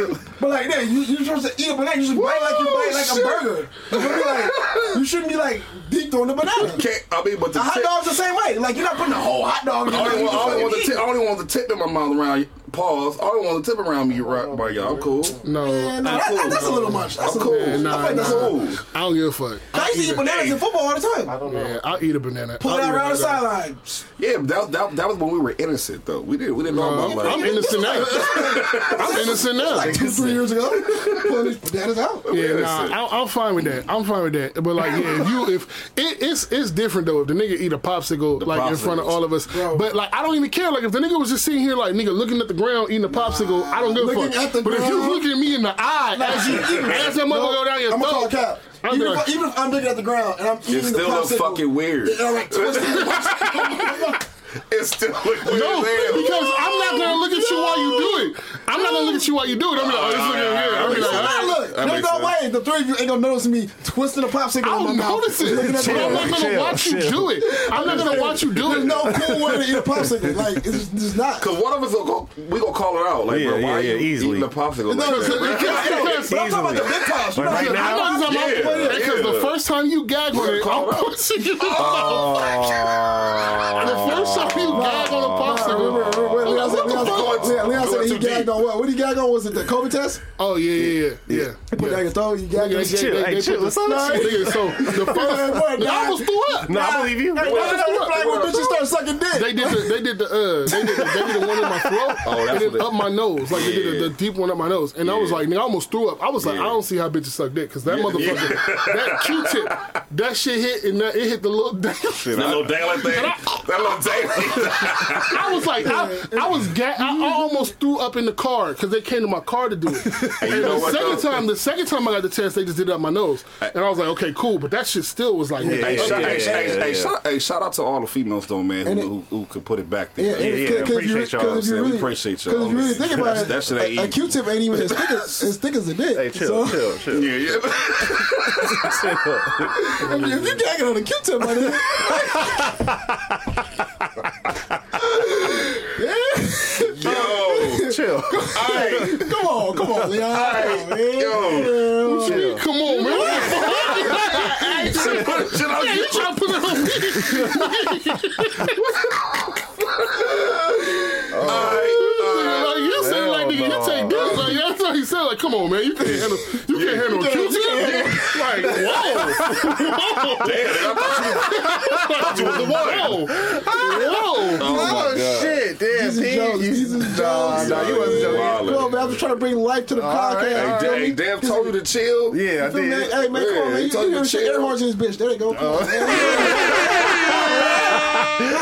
Speaker 1: like, but like that, you you supposed to eat a banana, you should bite like you bite like a burger. You, know, like, you shouldn't be like deep throwing the banana.
Speaker 3: Can't, I mean, but the
Speaker 1: A hot
Speaker 3: tip,
Speaker 1: dog's the same way. Like you're not putting a whole hot dog in
Speaker 3: I
Speaker 1: your
Speaker 3: only
Speaker 1: mouth.
Speaker 3: want, I only want the
Speaker 1: Eat.
Speaker 3: tip. I only want the tip in my mouth around. you. Pause. I only want the tip around
Speaker 4: Oh,
Speaker 3: me, right? By y'all, I'm cool.
Speaker 4: no,
Speaker 1: Man, no, that, that, that's a little much. That's
Speaker 3: I'm
Speaker 1: a
Speaker 3: cool.
Speaker 1: Little,
Speaker 4: nah,
Speaker 1: I feel like that's
Speaker 4: nah.
Speaker 1: a
Speaker 3: cool.
Speaker 4: I don't give a fuck.
Speaker 1: I used to eat bananas in football all the time. I
Speaker 4: Yeah, I'll eat a banana.
Speaker 1: Pull it
Speaker 4: I'll
Speaker 1: out
Speaker 4: eat a
Speaker 1: around the
Speaker 4: banana.
Speaker 1: sideline.
Speaker 3: Yeah, but that, that that was when we were innocent though. We didn't we didn't know about
Speaker 4: I'm
Speaker 3: like.
Speaker 4: innocent now. I'm innocent now.
Speaker 1: Like two, three years ago. Pulling these bananas out.
Speaker 4: Yeah, nah, I, I'm fine with that. I'm fine with that. But like, yeah, if you if it, it's it's different though. If the nigga eat a popsicle like in front of
Speaker 3: popsicles.
Speaker 4: all of us,
Speaker 1: Bro.
Speaker 4: but like I don't even care. Like if the nigga was just sitting here like nigga looking at the ground eating a popsicle, I don't give a
Speaker 1: Looking
Speaker 4: fuck.
Speaker 1: at the
Speaker 4: But if you
Speaker 1: ground.
Speaker 4: looking me in the eye as you as that motherfucker go down your
Speaker 1: I'm gonna call
Speaker 4: throat,
Speaker 1: cap.
Speaker 4: I'll be
Speaker 1: Even,
Speaker 4: like-
Speaker 1: if, even if I'm looking at the ground and I'm eating
Speaker 3: It still
Speaker 1: the
Speaker 3: looks
Speaker 1: popsicle,
Speaker 3: fucking weird.
Speaker 1: And I'm like twisting the popsicle.
Speaker 3: It still looked weird.
Speaker 4: No,
Speaker 3: as hell.
Speaker 4: because I'm not gonna look at you while you do it. I'm not gonna look at you while you do it. I'm like, oh, this nigga here. I'm like,
Speaker 1: Look, look,
Speaker 4: all right.
Speaker 1: look,
Speaker 3: That
Speaker 1: there's
Speaker 3: makes
Speaker 1: no
Speaker 3: sense.
Speaker 1: way the three of you ain't gonna notice me twisting a popsicle.
Speaker 4: I
Speaker 1: in
Speaker 4: don't
Speaker 1: my mouth,
Speaker 4: notice it.
Speaker 1: looking at the
Speaker 4: But I'm not
Speaker 1: ground.
Speaker 4: gonna
Speaker 2: chill,
Speaker 4: watch you
Speaker 2: chill.
Speaker 4: do it. I'm not gonna watch you do
Speaker 1: There's
Speaker 4: it.
Speaker 1: no cool way to eat a popsicle. Like it's just, it's not.
Speaker 3: Cause one of us will go, we gonna call it out. Like,
Speaker 2: Yeah,
Speaker 3: bro, why
Speaker 2: yeah,
Speaker 3: are
Speaker 2: yeah,
Speaker 3: you
Speaker 2: easily.
Speaker 3: eating the popsicle?
Speaker 1: No,
Speaker 3: like
Speaker 1: it's-
Speaker 3: that, bro?
Speaker 1: it's- it's- but I'm talking about the big pops. You know,
Speaker 2: Right
Speaker 1: like,
Speaker 2: now-
Speaker 4: I know this is my
Speaker 3: Yeah,
Speaker 4: point because
Speaker 3: yeah.
Speaker 4: the first time you gag on it,
Speaker 3: call
Speaker 4: I'm
Speaker 3: it out.
Speaker 4: pushing you. The first time you gag on a
Speaker 1: Nah,
Speaker 4: popsicle,
Speaker 1: remember- remember- Leon
Speaker 4: What
Speaker 1: said-
Speaker 4: the
Speaker 1: Leon
Speaker 4: fuck?
Speaker 1: said- Leon said he
Speaker 3: Going too
Speaker 1: gagged on what? What he gagged on? Was it the COVID test?
Speaker 4: Oh yeah, yeah, yeah, yeah.
Speaker 1: He put down your throat. You gagged on.
Speaker 4: They-
Speaker 1: Shit.
Speaker 4: they- they-
Speaker 2: hey,
Speaker 4: they
Speaker 2: chill,
Speaker 4: put
Speaker 2: let's
Speaker 4: the-
Speaker 2: not-
Speaker 4: Nigga, so the first, the almost threw up.
Speaker 2: No, I believe you.
Speaker 1: That's the flag when bitches start sucking dick.
Speaker 4: They did the they did the uh they did the, they did the one in my throat
Speaker 3: Oh, that's
Speaker 4: and
Speaker 3: what
Speaker 4: then
Speaker 3: they-
Speaker 4: up my nose like they did
Speaker 3: Yeah.
Speaker 4: the, the deep one up my nose and I was like nigga I almost threw up I was like I don't see how bitches suck dick because that motherfucker that Q-tip that shit hit and that, it hit the little
Speaker 3: That little dangling thing. That little dangling.
Speaker 4: I was like I, I was ga- I almost threw up in the car because they came to my car to do it and,
Speaker 3: you know
Speaker 4: the
Speaker 3: what,
Speaker 4: second
Speaker 3: though?
Speaker 4: time the second time I got the test they just did it up my nose and I was like okay cool but that shit still was like
Speaker 3: Hey,
Speaker 4: yeah,
Speaker 3: shout-
Speaker 2: yeah,
Speaker 3: hey,
Speaker 2: yeah,
Speaker 3: hey,
Speaker 2: yeah,
Speaker 3: hey,
Speaker 2: yeah.
Speaker 3: shout- Hey, shout out to all the females though, man,
Speaker 1: And it-
Speaker 3: who, who, who could put it back
Speaker 1: Yeah,
Speaker 3: there.
Speaker 1: and-
Speaker 2: yeah,
Speaker 1: 'cause- 'cause
Speaker 2: appreciate
Speaker 1: if you-
Speaker 2: y'all.
Speaker 1: 'cause if you
Speaker 3: Yeah, we
Speaker 1: really-
Speaker 3: appreciate
Speaker 1: 'cause if you really
Speaker 3: y'all.
Speaker 1: think about it,
Speaker 3: That shit
Speaker 1: a,
Speaker 3: ain't
Speaker 1: a
Speaker 3: easy.
Speaker 1: Q-tip ain't even as thick as, as thick as a dick.
Speaker 2: Hey, chill,
Speaker 1: so,
Speaker 2: chill, chill,
Speaker 3: Yeah, yeah.
Speaker 1: I mean, if you gagging on a Q-tip, my nigga.
Speaker 3: Yo.
Speaker 2: chill.
Speaker 3: All right.
Speaker 1: Come on, come on, Leon. Come on, man.
Speaker 3: Yo.
Speaker 4: come on man.
Speaker 3: Shit, shit,
Speaker 4: Yeah,
Speaker 3: I'm-
Speaker 4: you trying to put it on me. Like, you sound like nigga, you take this. Like, that's how you sound. Like, come on, man, you can't handle, you can't handle a Q-tip. Like, whoa,
Speaker 3: Damn, I thought you
Speaker 4: whoa, whoa.
Speaker 2: Oh, shit, damn,
Speaker 1: Jesus Jones, Jesus Jones.
Speaker 2: nah, you wasn't joking.
Speaker 1: Come on, man. I'm just trying to bring life to the
Speaker 3: Hey,
Speaker 1: podcast. you
Speaker 3: damn,
Speaker 1: feel me?
Speaker 3: hey, damn told you to chill.
Speaker 2: Yeah, I
Speaker 1: Feel me?
Speaker 2: did.
Speaker 1: Hey, man, come on,
Speaker 3: Yeah,
Speaker 1: man.
Speaker 3: he
Speaker 1: You,
Speaker 3: told
Speaker 1: you
Speaker 3: you
Speaker 1: hear
Speaker 3: to
Speaker 1: shit,
Speaker 3: chill.
Speaker 1: air horns in this bitch. There they
Speaker 4: Oh,
Speaker 1: go. Come on,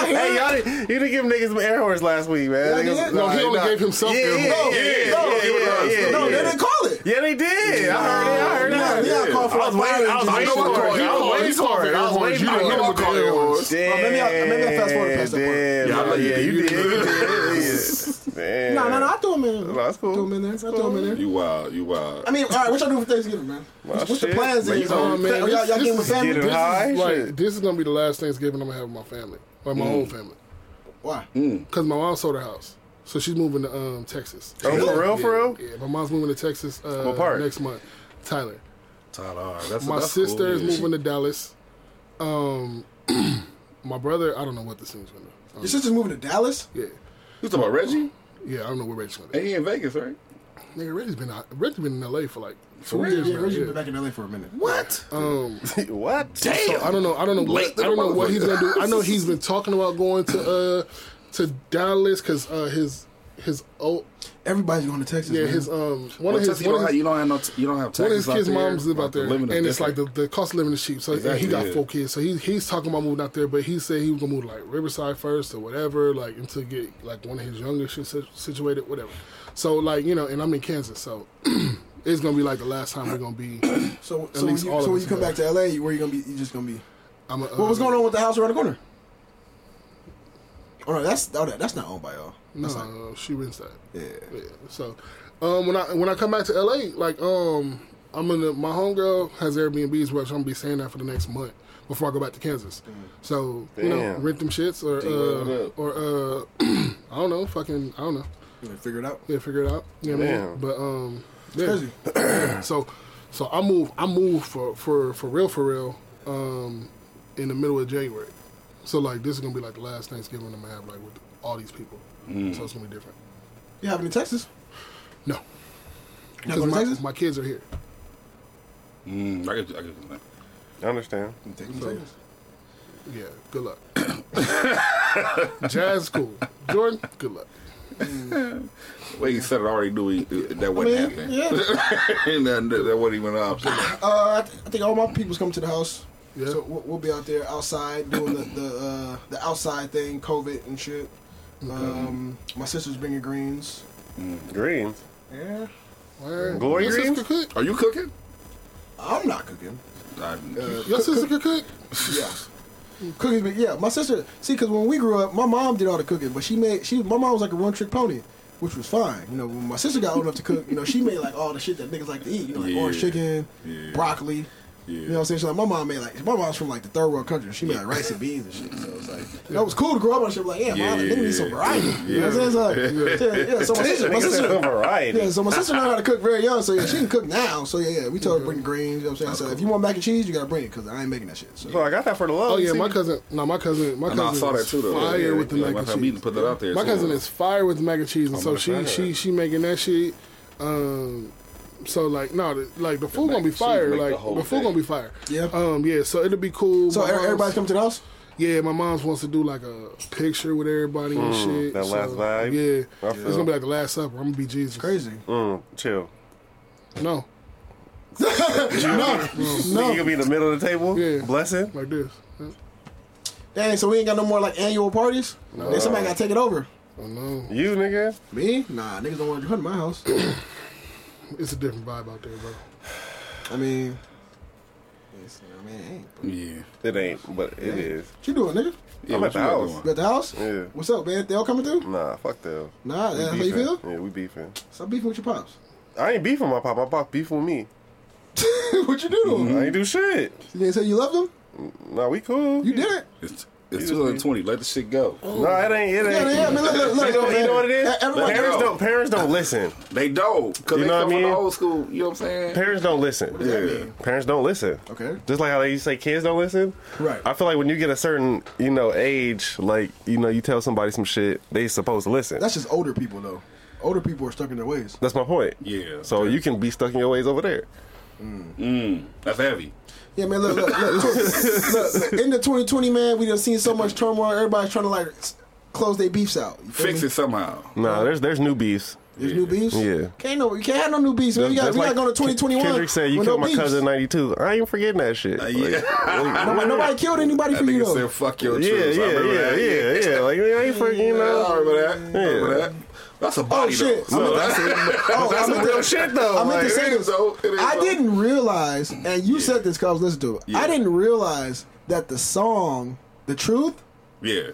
Speaker 2: Hey, y'all didn't, you didn't give niggas some air horns last week, man.
Speaker 1: Yeah, I
Speaker 2: Niggas-
Speaker 1: did.
Speaker 4: No, he only
Speaker 2: nah.
Speaker 4: gave himself
Speaker 2: yeah,
Speaker 4: air horns.
Speaker 2: Yeah, yeah,
Speaker 3: No,
Speaker 2: yeah, yeah,
Speaker 3: no,
Speaker 2: yeah,
Speaker 1: no,
Speaker 2: yeah.
Speaker 1: they didn't call it.
Speaker 2: Yeah, they did. I heard it. I heard it.
Speaker 1: Yeah, yeah, I called for
Speaker 2: I was
Speaker 1: like
Speaker 2: waiting.
Speaker 1: fire
Speaker 2: I was
Speaker 3: Oh,
Speaker 2: waiting
Speaker 1: engine. I know I
Speaker 2: for it.
Speaker 1: called-
Speaker 2: I was waiting
Speaker 4: you called
Speaker 2: for it.
Speaker 4: air
Speaker 2: I was
Speaker 4: horns.
Speaker 2: waiting
Speaker 4: You
Speaker 2: for it.
Speaker 4: didn't hit him with the air horns.
Speaker 1: Oh, maybe I- maybe I fast forward past that part.
Speaker 2: Damn,
Speaker 3: Yeah, I know
Speaker 2: yeah,
Speaker 3: you
Speaker 2: yeah,
Speaker 3: did.
Speaker 2: you
Speaker 3: You
Speaker 2: did. you did.
Speaker 1: No,
Speaker 2: Damn.
Speaker 1: no, no. I threw him in there.
Speaker 2: Well, that's cool.
Speaker 1: I threw him in there. I threw him in there.
Speaker 3: You wild, you wild.
Speaker 1: I mean, all right, what y'all doing for Thanksgiving, man? What's the
Speaker 2: shit.
Speaker 1: plans?
Speaker 3: Man,
Speaker 1: is,
Speaker 3: you know,
Speaker 1: um,
Speaker 4: man,
Speaker 1: y'all,
Speaker 4: this-
Speaker 1: y'all
Speaker 4: this
Speaker 1: getting
Speaker 4: is
Speaker 1: with family?
Speaker 2: getting high. Hey,
Speaker 4: Like,
Speaker 2: shit.
Speaker 4: this is gonna be the last Thanksgiving I'm gonna have with my family, like my whole family,
Speaker 1: Why?
Speaker 4: because my mom sold her house, so she's moving to um, Texas.
Speaker 2: Oh, for real,
Speaker 4: Yeah,
Speaker 2: for real?
Speaker 4: Yeah, my mom's moving to Texas uh,
Speaker 2: What part?
Speaker 4: next month. Tyler.
Speaker 3: Tyler, all right, that's
Speaker 4: My
Speaker 3: that's
Speaker 4: sister
Speaker 3: cool,
Speaker 4: is
Speaker 3: yeah.
Speaker 4: moving to Dallas. Um, my brother, I don't know what this thing's gonna. I don't
Speaker 1: Your sister's moving to Dallas?
Speaker 4: know. yeah,
Speaker 3: You talking about Reggie?
Speaker 4: yeah, I don't know where Reggie's gonna.
Speaker 3: And he in Vegas, right?
Speaker 4: Be. Nigga, Reggie's been out. Reggie's been in L.A. for like two
Speaker 1: Yeah,
Speaker 4: years
Speaker 1: yeah,
Speaker 4: now.
Speaker 1: Reggie's
Speaker 4: Yeah.
Speaker 1: been back in LA for a minute.
Speaker 3: What?
Speaker 4: Um,
Speaker 2: What?
Speaker 4: so I don't know. I don't know.
Speaker 3: Late
Speaker 4: What,
Speaker 3: to
Speaker 4: I don't
Speaker 3: the
Speaker 4: know what he's
Speaker 3: motherfucker.
Speaker 4: gonna do. I know he's been talking about going to uh to Dallas because uh, his his oh
Speaker 1: Everybody's going to Texas.
Speaker 4: yeah
Speaker 1: man.
Speaker 4: his um one
Speaker 3: Well,
Speaker 4: of his
Speaker 3: Texas, you,
Speaker 4: one
Speaker 3: don't
Speaker 4: of
Speaker 3: have,
Speaker 4: his,
Speaker 3: you don't have no. T- you don't have
Speaker 4: one of
Speaker 3: taxes
Speaker 4: his
Speaker 3: out
Speaker 4: kids'
Speaker 3: there.
Speaker 4: moms live
Speaker 3: Like,
Speaker 4: out
Speaker 3: the
Speaker 4: there,
Speaker 3: living
Speaker 4: and
Speaker 3: is
Speaker 4: it's like the,
Speaker 3: different.
Speaker 4: the cost of living is cheap. So and
Speaker 3: Exactly,
Speaker 4: he got
Speaker 3: yeah.
Speaker 4: four kids, so he he's talking about moving out there, but he said he was gonna move to like Riverside first or whatever, like until get like one of his younger shit sit- situated, whatever. So like you know, and I'm in Kansas, so it's gonna be like the last time we're gonna be.
Speaker 1: So,
Speaker 4: At
Speaker 1: so, when you,
Speaker 4: least all
Speaker 1: so
Speaker 4: of
Speaker 1: when
Speaker 4: us
Speaker 1: you come
Speaker 4: together.
Speaker 1: back to LA, where you gonna be? You just gonna be?
Speaker 4: I'm a, uh,
Speaker 1: What was going on with the house around the corner? Oh no, that's oh, that- that's not owned by y'all.
Speaker 4: No, no, uh, she rents that.
Speaker 1: Yeah.
Speaker 4: Yeah. So, um, when I when I come back to LA, like, um, I'm gonna my homegirl has Airbnbs, which I'm gonna be staying at for the next month before I go back to Kansas. So you know,
Speaker 2: Damn.
Speaker 4: rent them shits or uh, or uh, I don't know, fucking I don't know.
Speaker 1: You gonna figure it out.
Speaker 4: Yeah, figure it out. You know what I mean?
Speaker 2: Damn.
Speaker 4: But um, yeah. so so I move I move for for for real for real um in the middle of January. So like this is gonna be like the last Thanksgiving I'm gonna have like with all these people.
Speaker 2: Mm.
Speaker 4: So it's gonna be different.
Speaker 1: You having in Texas?
Speaker 4: No.
Speaker 1: Not
Speaker 4: Because
Speaker 1: going to
Speaker 4: my,
Speaker 1: Texas?
Speaker 4: my kids are here.
Speaker 3: Mm, I get, I get that.
Speaker 2: I understand.
Speaker 1: Texas.
Speaker 4: So-
Speaker 1: Texas.
Speaker 4: Yeah, good luck. Jazz, cool. Jordan, good luck.
Speaker 3: Well, he said it already knew he, that
Speaker 1: I
Speaker 3: wouldn't
Speaker 1: mean,
Speaker 3: happen.
Speaker 1: yeah.
Speaker 3: And that, that wasn't even an option.
Speaker 1: uh, I, th- I think all my people's coming to the house.
Speaker 4: Yeah.
Speaker 1: So we'll, we'll be out there outside doing the the, uh, the outside thing, COVID and shit. Um, my sister's bringing greens.
Speaker 2: Greens.
Speaker 1: Yeah.
Speaker 4: Word.
Speaker 2: Glory
Speaker 4: Your
Speaker 2: greens?
Speaker 4: sister could cook?
Speaker 3: Are you cooking?
Speaker 1: I'm not cooking.
Speaker 3: I,
Speaker 4: Uh, Your sister could cook?
Speaker 1: Yeah. Cookies, but yeah, my sister. See, because when we grew up, my mom did all the cooking, but she made she. My mom was like a one trick pony, which was fine. You know, when my sister got old enough to cook, you know, she made like all the shit that niggas like to eat. You know, like
Speaker 3: Yeah.
Speaker 1: orange chicken,
Speaker 3: Yeah.
Speaker 1: broccoli, You know what I'm saying? She's like, my mom made like, my mom's from like the third world country. She made like rice and beans and shit. So it's like, that was cool to grow up on shit. Like, yeah, mom, like,
Speaker 3: Yeah.
Speaker 1: nigga need some variety. You know what I'm saying? It's like, yeah, yeah. So my sister, my sister,
Speaker 7: variety.
Speaker 1: yeah, so my sister learned how to cook very young. So yeah, she can cook now. So yeah, yeah, we told her to bring the greens. You know what I'm saying? I said, if you want mac and cheese, you gotta bring it because I ain't making that shit. So
Speaker 7: Bro, I got that for the love.
Speaker 4: Oh yeah,
Speaker 7: See?
Speaker 4: my cousin. No, my cousin. My
Speaker 3: I
Speaker 4: cousin.
Speaker 3: know, I saw that too though.
Speaker 4: Fire
Speaker 3: Yeah,
Speaker 4: with the
Speaker 3: yeah,
Speaker 4: mac
Speaker 3: my
Speaker 4: and
Speaker 3: friend
Speaker 4: cheese.
Speaker 3: Meaton put that out there.
Speaker 4: My
Speaker 3: too.
Speaker 4: cousin is fire with mac and cheese, and so
Speaker 3: gonna try
Speaker 4: she
Speaker 3: that.
Speaker 4: she she making that shit. Um, so like no, the, like the food
Speaker 3: mac
Speaker 4: gonna be
Speaker 3: and cheese
Speaker 4: fire.
Speaker 3: make the
Speaker 4: Like
Speaker 3: whole
Speaker 4: the, food
Speaker 3: thing.
Speaker 4: gonna be fire.
Speaker 1: Yeah.
Speaker 4: Um. Yeah. So it'll be cool.
Speaker 1: so
Speaker 4: My
Speaker 1: er-
Speaker 4: mom's-
Speaker 1: everybody's coming to the house.
Speaker 4: Yeah, my mom's wants to do like a picture with everybody and
Speaker 3: Hmm,
Speaker 4: shit.
Speaker 7: that
Speaker 4: so,
Speaker 7: last vibe?
Speaker 4: Yeah.
Speaker 7: I
Speaker 4: It's
Speaker 7: feel-
Speaker 4: gonna be like the last supper. I'm gonna be Jesus.
Speaker 1: Crazy.
Speaker 7: Mm, chill.
Speaker 4: No.
Speaker 7: No. You gonna be in the middle of the table?
Speaker 4: Yeah.
Speaker 7: Blessing?
Speaker 4: Like this. Oh
Speaker 1: Dang, so we ain't got no more like annual parties. Then somebody gotta take it over.
Speaker 4: no.
Speaker 7: You, nigga?
Speaker 1: Me? Nah, niggas don't want to come to my house.
Speaker 4: It's a different vibe out there, bro.
Speaker 1: I mean, it's- I mean, it ain't.
Speaker 3: Yeah.
Speaker 7: It ain't, but it is.
Speaker 1: What you doing, nigga?
Speaker 3: Yeah,
Speaker 7: I'm
Speaker 3: what
Speaker 7: at the
Speaker 3: you got
Speaker 7: house.
Speaker 3: going?
Speaker 1: You at the house?
Speaker 7: Yeah.
Speaker 1: What's up, man? They all coming through?
Speaker 7: Nah, fuck them.
Speaker 1: Nah,
Speaker 7: We
Speaker 1: that's how you
Speaker 7: beefing.
Speaker 1: feel?
Speaker 7: Yeah, we beefing.
Speaker 1: Stop beefing with your pops.
Speaker 7: I ain't beefing my pop. My pop beefing with me.
Speaker 1: what you do to him?
Speaker 7: I ain't do shit.
Speaker 1: You didn't say you loved him?
Speaker 7: Nah, we cool.
Speaker 1: You did it?
Speaker 3: It's, it's 220. Let the shit go.
Speaker 7: Nah, it ain't. It ain't.
Speaker 1: Yeah, yeah, I mean, look, look, look.
Speaker 7: you, know, you
Speaker 1: man.
Speaker 7: know what it is?
Speaker 1: Everybody-
Speaker 7: parents
Speaker 3: go.
Speaker 7: don't. Parents don't listen.
Speaker 3: They don't. Because
Speaker 7: You
Speaker 3: they
Speaker 7: know what I
Speaker 3: come from the
Speaker 7: mean?
Speaker 3: old school. You know what I'm saying?
Speaker 7: Parents don't listen.
Speaker 3: yeah.
Speaker 7: Parents don't listen.
Speaker 1: Okay.
Speaker 7: Just like how they used to say kids don't listen.
Speaker 1: Right.
Speaker 7: I feel like when you get a certain, you know, age, like, you know, you tell somebody some shit, they supposed to listen.
Speaker 1: That's just older people, though. Older people are stuck in their ways.
Speaker 7: That's my point.
Speaker 3: Yeah.
Speaker 7: So you can be stuck in your ways over there.
Speaker 3: That's heavy.
Speaker 1: Yeah, man, look, look, look. look, look, look, in the 2020, man, we done seen so much turmoil. Everybody's trying to, like, s- close their beefs out. You feel
Speaker 3: Fix
Speaker 1: me?
Speaker 3: it somehow.
Speaker 7: Nah, there's there's new beefs.
Speaker 1: There's new beefs?
Speaker 7: Yeah.
Speaker 1: Can't, no, you can't have no new beefs, man. You got
Speaker 7: Just
Speaker 1: we
Speaker 7: like
Speaker 1: gotta go to 2021.
Speaker 7: Kendrick said, "You
Speaker 1: with no
Speaker 7: killed my
Speaker 1: beefs."
Speaker 7: cousin in '92." I ain't forgetting that shit. Like,
Speaker 3: Uh, yeah.
Speaker 7: like,
Speaker 1: Nobody, nobody killed anybody
Speaker 3: That
Speaker 1: for you,
Speaker 3: nigga
Speaker 1: though.
Speaker 3: said, fuck your
Speaker 7: yeah,
Speaker 3: troops. I
Speaker 7: yeah,
Speaker 3: remember
Speaker 7: yeah,
Speaker 3: that.
Speaker 7: yeah, yeah. Like I ain't forgetting. You
Speaker 3: I
Speaker 7: know?
Speaker 3: remember that. I remember
Speaker 7: Yeah.
Speaker 3: that. That's a
Speaker 1: Oh,
Speaker 3: body,
Speaker 1: shit.
Speaker 3: though.
Speaker 1: I meant- Oh, I
Speaker 3: That's
Speaker 1: meant
Speaker 3: some
Speaker 1: to-
Speaker 3: real shit, though.
Speaker 1: I meant
Speaker 3: Like,
Speaker 1: to say
Speaker 3: it
Speaker 1: this.
Speaker 3: is, though. It is,
Speaker 1: I
Speaker 3: though.
Speaker 1: didn't realize, and you said this because I was listening to it.
Speaker 3: Yeah.
Speaker 1: I didn't realize that the song, "The Truth,"
Speaker 3: Yeah.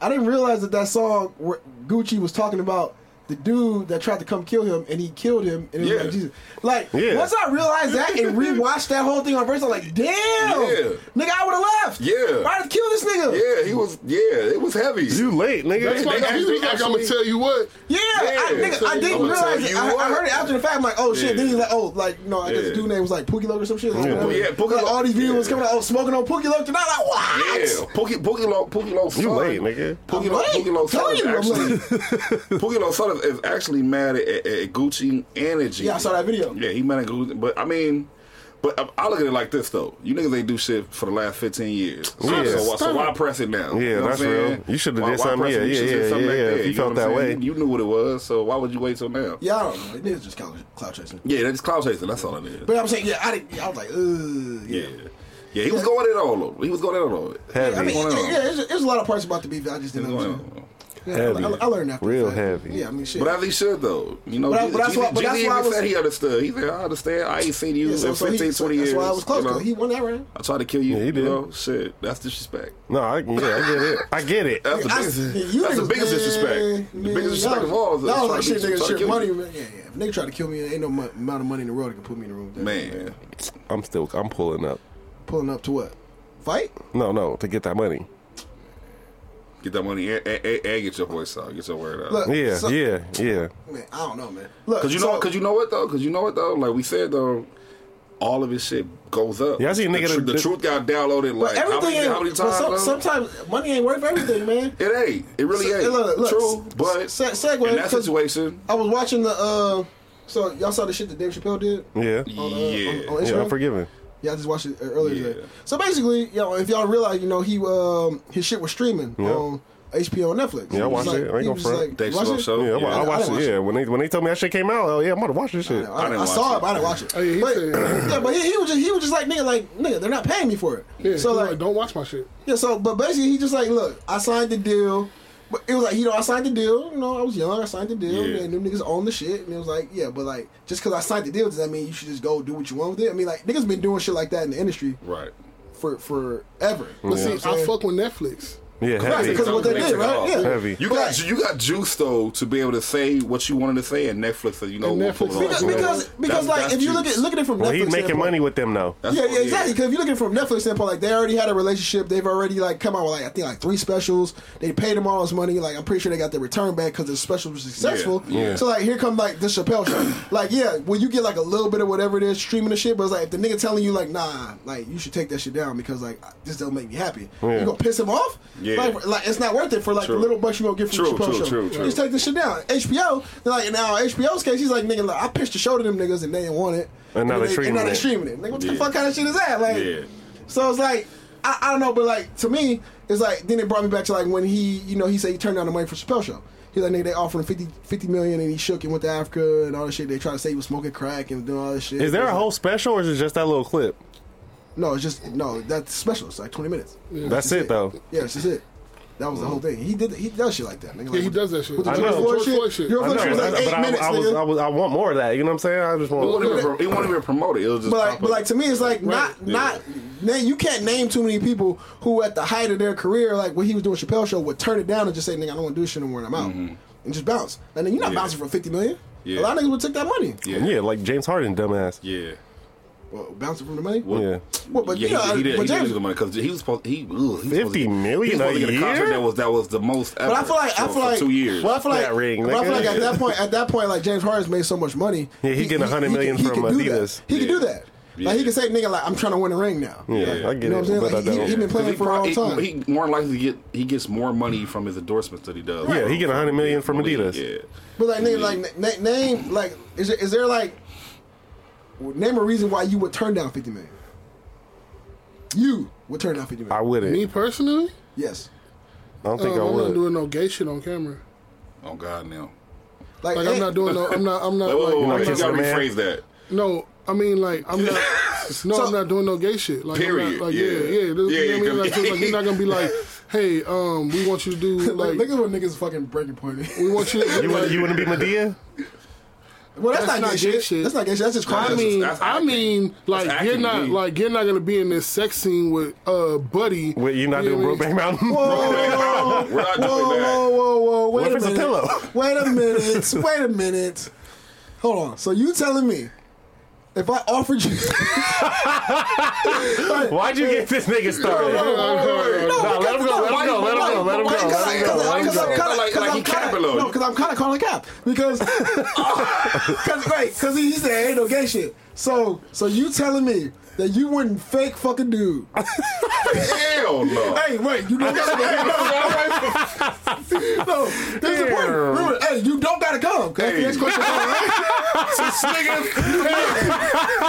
Speaker 1: I didn't realize that that song where Gucci was talking about the dude that tried to come kill him, and he killed him, and it was
Speaker 3: Yeah.
Speaker 1: like Jesus. Like
Speaker 7: Yeah.
Speaker 1: once I realized that and rewatched that whole thing on verse, I'm like, damn,
Speaker 3: Yeah.
Speaker 1: nigga, I would have left.
Speaker 3: Yeah.
Speaker 1: I'd have killed this nigga.
Speaker 3: Yeah, he was, yeah, it was heavy.
Speaker 7: You late, nigga?
Speaker 4: That's why
Speaker 3: they
Speaker 4: he
Speaker 3: actually-
Speaker 4: was like, I'm gonna tell you what.
Speaker 1: Yeah, I,
Speaker 3: Yeah.
Speaker 1: nigga, I didn't
Speaker 3: I'ma
Speaker 1: realize
Speaker 3: tell
Speaker 1: it.
Speaker 3: you
Speaker 1: I, I
Speaker 3: what.
Speaker 1: heard it after the fact. I'm like, oh shit.
Speaker 3: Yeah.
Speaker 1: Then he's like, oh, like no, I guess the
Speaker 3: Yeah.
Speaker 1: dude name was like Pookie Loke or some shit. Like,
Speaker 7: Yeah.
Speaker 1: whatever.
Speaker 3: Yeah, Pookie
Speaker 1: Like,
Speaker 3: Loke.
Speaker 1: all these videos
Speaker 3: Yeah.
Speaker 1: was coming out. Oh, smoking on Pookie Loke tonight. Like
Speaker 3: Yeah,
Speaker 1: what?
Speaker 3: Pookie Pookie Lo Pookie Lo's
Speaker 7: You
Speaker 3: son-
Speaker 7: late, nigga.
Speaker 3: Pookie
Speaker 1: I'm
Speaker 3: Lo
Speaker 1: late.
Speaker 3: Pookie Lo's son
Speaker 1: Telling
Speaker 3: is
Speaker 1: you I'm
Speaker 3: actually
Speaker 1: late.
Speaker 3: Pookie Lo's son is- is actually mad at, at, at Gucci and at G.
Speaker 1: Yeah, I saw that video.
Speaker 3: Yeah, he mad at Gucci, but I mean. But I- I look at it like this though. You niggas ain't do shit for the last fifteen years. So,
Speaker 7: Oh, Yeah.
Speaker 3: so, why- so why press it now?
Speaker 7: Yeah,
Speaker 3: you know what
Speaker 7: that's
Speaker 3: I'm saying?
Speaker 7: real. You shoulda
Speaker 3: Why-
Speaker 7: did
Speaker 3: why
Speaker 7: something.
Speaker 3: press it?
Speaker 7: Yeah,
Speaker 3: You
Speaker 7: yeah,
Speaker 3: shoulda did
Speaker 7: yeah,
Speaker 3: something
Speaker 7: yeah,
Speaker 3: back
Speaker 7: yeah.
Speaker 3: then,
Speaker 7: If you
Speaker 3: know
Speaker 7: felt
Speaker 3: what I'm
Speaker 7: that
Speaker 3: saying?
Speaker 7: way.
Speaker 3: You knew what it was. So why would you wait till now?
Speaker 1: Yeah, I don't know. Niggas just cloud, cloud chasing.
Speaker 3: yeah, that's cloud chasing. That's all it is.
Speaker 1: But I'm saying, yeah, I didn't. I was like, ugh.
Speaker 3: yeah, yeah, he was going in all over. He was going in all over.
Speaker 7: Heavy.
Speaker 1: I mean,
Speaker 3: What's going
Speaker 1: yeah,
Speaker 3: on?
Speaker 1: yeah, there's, there's a lot of parts about the beef that I just
Speaker 3: He was
Speaker 1: didn't
Speaker 3: going in
Speaker 1: understand.
Speaker 3: all over.
Speaker 1: Yeah,
Speaker 7: Heavy.
Speaker 1: I, I learned after the
Speaker 7: Real
Speaker 1: fact.
Speaker 7: heavy.
Speaker 1: Yeah, I mean, shit.
Speaker 3: But as he should, though. You know,
Speaker 1: But I-
Speaker 3: G-
Speaker 1: but that's
Speaker 3: G-
Speaker 1: why- but
Speaker 3: G-
Speaker 1: that's
Speaker 3: G-
Speaker 1: why I
Speaker 3: even
Speaker 1: was-
Speaker 3: said he understood. He said, I understand. I ain't seen you
Speaker 1: yeah, so,
Speaker 3: in
Speaker 1: so
Speaker 3: 15,
Speaker 1: he,
Speaker 3: 20 years.
Speaker 1: That's why I was close.
Speaker 3: you know?
Speaker 1: 'cause He wasn't around.
Speaker 3: I tried to kill you.
Speaker 7: Yeah, he
Speaker 3: you
Speaker 7: did.
Speaker 3: know, shit. That's disrespect.
Speaker 7: No, I, yeah, I get it. I get it.
Speaker 3: That's the
Speaker 1: I-
Speaker 3: biggest,
Speaker 1: you
Speaker 3: that's the
Speaker 1: niggas,
Speaker 3: biggest
Speaker 1: man,
Speaker 3: disrespect.
Speaker 1: man,
Speaker 3: the biggest disrespect
Speaker 1: y'all-
Speaker 3: of all is
Speaker 1: Y'all
Speaker 3: trying
Speaker 1: like
Speaker 3: to
Speaker 1: shit,
Speaker 3: beat you,
Speaker 1: nigga,
Speaker 3: try to
Speaker 1: shit,
Speaker 3: kill
Speaker 1: money,
Speaker 3: you.
Speaker 1: man. Yeah, yeah. If nigga try to kill me, ain't no mu- amount of money in the world that can put me in the room. with that.
Speaker 3: Man.
Speaker 7: I'm still. I'm pulling up.
Speaker 1: Pulling up to what? Fight?
Speaker 7: No, no, to get that money.
Speaker 3: Get that money and, and, and and get your voice out. Get your word out.
Speaker 1: Look,
Speaker 7: Yeah,
Speaker 1: so-
Speaker 7: yeah, yeah.
Speaker 1: Man, I don't know, man. Look,
Speaker 3: Because you know,
Speaker 1: so-
Speaker 3: because you know what though, because you know what though, like we said though, all of his shit goes up.
Speaker 7: Yeah, I see a
Speaker 3: the,
Speaker 7: nigga
Speaker 3: tru-
Speaker 7: that-
Speaker 3: the
Speaker 7: that-
Speaker 3: truth got downloaded
Speaker 1: but
Speaker 3: like how
Speaker 1: everything
Speaker 3: many,
Speaker 1: ain't.
Speaker 3: how many
Speaker 1: but
Speaker 3: times?
Speaker 1: some,
Speaker 3: though?
Speaker 1: sometimes money ain't worth everything, man.
Speaker 3: it ain't. It really
Speaker 1: So-
Speaker 3: ain't.
Speaker 1: look, look,
Speaker 3: True,
Speaker 1: s-
Speaker 3: but
Speaker 1: se- segue,
Speaker 3: in that
Speaker 1: 'cause-
Speaker 3: situation,
Speaker 1: I was watching the. uh So y'all saw the shit that Dave Chappelle did. On, uh,
Speaker 7: Yeah.
Speaker 3: yeah,
Speaker 1: on, on
Speaker 7: Yeah,
Speaker 1: Instagram?
Speaker 7: I'm forgiving.
Speaker 1: Yeah, I just watched it earlier
Speaker 3: Yeah.
Speaker 1: today. So basically, you know, if y'all realize, you know, he um his shit was streaming on HBO and Netflix.
Speaker 7: Yeah, I
Speaker 1: He was
Speaker 7: watched it. I ain't
Speaker 1: he
Speaker 7: gonna
Speaker 1: was
Speaker 7: front.
Speaker 3: Dave
Speaker 1: watch
Speaker 3: Chappelle
Speaker 1: it?
Speaker 3: show.
Speaker 7: Yeah, I'm-
Speaker 3: Yeah.
Speaker 7: I,
Speaker 1: I
Speaker 7: watched
Speaker 1: didn't
Speaker 7: it.
Speaker 1: watch
Speaker 7: Yeah, when they when they told me that shit came out, oh yeah, I'm about to watch this shit.
Speaker 1: I,
Speaker 3: I didn't
Speaker 1: I saw
Speaker 3: watch
Speaker 1: it.
Speaker 3: it.
Speaker 1: but I didn't watch it.
Speaker 7: Oh,
Speaker 4: yeah, he
Speaker 1: but,
Speaker 4: said-
Speaker 1: yeah, but he, he was just he was just like nigga, like nigga, they're not paying me for it.
Speaker 4: Yeah,
Speaker 1: so like,
Speaker 4: don't watch my shit.
Speaker 1: yeah, so but basically he just like, look, I signed the deal. But it was like, you know, I signed the deal. You know, I was young. I signed the deal.
Speaker 3: Yeah.
Speaker 1: And them niggas own the shit. And it was like, yeah, but like, just because I signed the deal, does that mean you should just go do what you want with it? I mean, like, niggas been doing shit like that in the industry
Speaker 3: right.
Speaker 1: for forever.
Speaker 4: But see, I fuck with Netflix.
Speaker 7: Yeah,
Speaker 1: Right,
Speaker 7: heavy.
Speaker 1: because of what they did, right? Yeah.
Speaker 7: Heavy.
Speaker 3: You got you got juice though to be able to say what you wanted to say, and Netflix, you know,
Speaker 4: And
Speaker 3: we'll
Speaker 4: Netflix-
Speaker 3: pull it
Speaker 1: Because,
Speaker 3: off.
Speaker 1: because, because
Speaker 3: That's-
Speaker 1: like,
Speaker 3: that's
Speaker 1: if you look at
Speaker 3: juice.
Speaker 1: look at it from
Speaker 7: Well,
Speaker 1: Netflix,
Speaker 7: he's making
Speaker 1: standpoint-
Speaker 7: money with them though.
Speaker 3: That's
Speaker 1: yeah,
Speaker 3: what-
Speaker 1: yeah, exactly. Because if you look at it from Netflix standpoint, like they already had a relationship. They've already like come out with like I think like three specials. They paid them all this money. Like I'm pretty sure they got their return back because the special was successful.
Speaker 3: Yeah, yeah.
Speaker 1: So like here come like the Chappelle show. like yeah, when you get like a little bit of whatever it is streaming the shit, but it's like if the nigga telling you like nah, like you should take that shit down because like this don't make me happy. You gonna piss him off?
Speaker 3: Yeah.
Speaker 1: Like, like, it's not worth it for like
Speaker 3: True.
Speaker 1: the little bucks you gonna get from
Speaker 3: True,
Speaker 1: the Chappelle
Speaker 3: true,
Speaker 1: show.
Speaker 3: true, true.
Speaker 1: Just take this shit down. HBO, they're like now HBO's case, he's like nigga, look, I pitched the show to them niggas and they didn't want it.
Speaker 7: And now
Speaker 1: they,
Speaker 7: they
Speaker 1: and
Speaker 7: streaming
Speaker 1: now they
Speaker 7: it.
Speaker 1: streaming it. Nigga, what the
Speaker 3: Yeah.
Speaker 1: fuck kind of shit is that? Like,
Speaker 3: Yeah.
Speaker 1: so it's like I, I don't know, but like to me, it's like then it brought me back to like when he, you know, he said he turned down the money for Chappelle show. He like nigga, they offered him 50, 50 million and he shook and went to Africa and all this shit. They tried to say he was smoking crack and doing all this shit.
Speaker 7: Is there a
Speaker 1: It's
Speaker 7: whole special or is it just that little clip?
Speaker 1: like- No, it's just no. That's special. It's like twenty minutes.
Speaker 7: That's it though.
Speaker 1: Yeah, that's just it. That was the whole thing. He did. He does shit like that. Nigga.
Speaker 4: Yeah, he
Speaker 1: Like,
Speaker 4: does that shit.
Speaker 1: with the
Speaker 7: I
Speaker 1: George
Speaker 7: know.
Speaker 1: Floyd
Speaker 4: George Floyd
Speaker 1: shit.
Speaker 4: shit.
Speaker 1: George
Speaker 7: I know,
Speaker 1: Floyd shit was
Speaker 7: but
Speaker 1: like
Speaker 7: I-
Speaker 1: eight
Speaker 7: but I,
Speaker 1: minutes.
Speaker 7: I was,
Speaker 1: nigga.
Speaker 7: I was, I want more of that. You know what I'm saying? I just
Speaker 3: It
Speaker 7: want.
Speaker 3: wasn't even- it wasn't even promoted. It was just
Speaker 1: But like,
Speaker 3: pop
Speaker 1: but
Speaker 3: up.
Speaker 1: like to me, it's like not
Speaker 3: Yeah.
Speaker 1: not. na- you can't name too many people who, at the height of their career, like when he was doing Chappelle show, would turn it down and just say, "Nigga, I don't want to do this shit anymore, and I'm out," and just bounce. And then you're not
Speaker 3: Mm-hmm. Yeah.
Speaker 1: bouncing for fifty million. A
Speaker 3: Yeah.
Speaker 1: lot of niggas would take that money.
Speaker 3: yeah,
Speaker 7: Yeah, like James Harden, dumbass.
Speaker 3: yeah.
Speaker 1: Well, bouncing from the money.
Speaker 7: Yeah.
Speaker 1: Well, but
Speaker 3: yeah,
Speaker 1: you know,
Speaker 3: he, he did.
Speaker 1: but
Speaker 3: He did
Speaker 1: James-
Speaker 3: lose the money because he was supposed. He, ugh, he was supposed to
Speaker 7: 50
Speaker 3: get-
Speaker 7: million
Speaker 3: He was supposed
Speaker 7: a
Speaker 3: to get a contract
Speaker 7: year?
Speaker 3: that was that was the most. Ever
Speaker 1: But I feel like I
Speaker 3: for-
Speaker 1: feel like
Speaker 3: for two years.
Speaker 1: Well, I feel like,
Speaker 7: That ring,
Speaker 1: but I feel
Speaker 7: nigga.
Speaker 1: like at that point, at that point, like James Harden's made so much money.
Speaker 7: Yeah, he getting 100 million
Speaker 1: he
Speaker 7: from
Speaker 1: can do
Speaker 7: Adidas.
Speaker 1: That. He
Speaker 3: Yeah.
Speaker 1: can do that.
Speaker 3: Yeah.
Speaker 1: Like he can say, "Nigga, like I'm trying to win a ring now."
Speaker 7: Yeah, I
Speaker 1: You
Speaker 7: get
Speaker 1: know
Speaker 7: it,
Speaker 1: what I'm saying?
Speaker 7: but I
Speaker 1: Like, he,
Speaker 7: don't.
Speaker 1: he, he been playing
Speaker 3: he,
Speaker 1: for a long
Speaker 3: probably,
Speaker 1: time.
Speaker 3: he, he more likely to get he gets more money from his endorsements that he does.
Speaker 7: Yeah, he get 100 million from Adidas.
Speaker 3: Yeah,
Speaker 1: But like, nigga, like na- name, like, is there, is there like name a reason why you would turn down fifty million? You would turn down fifty million.
Speaker 7: I wouldn't.
Speaker 4: Me personally,
Speaker 1: yes.
Speaker 7: I don't think
Speaker 4: um,
Speaker 1: uh,
Speaker 7: I
Speaker 4: I'm not
Speaker 7: would.
Speaker 4: doing no gay shit on camera.
Speaker 3: Oh God, now.
Speaker 1: Like,
Speaker 4: Like I'm
Speaker 1: eh,
Speaker 4: not doing no. I'm not. I'm not.
Speaker 3: Wait, wait, wait,
Speaker 4: like,
Speaker 3: wait,
Speaker 7: not
Speaker 3: You gotta
Speaker 7: kissing a man.
Speaker 3: rephrase that.
Speaker 4: No, I mean like I'm not. No,
Speaker 1: So-
Speaker 4: I'm not doing no gay shit. Like, I'm
Speaker 3: Period,
Speaker 4: not- like
Speaker 3: yeah.
Speaker 4: yeah, yeah. This,
Speaker 3: Yeah,
Speaker 4: you know what I mean?
Speaker 3: you
Speaker 4: Like,
Speaker 3: can-
Speaker 4: so, like, you're not gonna be like, hey, um, we want you to do
Speaker 1: Like,
Speaker 4: like,
Speaker 1: look at what niggas fucking breaking point. is.
Speaker 4: we want you. To,
Speaker 7: You wouldn't, you wouldn't be Medea?
Speaker 1: well, that's,
Speaker 4: that's
Speaker 1: not,
Speaker 4: not
Speaker 1: gay
Speaker 4: gay
Speaker 1: shit.
Speaker 4: shit.
Speaker 1: That's not gay shit. That's just
Speaker 4: I
Speaker 1: crazy.
Speaker 4: mean,
Speaker 3: that's
Speaker 4: I
Speaker 3: acting.
Speaker 4: mean, like
Speaker 3: acting
Speaker 4: you're
Speaker 3: to
Speaker 4: not
Speaker 3: me.
Speaker 4: like you're not gonna be in this sex scene with uh buddy.
Speaker 7: Wait, you're not
Speaker 4: You
Speaker 7: doing
Speaker 4: know what I
Speaker 7: Brokeback Mountain?
Speaker 1: Whoa,
Speaker 3: We're not doing
Speaker 1: whoa,
Speaker 3: that.
Speaker 1: whoa, whoa, whoa! Wait
Speaker 7: What
Speaker 1: a
Speaker 7: if it's a
Speaker 1: minute.
Speaker 7: pillow?
Speaker 1: Wait a minute. Wait a minute. Hold on. So you telling me if I offered you?
Speaker 7: Why'd you get this nigga started?
Speaker 4: mean? Uh, uh, uh,
Speaker 7: Nah, let him go, let him go, let him go, let him go, let him go, let him
Speaker 1: Because I'm
Speaker 7: go.
Speaker 1: kind of,
Speaker 3: Like-
Speaker 1: because
Speaker 3: like he
Speaker 1: I'm kind
Speaker 3: capping on
Speaker 1: of, no,
Speaker 3: you.
Speaker 1: because I'm kind of calling cap because, because right, because he, he said ain't no gay shit. So, so you telling me that you wouldn't fake fucking dude?
Speaker 3: Hell no.
Speaker 1: hey, wait, you don't gotta come. no, this is important. Remember, hey, you don't gotta come. 'cause
Speaker 3: Hey.
Speaker 1: That's the next question. all right?
Speaker 3: This nigga-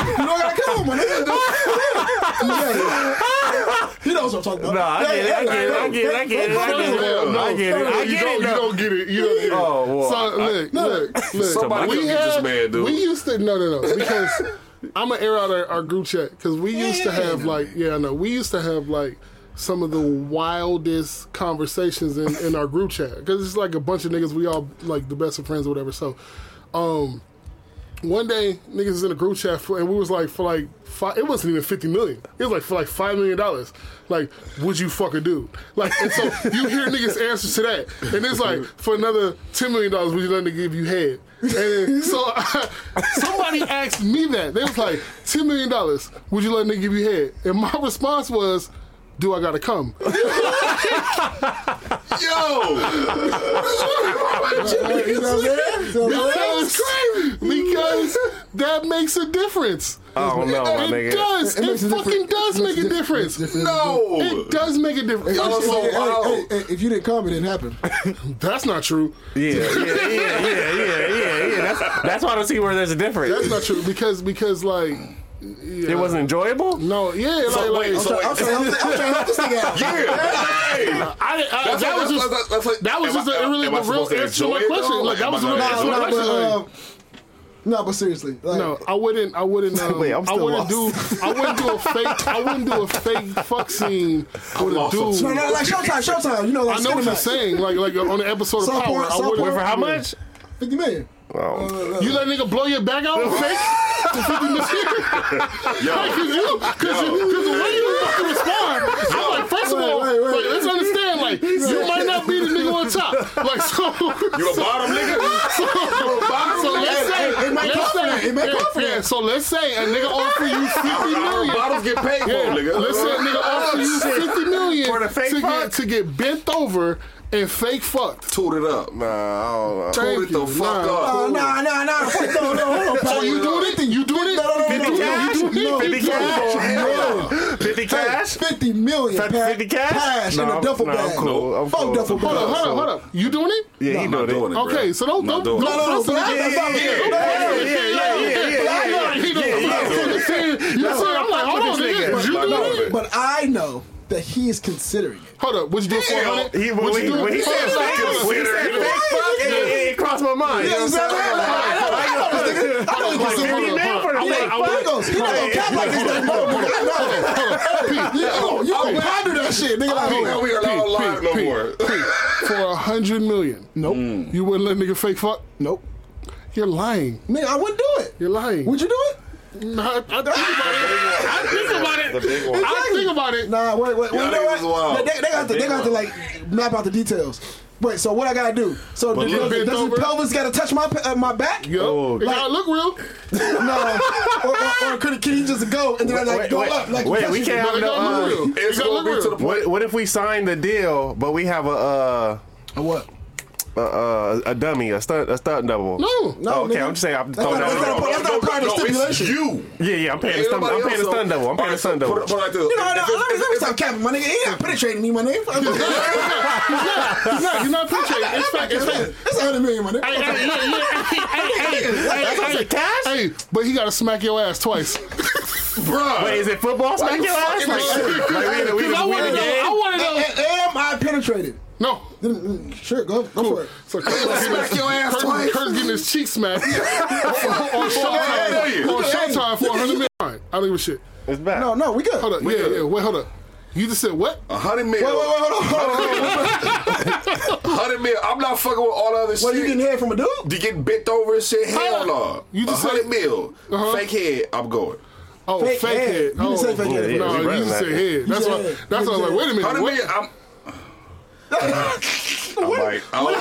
Speaker 1: you don't gotta come, my nigga. He knows what I'm talking about.
Speaker 7: Nah, I get it, I get it, I get it, I get it, I get it. I get it, I
Speaker 4: you
Speaker 7: get
Speaker 4: don't,
Speaker 7: it.
Speaker 4: you
Speaker 7: though.
Speaker 4: don't get it. You don't get it.
Speaker 7: Oh, well,
Speaker 4: so, look, look, look.
Speaker 3: Somebody
Speaker 4: we
Speaker 3: come get this man, dude.
Speaker 4: We used to no, no, no. Because I'm gonna air out our, our group chat because we used to have like, yeah, I know. We used to have like some of the wildest conversations in, in our group chat because it's like a bunch of niggas. We all like the best of friends or whatever. So, um. One day, niggas was in a group chat for, and we was like for like five. It wasn't even fifty million. It was like for like five million dollars. Like, would you fuck a dude? Like, and so you hear niggas answers to that, and it's like for another ten million dollars, would you let to give you head? And then, so somebody asked me that. They was like ten million dollars. Would you let nigga give you head? And my response was, Do I gotta come?
Speaker 3: Yo.
Speaker 1: You know what I'm saying? So,
Speaker 4: Because, because that makes a difference.
Speaker 7: Oh, no, my
Speaker 4: it
Speaker 7: nigga.
Speaker 4: does. It,
Speaker 1: makes a
Speaker 4: fucking
Speaker 1: difference.
Speaker 4: does
Speaker 1: It
Speaker 4: make
Speaker 1: makes
Speaker 4: a
Speaker 1: a
Speaker 4: difference.
Speaker 3: No.
Speaker 4: It does make a difference.
Speaker 3: so
Speaker 1: hey, hey,
Speaker 3: wild.
Speaker 1: hey, hey, if you didn't come, it didn't happen.
Speaker 4: That's not true.
Speaker 7: Yeah, yeah, yeah, yeah, yeah, yeah, yeah. That's, that's why I don't see where there's a
Speaker 4: That's
Speaker 7: difference.
Speaker 4: not true because because like
Speaker 7: It wasn't enjoyable?
Speaker 4: no yeah like
Speaker 3: So wait.
Speaker 4: like
Speaker 3: So
Speaker 1: I'm trying, I'm
Speaker 3: wait.
Speaker 1: trying, I'm trying to help this nigga out.
Speaker 3: Yeah.
Speaker 4: I, I, that was
Speaker 3: That's what- that's-
Speaker 4: just
Speaker 3: that's- that's like-
Speaker 4: that was
Speaker 3: am
Speaker 4: just
Speaker 3: I-
Speaker 4: a, really
Speaker 3: am I
Speaker 4: the real
Speaker 3: supposed to
Speaker 4: answer to my
Speaker 3: enjoy it,
Speaker 4: question.
Speaker 3: though?
Speaker 4: Like that
Speaker 3: Am I
Speaker 4: was a real
Speaker 3: gonna
Speaker 4: answer to
Speaker 1: No,
Speaker 4: my
Speaker 1: no,
Speaker 4: question. Like,
Speaker 1: but, um, no, but seriously, like,
Speaker 4: No, I wouldn't. I wouldn't. Um,
Speaker 7: Wait, I'm
Speaker 4: I
Speaker 7: still
Speaker 4: wouldn't
Speaker 7: lost.
Speaker 4: do. I wouldn't do a fake. I wouldn't do a fake fuck scene with a
Speaker 3: lost. I'm
Speaker 4: dude.
Speaker 1: no, no, like Showtime, Showtime. You know, like
Speaker 4: I know what you're
Speaker 1: Cinemax.
Speaker 4: saying. Like like on the episode
Speaker 1: South
Speaker 4: of Power,
Speaker 1: Park-
Speaker 4: I
Speaker 1: South
Speaker 4: would.
Speaker 7: Wait, for how
Speaker 1: Yeah.
Speaker 7: much?
Speaker 1: Fifty million.
Speaker 7: Oh,
Speaker 4: You let nigga blow your back out with fake?
Speaker 3: Yo.
Speaker 4: Cause you, cause, you, cause the way you fucking respond, I'm like, first of
Speaker 1: Wait,
Speaker 4: all,
Speaker 1: wait, wait.
Speaker 4: like, let's understand, like, Like so,
Speaker 3: You a bottom nigga? You a bottom
Speaker 4: so
Speaker 3: nigga?
Speaker 4: let's say,
Speaker 1: it might
Speaker 4: let's
Speaker 1: come from that.
Speaker 4: say,
Speaker 1: It might
Speaker 4: yeah,
Speaker 1: come from
Speaker 4: yeah,
Speaker 1: that.
Speaker 4: So let's say a nigga offer you fifty
Speaker 3: Our
Speaker 4: million.
Speaker 3: bottles get paid for,
Speaker 4: Yeah,
Speaker 3: nigga.
Speaker 4: Let's say a nigga offer you fifty million
Speaker 2: For the fake
Speaker 4: to
Speaker 2: fuck?
Speaker 4: get to get bent over and fake fucked.
Speaker 3: Toot it up.
Speaker 7: Nah, I don't know.
Speaker 4: Thank
Speaker 3: Toot it the
Speaker 4: you.
Speaker 3: fuck
Speaker 4: Nah.
Speaker 1: Oh,
Speaker 3: up.
Speaker 1: nah, nah, nah. Fuck, no, no, hold on,
Speaker 4: So
Speaker 1: Pat.
Speaker 4: you doing it? Then you doing it?
Speaker 1: No, no, no,
Speaker 4: You
Speaker 1: no,
Speaker 4: doing
Speaker 1: no,
Speaker 4: it? You doing
Speaker 1: no,
Speaker 4: it?
Speaker 2: Fifty
Speaker 1: no,
Speaker 2: cash?
Speaker 1: no.
Speaker 2: Fifty
Speaker 1: Hey,
Speaker 2: cash.
Speaker 1: 50 million,
Speaker 2: Fat-
Speaker 1: Pat.
Speaker 2: 50 cash?
Speaker 1: Cash in
Speaker 7: Nah,
Speaker 1: a duffel
Speaker 7: nah,
Speaker 1: bag.
Speaker 7: I'm cool, I'm
Speaker 1: Fuck
Speaker 7: cool.
Speaker 1: duffel
Speaker 4: Hold
Speaker 1: bag.
Speaker 4: up, hold up, hold up. You doing it?
Speaker 7: Yeah,
Speaker 3: I'm not doing it.
Speaker 4: Okay,
Speaker 3: bro.
Speaker 4: so don't
Speaker 3: Not
Speaker 4: don't
Speaker 3: doing
Speaker 4: don't
Speaker 1: No,
Speaker 3: it.
Speaker 1: no, no,
Speaker 4: press
Speaker 1: but I-
Speaker 4: it.
Speaker 1: that's not fair.
Speaker 2: yeah, yeah,
Speaker 1: No, no,
Speaker 2: yeah, yeah, yeah, yeah, yeah.
Speaker 4: You know,
Speaker 2: yeah.
Speaker 4: you serious? You serious? I'm like, hold on,
Speaker 2: This
Speaker 4: nigga.
Speaker 2: nigga.
Speaker 4: Was you
Speaker 3: Not
Speaker 4: doing
Speaker 3: doing
Speaker 4: it?
Speaker 3: it.
Speaker 1: But I know that he is considering it.
Speaker 4: Hold up, would you do it for a
Speaker 2: He,
Speaker 4: hundred?
Speaker 2: when,
Speaker 4: Would
Speaker 2: he,
Speaker 4: you do
Speaker 2: when he
Speaker 4: it?
Speaker 2: said
Speaker 4: Hold
Speaker 2: fake,
Speaker 4: up, hold up.
Speaker 2: when he said fake fuck, it, it, it crossed my mind.
Speaker 1: Yeah, exactly. I know- I know he
Speaker 2: Like,
Speaker 1: considering
Speaker 2: fifty
Speaker 4: hold
Speaker 1: it.
Speaker 4: up,
Speaker 2: man
Speaker 4: hold
Speaker 2: for the
Speaker 4: up.
Speaker 2: fake
Speaker 4: I
Speaker 1: He
Speaker 4: want-
Speaker 2: fuck.
Speaker 1: goes, he not gonna cap like this that motherfucker. I know. You gonna- You gonna ponder that shit, nigga. Like,
Speaker 3: Oh,
Speaker 1: hold
Speaker 3: we are not alive no
Speaker 4: Pete,
Speaker 3: more.
Speaker 4: Pete, for a hundred million.
Speaker 1: Nope.
Speaker 4: You wouldn't let nigga fake fuck?
Speaker 1: Nope.
Speaker 4: You're lying.
Speaker 1: Nigga, I wouldn't do it.
Speaker 4: You're lying.
Speaker 1: Would you do it?
Speaker 4: Nah, I, I think about it. I think about it.
Speaker 7: The big one.
Speaker 4: I think about it.
Speaker 1: Nah, wait, wait.
Speaker 3: Y'all
Speaker 1: well, you know
Speaker 3: niggas
Speaker 1: what?
Speaker 3: wild.
Speaker 1: They, they, they got to, they got to like map out the details. Wait, so what I gotta do? So does,
Speaker 3: look,
Speaker 1: does,
Speaker 4: bent
Speaker 1: does the
Speaker 4: over.
Speaker 1: pelvis gotta touch my pe- uh, my back?
Speaker 4: Yo, it
Speaker 1: like-
Speaker 4: gotta look real.
Speaker 1: No. or or, or could, can he just go and then I like
Speaker 7: Wait,
Speaker 1: go
Speaker 7: wait,
Speaker 1: up? Like
Speaker 7: wait,
Speaker 1: touch
Speaker 7: we
Speaker 1: you?
Speaker 7: can't-
Speaker 4: No, it
Speaker 7: No,
Speaker 4: gotta
Speaker 7: uh,
Speaker 4: look real. It
Speaker 3: It's
Speaker 4: gotta
Speaker 3: gonna
Speaker 4: look
Speaker 3: be to the
Speaker 4: real.
Speaker 7: What, what if we sign the deal, but we have a uh,
Speaker 1: Or What?
Speaker 7: a, uh, a, a dummy, a stunt, a stunt double?
Speaker 4: No.
Speaker 1: No.
Speaker 7: Oh, okay,
Speaker 1: nigga.
Speaker 7: I'm just saying, I'm
Speaker 1: That's
Speaker 7: throwing
Speaker 1: not-
Speaker 7: that
Speaker 1: that's not
Speaker 7: out.
Speaker 1: a part- that's not a part of the
Speaker 3: It's
Speaker 1: stipulation.
Speaker 3: you.
Speaker 7: Yeah, yeah, I'm paying the stunt. I'm paying the stunt double. I'm paying the stunt double.
Speaker 3: Put it like this.
Speaker 1: You know, no, let me, let me stop capping, my nigga. He not penetrating me, my nigga. Fuck,
Speaker 4: He's
Speaker 1: fuck.
Speaker 4: not. He's not. He's not. He's not appreciating. It's fact. It's fact.
Speaker 1: That's a hundred million, my nigga.
Speaker 4: Hey, hey, hey, hey, hey, hey, hey, hey,
Speaker 7: cash?
Speaker 4: hey, hey, but he gotta smack your ass twice.
Speaker 3: Bruh.
Speaker 7: Wait, is it football smack
Speaker 3: you
Speaker 7: your ass?
Speaker 3: fucking
Speaker 7: Like,
Speaker 3: like-
Speaker 7: like, we in the- we in
Speaker 4: Cause
Speaker 7: the-
Speaker 4: I
Speaker 7: we in
Speaker 4: wanna
Speaker 7: the
Speaker 4: know.
Speaker 7: game?
Speaker 4: I wanna
Speaker 1: A-
Speaker 4: know.
Speaker 1: a- Am I penetrated?
Speaker 4: No.
Speaker 1: Then, mm, Sure, go, go for it.
Speaker 4: So Kurt's
Speaker 3: Smack
Speaker 4: getting-
Speaker 3: your ass
Speaker 4: Kurt's-
Speaker 3: twice.
Speaker 4: Kurt's getting his cheek smacked on
Speaker 3: hey,
Speaker 4: Showtime. On Showtime for 100 million. All right, I don't give a shit.
Speaker 7: It's back.
Speaker 1: No, no, we good.
Speaker 4: Hold up.
Speaker 1: Wait,
Speaker 4: Yeah, yeah. Wait, hold up. You just said what?
Speaker 3: A hundred mil.
Speaker 1: wait, wait, hold on, hold on. hold on.
Speaker 3: Hundred mil. I'm not fucking with all the other
Speaker 1: What
Speaker 3: shit.
Speaker 1: you getting head from a dude?
Speaker 3: to get bent over and shit? Hell
Speaker 4: Huh?
Speaker 3: no.
Speaker 4: You just
Speaker 3: a hundred
Speaker 4: said-
Speaker 3: mil.
Speaker 4: Uh-huh.
Speaker 3: Fake head. I'm going.
Speaker 4: Oh,
Speaker 1: Fake
Speaker 4: fake,
Speaker 1: head.
Speaker 4: head.
Speaker 1: You didn't
Speaker 4: oh.
Speaker 1: say fake head.
Speaker 7: Yeah, yeah, we
Speaker 4: No, you
Speaker 7: running
Speaker 4: just
Speaker 7: that.
Speaker 4: said head. That's
Speaker 1: You
Speaker 4: why.
Speaker 1: said head.
Speaker 4: That's why I was like, wait a minute.
Speaker 3: Hundred
Speaker 4: What?
Speaker 3: million. I'm. I'm like, I'm
Speaker 1: What-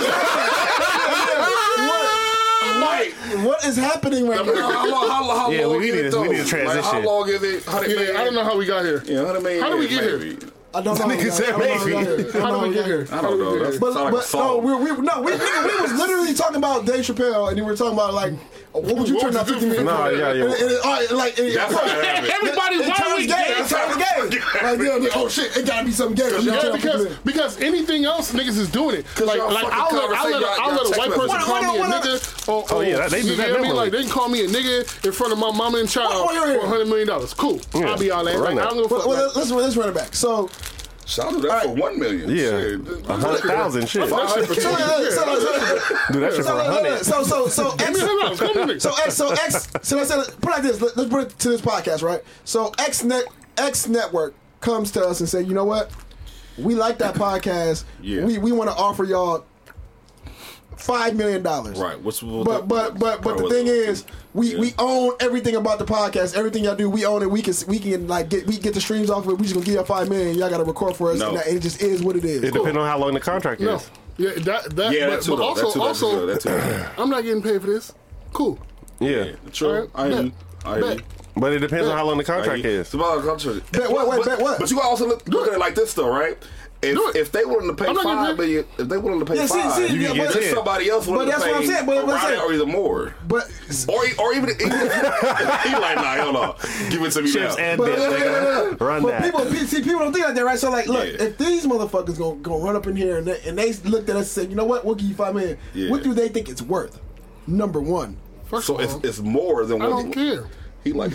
Speaker 3: like,
Speaker 1: What is happening right now?
Speaker 3: how long? How, long- how
Speaker 7: Yeah,
Speaker 3: long
Speaker 7: we
Speaker 3: is
Speaker 7: need
Speaker 3: it
Speaker 7: to- we
Speaker 3: though?
Speaker 7: need to
Speaker 3: Like, how
Speaker 7: transition.
Speaker 3: long is it? Hundred million.
Speaker 4: Yeah, I don't know how we got here.
Speaker 3: Yeah, hundred million.
Speaker 4: How did we get here?
Speaker 1: I don't know. how we got here. I don't know how we
Speaker 4: How did we
Speaker 1: got here. I don't know how
Speaker 4: get here?
Speaker 3: I don't know. That
Speaker 1: But,
Speaker 3: sound like a
Speaker 1: but no,
Speaker 3: song.
Speaker 1: we, we no we nigga, we was literally talking about Dave Chappelle, and then we were talking about like what would you
Speaker 4: What
Speaker 1: turn
Speaker 4: would
Speaker 1: out
Speaker 4: you
Speaker 1: fifty
Speaker 4: do
Speaker 1: million?
Speaker 4: for-
Speaker 7: Nah, yeah, yeah.
Speaker 1: And, it- and it- all right, like and,
Speaker 3: That's how it happened.
Speaker 4: Everybody,
Speaker 1: it
Speaker 4: why
Speaker 1: turns
Speaker 4: we
Speaker 1: gay. It
Speaker 4: get?
Speaker 1: turns gay. Like yeah, like, oh shit, it gotta be something gay. I'm gonna
Speaker 4: Yeah,
Speaker 1: turn out 50
Speaker 4: because
Speaker 1: million.
Speaker 4: because anything else niggas is doing it. Like
Speaker 3: y'all
Speaker 4: like
Speaker 3: fucking
Speaker 4: I'll let I'll let,
Speaker 3: conversate,
Speaker 4: I'll
Speaker 3: y'all-
Speaker 4: let a white
Speaker 3: y'all text
Speaker 4: person
Speaker 3: messages.
Speaker 4: call me a
Speaker 1: Hold on, hold on,
Speaker 4: nigga. Or,
Speaker 7: Oh, yeah, they
Speaker 4: you hear
Speaker 7: do that
Speaker 4: me?
Speaker 7: definitely.
Speaker 4: Like they can call me a nigga in front of my mama and child
Speaker 1: Wait, wait, wait, wait.
Speaker 4: for hundred million dollars. Cool, I'll be all that.
Speaker 7: Run
Speaker 4: Like,
Speaker 7: that.
Speaker 4: I don't give a
Speaker 1: Well,
Speaker 4: fuck.
Speaker 1: well,
Speaker 4: Like,
Speaker 1: let's let's run it back. So
Speaker 3: Shout out that for one million.
Speaker 7: Yeah, a hundred thousand. Shit,
Speaker 4: that
Speaker 7: dude,
Speaker 4: shit for
Speaker 1: so,
Speaker 4: twenty
Speaker 1: uh,
Speaker 4: years.
Speaker 1: so, so,
Speaker 7: that shit for a
Speaker 1: so,
Speaker 7: hundred.
Speaker 1: so so so
Speaker 4: Give me $100.
Speaker 1: X
Speaker 4: Come on, nigga.
Speaker 1: so X so X so let's say, put it like this. Let, us bring it to this podcast, right? So X net X network comes to us and say, you know what? We like that podcast.
Speaker 3: Yeah.
Speaker 1: We we want to offer y'all five million dollars.
Speaker 3: Right. What's
Speaker 1: But but but but the thing is, we we own everything about the podcast. Everything y'all do, we own it. We can we can like get we get the streams off of it. We just gonna give y'all five million. Y'all gotta record for us.
Speaker 3: No.
Speaker 1: And that, it just is what it is.
Speaker 7: It depends on how long the contract
Speaker 4: No,
Speaker 7: is.
Speaker 4: yeah, that that.
Speaker 3: yeah,
Speaker 4: but,
Speaker 3: that's too
Speaker 4: but
Speaker 3: though. That's
Speaker 4: also
Speaker 3: too
Speaker 4: also,
Speaker 3: though. That's too though.
Speaker 4: I'm not getting paid for this. Cool.
Speaker 7: Yeah,
Speaker 3: True. I hear you. I hear you.
Speaker 4: Bet.
Speaker 7: but it depends on how long the
Speaker 3: I hear
Speaker 7: contract
Speaker 3: you.
Speaker 7: is.
Speaker 3: It's about culture.
Speaker 1: Bet what, wait,
Speaker 3: But-
Speaker 1: bet what?
Speaker 3: But you gotta also look, look at it like this though, right? If,
Speaker 4: Do it.
Speaker 3: if they willing to pay
Speaker 4: I'm not gonna
Speaker 3: five
Speaker 4: pay-
Speaker 3: million, if they willing to pay
Speaker 1: Yeah, see,
Speaker 3: five,
Speaker 1: see,
Speaker 3: you
Speaker 1: yeah,
Speaker 3: can
Speaker 1: but-
Speaker 3: get if somebody else willing
Speaker 1: but that's
Speaker 3: to pay
Speaker 1: what I'm saying, but what's
Speaker 3: around
Speaker 1: that?
Speaker 3: or even more,
Speaker 1: but
Speaker 3: or e- or even even if- he like nah, hold on, give it to me
Speaker 7: Chips
Speaker 3: now.
Speaker 7: and
Speaker 1: but,
Speaker 7: dip, nigga. Run
Speaker 1: but
Speaker 7: that.
Speaker 1: people see people don't think like that, right? So like, look,
Speaker 3: Yeah.
Speaker 1: if these motherfuckers gonna gonna run up in here and they, and they looked at us and said, you know what, we'll give you five million.
Speaker 3: Yeah.
Speaker 1: What do they think it's worth? Number one.
Speaker 4: First
Speaker 3: so
Speaker 4: of
Speaker 3: it's
Speaker 4: all,
Speaker 3: it's more than
Speaker 4: I
Speaker 3: what
Speaker 4: don't care.
Speaker 3: He like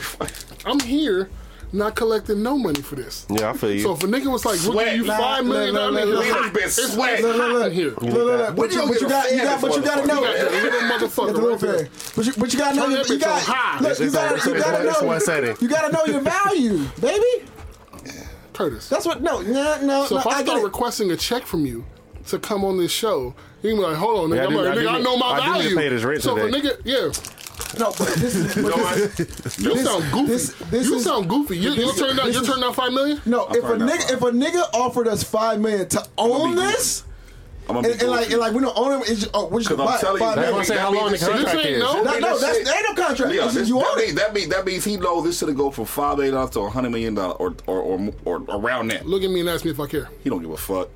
Speaker 4: I'm here, not collecting no money for this.
Speaker 7: Yeah, I feel
Speaker 4: So
Speaker 7: you.
Speaker 4: if a nigga was like, "We'll
Speaker 3: Sweat.
Speaker 4: give you
Speaker 3: Nah,
Speaker 4: five million
Speaker 1: nah, nah,
Speaker 4: dollars,"
Speaker 1: nah,
Speaker 4: it's
Speaker 1: nah.
Speaker 4: hot.
Speaker 3: It's
Speaker 4: It's wet
Speaker 3: sweat.
Speaker 1: Look, look, look.
Speaker 4: in here.
Speaker 1: Look, look, look. But
Speaker 3: What
Speaker 1: you,
Speaker 3: you
Speaker 1: but you
Speaker 3: gonna
Speaker 1: got,
Speaker 3: fan
Speaker 1: you got,
Speaker 3: this
Speaker 1: but you gotta
Speaker 3: motherfucker?
Speaker 4: You
Speaker 1: know.
Speaker 4: got that
Speaker 1: You
Speaker 4: little
Speaker 1: got the
Speaker 4: motherfucker
Speaker 1: little
Speaker 4: right there.
Speaker 1: fan. But you, but you gotta know.
Speaker 4: Turn
Speaker 1: You,
Speaker 4: that
Speaker 1: you
Speaker 4: bitch on
Speaker 1: got,
Speaker 4: high.
Speaker 1: look,
Speaker 4: It's-
Speaker 1: you
Speaker 7: it's
Speaker 1: gotta,
Speaker 7: on-
Speaker 1: you
Speaker 7: it's on- it's
Speaker 1: gotta
Speaker 7: on setting.
Speaker 1: know. You gotta know your value, baby.
Speaker 4: Curtis.
Speaker 1: That's what. No, no, no.
Speaker 4: so
Speaker 1: no
Speaker 4: if I,
Speaker 1: I get
Speaker 4: start
Speaker 1: it.
Speaker 4: requesting a check from you to come on this show, you can be like, "Hold on, nigga.
Speaker 7: Yeah, I
Speaker 4: I'm
Speaker 7: do-
Speaker 4: like,
Speaker 7: I do
Speaker 4: nigga, I
Speaker 7: need-
Speaker 4: know my
Speaker 7: I do need to
Speaker 4: value."
Speaker 7: pay this rent
Speaker 4: so
Speaker 7: today.
Speaker 4: if a nigga, yeah,
Speaker 1: No, but this is. But this,
Speaker 4: you
Speaker 1: This-
Speaker 4: sound goofy.
Speaker 1: this- this
Speaker 4: you
Speaker 1: is-
Speaker 4: sound goofy. You,
Speaker 1: this-
Speaker 4: you turned out.
Speaker 1: this
Speaker 4: You
Speaker 1: is-
Speaker 4: turned out five million.
Speaker 1: No, if a
Speaker 3: probably not
Speaker 1: nigga if a nigga offered us five million to own this,
Speaker 3: I'm
Speaker 1: And,
Speaker 3: gonna be
Speaker 1: and like, and like, we don't own him. It's just, oh, we're just
Speaker 3: 'Cause I'm
Speaker 1: buy-
Speaker 3: telling you,
Speaker 1: buy
Speaker 3: that
Speaker 1: him.
Speaker 2: I'm
Speaker 3: was-
Speaker 2: saying how long the
Speaker 4: this
Speaker 2: contract
Speaker 4: ain't
Speaker 2: is.
Speaker 4: no-
Speaker 1: That- no, that's
Speaker 3: shit-
Speaker 1: that ain't no contract.
Speaker 3: Leon,
Speaker 1: It's just
Speaker 3: this-
Speaker 1: you
Speaker 3: that,
Speaker 1: own it.
Speaker 3: means, that means that means he know this should go from five million dollars to a hundred million dollars or or, or mo- or around that.
Speaker 4: Look at me and ask me if I care.
Speaker 3: He don't give a fuck.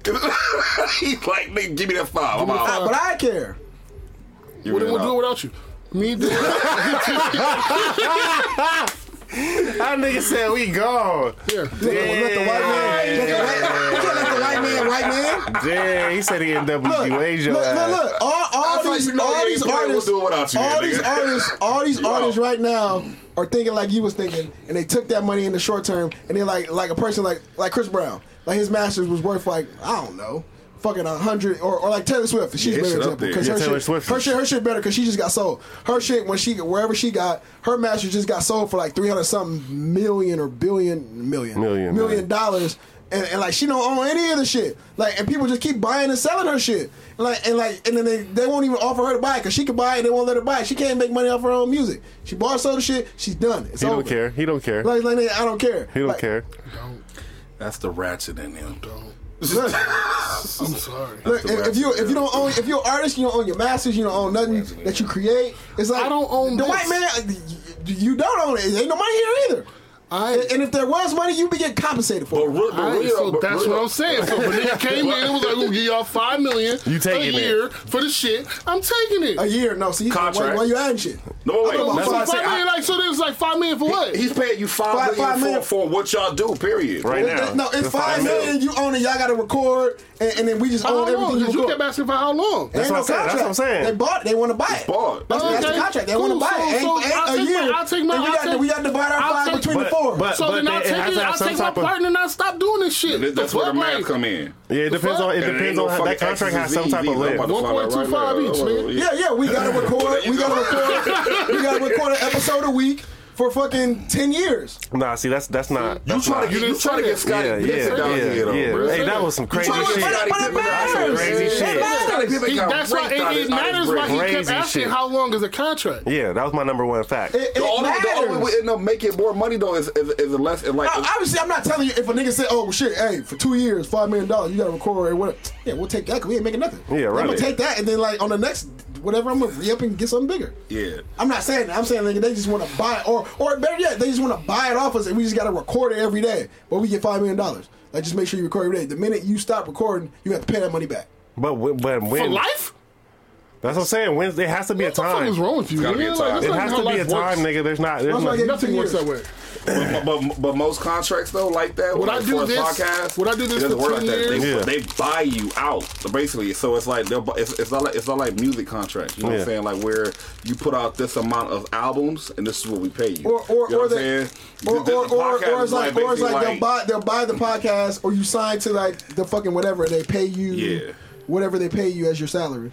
Speaker 3: He's like, nigga, give me that five. I'm
Speaker 1: I-
Speaker 3: out.
Speaker 1: but I care.
Speaker 3: You
Speaker 4: What
Speaker 3: really
Speaker 4: am I
Speaker 3: not.
Speaker 4: do without you? Me do
Speaker 2: That nigga said we gone.
Speaker 4: yeah.
Speaker 1: Let the white man. Let the white, you can't let the white man. White man.
Speaker 2: Damn, he said he NWA
Speaker 1: Look,
Speaker 2: your
Speaker 1: look,
Speaker 2: ass.
Speaker 1: look, look. All, all
Speaker 3: That's how
Speaker 1: these,
Speaker 3: you know
Speaker 1: all
Speaker 3: you
Speaker 1: these
Speaker 3: ain't playing
Speaker 1: artists,
Speaker 3: with doing without you,
Speaker 1: all
Speaker 3: nigga.
Speaker 1: these artists, all these
Speaker 3: Yo.
Speaker 1: artists right now are thinking like you was thinking, and they took that money in the short term, and they're like, like a person like, like Chris Brown, like his masters was worth like I don't know. Fucking a hundred, or, or like Taylor Swift, she's
Speaker 3: Yeah,
Speaker 1: a better
Speaker 3: shit up
Speaker 1: example
Speaker 3: there.
Speaker 1: because
Speaker 2: Yeah,
Speaker 1: her,
Speaker 2: Taylor
Speaker 1: shit-
Speaker 2: Swift
Speaker 1: her
Speaker 2: is-
Speaker 1: shit, her shit better because she just got sold. Her shit when she wherever she got her masters just got sold for like three hundred something million or billion million
Speaker 7: Million,
Speaker 1: million
Speaker 7: yeah.
Speaker 1: dollars, and, and like she don't own any of the shit. Like, and people just keep buying and selling her shit. And like, and like, and then they, they won't even offer her to buy it because she could buy it. They won't let her buy it. She can't make money off her own music. She bought sold the shit. She's done. It's
Speaker 7: He
Speaker 1: over.
Speaker 7: don't care. He don't care.
Speaker 1: Like, like, nigga, I don't care.
Speaker 7: He don't
Speaker 1: Like,
Speaker 7: care.
Speaker 3: That's the ratchet in him.
Speaker 1: Look,
Speaker 4: I'm sorry.
Speaker 1: look, if, if you if you don't own if you're an artist, you don't own your masters. You don't own nothing that you create. It's like
Speaker 4: I don't own
Speaker 1: the
Speaker 4: this.
Speaker 1: white man. uh, You don't own it. There ain't no money here either.
Speaker 4: I
Speaker 1: And- And if there was money, you'd be getting compensated for.
Speaker 3: But,
Speaker 1: it.
Speaker 3: real, but
Speaker 4: Alright,
Speaker 3: real,
Speaker 4: so
Speaker 3: but
Speaker 4: that's
Speaker 3: real-
Speaker 4: what I'm saying. So when nigga came in, it was like, "We'll give y'all five million
Speaker 7: You
Speaker 4: a
Speaker 7: taking it.
Speaker 4: year for the shit." I'm taking it.
Speaker 1: A year, no. See,
Speaker 3: Contract.
Speaker 1: Why, why you adding shit?
Speaker 3: No,
Speaker 1: I'm talking
Speaker 3: wait,
Speaker 4: so
Speaker 1: about
Speaker 3: that's what I
Speaker 4: five
Speaker 3: said.
Speaker 4: million,
Speaker 3: I-
Speaker 4: like, so there's like five million for what?
Speaker 3: He's paying you
Speaker 1: Five-
Speaker 3: five
Speaker 1: five
Speaker 3: million
Speaker 1: million.
Speaker 3: for, for what y'all do. Period.
Speaker 7: Right
Speaker 1: It-
Speaker 7: now.
Speaker 1: it- No, it's
Speaker 7: That's
Speaker 1: five
Speaker 7: fine.
Speaker 1: million. You own it. Y'all got to record, and, and then we just
Speaker 4: how
Speaker 1: own
Speaker 4: long?
Speaker 1: everything.
Speaker 4: Because
Speaker 1: You
Speaker 4: you
Speaker 1: record.
Speaker 4: kept asking for how long.
Speaker 1: There ain't
Speaker 7: That's what I'm saying.
Speaker 1: contract.
Speaker 7: That's what I'm saying.
Speaker 1: They bought. it. They want to buy it.
Speaker 3: bought.
Speaker 1: That's, that's
Speaker 4: Okay,
Speaker 1: the contract. They want
Speaker 4: cool.
Speaker 1: to buy it.
Speaker 4: So-
Speaker 1: Ain't,
Speaker 4: so I'll
Speaker 1: ain't a
Speaker 4: take my-
Speaker 1: year.
Speaker 4: I'll take my-
Speaker 1: and we
Speaker 4: I'll
Speaker 1: got to
Speaker 4: take-
Speaker 1: we got to divide our
Speaker 4: I'll
Speaker 1: five
Speaker 4: take-
Speaker 1: between the
Speaker 7: But-
Speaker 1: four.
Speaker 7: but-
Speaker 4: so then
Speaker 7: they-
Speaker 4: I
Speaker 7: it
Speaker 4: take
Speaker 7: has
Speaker 4: it.
Speaker 7: to have
Speaker 4: I
Speaker 7: some
Speaker 4: take my
Speaker 7: type of-
Speaker 4: partner and I stop doing this shit.
Speaker 3: Th- That's
Speaker 4: The
Speaker 3: where the
Speaker 4: fuck,
Speaker 3: math
Speaker 4: like,
Speaker 3: come in.
Speaker 7: Yeah, it
Speaker 4: The
Speaker 7: depends
Speaker 4: fuck?
Speaker 7: on it
Speaker 3: And it ain't
Speaker 7: depends
Speaker 3: no
Speaker 7: on how that
Speaker 3: fucking
Speaker 7: contract has
Speaker 3: X's
Speaker 7: some
Speaker 3: and
Speaker 7: type
Speaker 3: Z's.
Speaker 7: of
Speaker 3: I'm about
Speaker 7: lid.
Speaker 3: to find out right
Speaker 4: 1.25
Speaker 3: now.
Speaker 4: each, nigga.
Speaker 1: yeah, yeah. We got to record. we got to record. we got to record an episode a week for fucking ten years.
Speaker 7: Nah, see, that's that's not.
Speaker 3: You
Speaker 7: That's
Speaker 3: trying
Speaker 7: not,
Speaker 3: to get you
Speaker 4: didn't
Speaker 3: trying to
Speaker 4: say
Speaker 3: get
Speaker 4: that.
Speaker 3: Scotty
Speaker 7: yeah,
Speaker 3: Pippen
Speaker 7: yeah,
Speaker 3: down
Speaker 7: yeah,
Speaker 3: here though,
Speaker 7: yeah.
Speaker 3: bro.
Speaker 7: Hey, that was some crazy
Speaker 3: trying to
Speaker 7: shit.
Speaker 3: get
Speaker 1: But,
Speaker 3: Scottie
Speaker 1: but it
Speaker 3: Pippen out of
Speaker 1: matters.
Speaker 7: crazy
Speaker 1: it
Speaker 7: shit.
Speaker 1: matters.
Speaker 4: He, that's why
Speaker 3: Breakdown
Speaker 4: it,
Speaker 3: is
Speaker 4: it matters why he kept
Speaker 7: Crazy
Speaker 4: asking
Speaker 7: shit.
Speaker 4: how long is the contract.
Speaker 7: Yeah, that was my number one fact.
Speaker 1: It, it
Speaker 3: The only, the only way
Speaker 1: matters.
Speaker 3: we end up making more money though is is, is less is like
Speaker 1: No, obviously, I'm not telling you if a nigga said, "Oh shit, hey, for two years, five million dollars, you gotta record or whatever." Yeah, we'll take that. 'cause we ain't making nothing.
Speaker 7: Yeah, right.
Speaker 1: I'm gonna take that, and then like on the next whatever, I'm gonna re up and get something bigger.
Speaker 3: yeah.
Speaker 1: I'm not saying that. I'm saying nigga, they just want to buy, it, or or better yet, they just want to buy it off us, and we just gotta record it every day. But we get five million dollars. Like, just make sure you record every day. The minute you stop recording, you have to pay that money back.
Speaker 7: But when- but
Speaker 4: For
Speaker 7: when
Speaker 4: life?
Speaker 7: that's what I'm saying. When it has to be a
Speaker 4: What the fuck
Speaker 7: time.
Speaker 4: is wrong with you?
Speaker 3: gotta be a
Speaker 4: nigga?
Speaker 3: time.
Speaker 4: that's
Speaker 7: It
Speaker 4: not
Speaker 7: has
Speaker 4: how
Speaker 7: to be a
Speaker 4: life works.
Speaker 7: time, nigga. There's not. There's
Speaker 1: That's why I
Speaker 7: not
Speaker 1: get-
Speaker 4: Nothing works that way.
Speaker 3: But, but, but most contracts though like that.
Speaker 4: Would I
Speaker 3: like,
Speaker 4: do
Speaker 3: for a
Speaker 4: this-
Speaker 3: Podcast,
Speaker 4: would I do this
Speaker 3: it doesn't
Speaker 4: for
Speaker 3: work like
Speaker 4: 10
Speaker 3: that. They,
Speaker 7: years?
Speaker 3: they buy you out so basically. So it's like they'll bu- it's, it's not like it's not like music contracts. You know what
Speaker 7: Yeah.
Speaker 3: I'm saying? Like where you put out this amount of albums and this is what we pay you.
Speaker 1: Or or
Speaker 3: you know
Speaker 1: or
Speaker 3: what I'm
Speaker 1: they,
Speaker 3: saying?
Speaker 1: or,
Speaker 3: Th- th-
Speaker 1: or,
Speaker 3: the
Speaker 1: or,
Speaker 3: podcast
Speaker 1: or it's
Speaker 3: is
Speaker 1: like or it's
Speaker 3: basically
Speaker 1: like they'll buy they'll buy the podcast, or you sign to like the fucking whatever they pay you.
Speaker 3: Yeah.
Speaker 1: Whatever they pay you as your salary.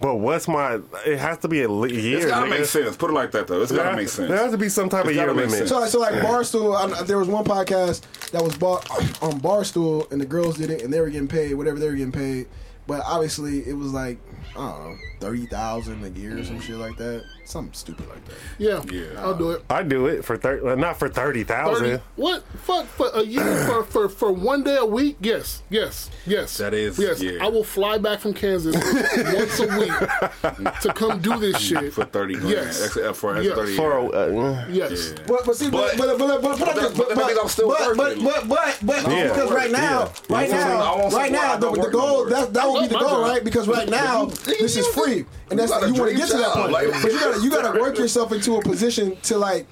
Speaker 7: But what's my? It has to be a li- year.
Speaker 3: It's gotta
Speaker 7: nigga.
Speaker 3: make sense. Put it like that though. It's
Speaker 7: There
Speaker 3: gotta
Speaker 7: has-
Speaker 3: make sense.
Speaker 7: There has to be some type
Speaker 3: It's
Speaker 7: of
Speaker 3: gotta
Speaker 7: year
Speaker 3: make
Speaker 7: limit.
Speaker 3: sense.
Speaker 1: So, like- so like Barstool, I, there was one podcast that was bought on Barstool, and the girls did it, and they were getting paid whatever they were getting paid. But obviously, it was like I don't know, thirty thousand a year or some shit like that, something stupid like that.
Speaker 4: Yeah,
Speaker 3: Yeah.
Speaker 4: I'll do it.
Speaker 7: I do it for thirty, well, not for
Speaker 4: 30,
Speaker 7: thirty thousand.
Speaker 4: what fuck for a year for, for for one day a week? Yes, yes, yes.
Speaker 3: That is-
Speaker 4: yes.
Speaker 3: yeah.
Speaker 4: I will fly back from Kansas once a week to come do this shit
Speaker 3: for thirty grand.
Speaker 4: Yes.
Speaker 3: That's- uh, for that's
Speaker 4: Yes.
Speaker 3: thirty.
Speaker 7: For a, uh,
Speaker 4: Yes,
Speaker 1: But but see, but but
Speaker 3: But-
Speaker 1: but but but
Speaker 3: but that-
Speaker 1: but
Speaker 3: but that means I'm still
Speaker 1: but but
Speaker 3: working.
Speaker 1: but but but
Speaker 7: Yeah.
Speaker 1: because right now,
Speaker 7: Yeah.
Speaker 1: right
Speaker 7: I want
Speaker 3: some- I
Speaker 1: now,
Speaker 3: want some
Speaker 1: right
Speaker 3: work.
Speaker 1: now,
Speaker 3: I
Speaker 1: the,
Speaker 3: don't
Speaker 1: the
Speaker 3: work no
Speaker 1: goal
Speaker 3: more.
Speaker 1: that that would be the
Speaker 4: my
Speaker 1: goal,
Speaker 4: job.
Speaker 1: right? Because right now, this is free, and that's
Speaker 3: You got a
Speaker 1: you want to
Speaker 3: dream
Speaker 1: get to that
Speaker 3: job,
Speaker 1: point.
Speaker 3: like-
Speaker 1: But you gotta you gotta work yourself into a position to like.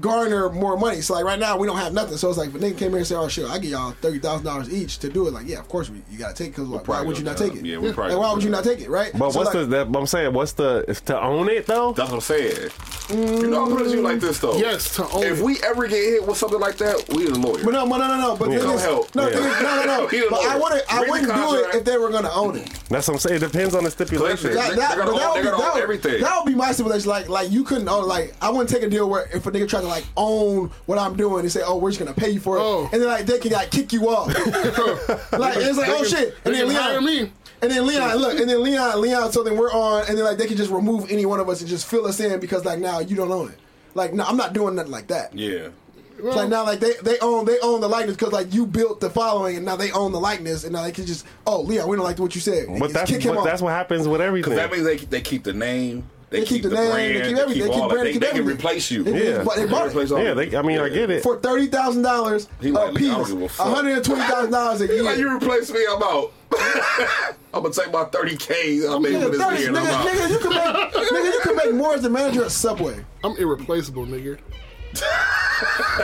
Speaker 1: Garner more money. So like right now we don't have nothing. So it's like if a nigga came here and said, "Oh shit, I give y'all thirty thousand dollars each to do it," like yeah, of course we, you gotta take it because like, why
Speaker 3: probably
Speaker 1: would you not
Speaker 3: gonna-
Speaker 1: take it?
Speaker 3: yeah, we probably
Speaker 1: like, why
Speaker 3: gonna
Speaker 1: would
Speaker 3: do
Speaker 1: you not take it? Right?
Speaker 7: but
Speaker 1: So,
Speaker 7: what's
Speaker 1: like,
Speaker 7: the? That, I'm saying, what's the? If to own it though,
Speaker 3: That's what I'm saying. You know, I'm putting it to you like this though.
Speaker 4: Yes, to own
Speaker 3: If
Speaker 4: it.
Speaker 3: we ever get hit with something like that, we need a lawyer.
Speaker 1: But no, no, no, no, no. But
Speaker 7: Yeah.
Speaker 1: then
Speaker 7: No
Speaker 1: it's-
Speaker 3: help.
Speaker 1: no,
Speaker 3: Yeah.
Speaker 1: then it's- no, no,
Speaker 3: He a
Speaker 1: no. But I
Speaker 3: lawyer.
Speaker 1: wouldn't, I
Speaker 3: Read the
Speaker 1: wouldn't do it
Speaker 3: contract.
Speaker 1: if they were gonna own it.
Speaker 7: that's what I'm saying. It depends on the
Speaker 3: Listen,
Speaker 7: stipulation.
Speaker 3: They-
Speaker 1: That,
Speaker 3: they
Speaker 1: that,
Speaker 3: gotta
Speaker 1: but
Speaker 3: own-
Speaker 1: that
Speaker 3: they
Speaker 1: would be,
Speaker 3: gotta
Speaker 1: that,
Speaker 3: own
Speaker 1: would,
Speaker 3: everything.
Speaker 1: that would be my stipulation. Like, like you couldn't own. Like, I wouldn't take a deal where if a nigga tried to like own what I'm doing and say, "Oh, we're just gonna pay you for it,"
Speaker 4: Oh.
Speaker 1: and then like they can like kick you off. like it's like,
Speaker 4: They
Speaker 1: oh
Speaker 4: can-
Speaker 1: shit, and
Speaker 4: they
Speaker 1: then
Speaker 4: can hire
Speaker 1: Leon,
Speaker 4: me.
Speaker 1: and then Leon, look, and then Leon, Leon. So then we're on, and then like they can just remove any one of us and just fill us in because like now you don't own it. Like, no, I'm not doing nothing like that.
Speaker 3: yeah.
Speaker 1: It's like now, like they, they own they own the likeness because like you built the following, and now they own the likeness, and now they can just oh Leon, we don't like what you said.
Speaker 7: But
Speaker 1: Just
Speaker 7: that's
Speaker 1: kick him
Speaker 7: but
Speaker 1: off.
Speaker 7: that's what happens with everything.
Speaker 3: Because that means they, they keep the name, they,
Speaker 1: They keep
Speaker 3: keep,
Speaker 1: the
Speaker 3: the,
Speaker 1: name,
Speaker 3: brand, they keep everything, they keep, all
Speaker 1: brand,
Speaker 3: that. They,
Speaker 1: keep
Speaker 3: they can
Speaker 1: everything.
Speaker 3: replace you.
Speaker 1: They-
Speaker 7: Yeah.
Speaker 1: they bought it.
Speaker 3: replace all
Speaker 7: yeah,
Speaker 3: that.
Speaker 7: they, I mean, I
Speaker 3: Yeah.
Speaker 7: get it.
Speaker 1: for thirty thousand dollars
Speaker 3: He
Speaker 1: a
Speaker 3: like, "Nigga, I
Speaker 1: piece,
Speaker 3: don't give a fuck."
Speaker 1: one hundred and twenty thousand dollars a year.
Speaker 3: Like you replace me, I'm out. I'm gonna take my 30k. I made
Speaker 1: Nigga,
Speaker 3: for this
Speaker 1: 30,
Speaker 3: year, and I'm
Speaker 1: nigga,
Speaker 3: out.
Speaker 1: nigga, you can make, nigga, you can make more as the manager at Subway.
Speaker 4: I'm irreplaceable, nigga.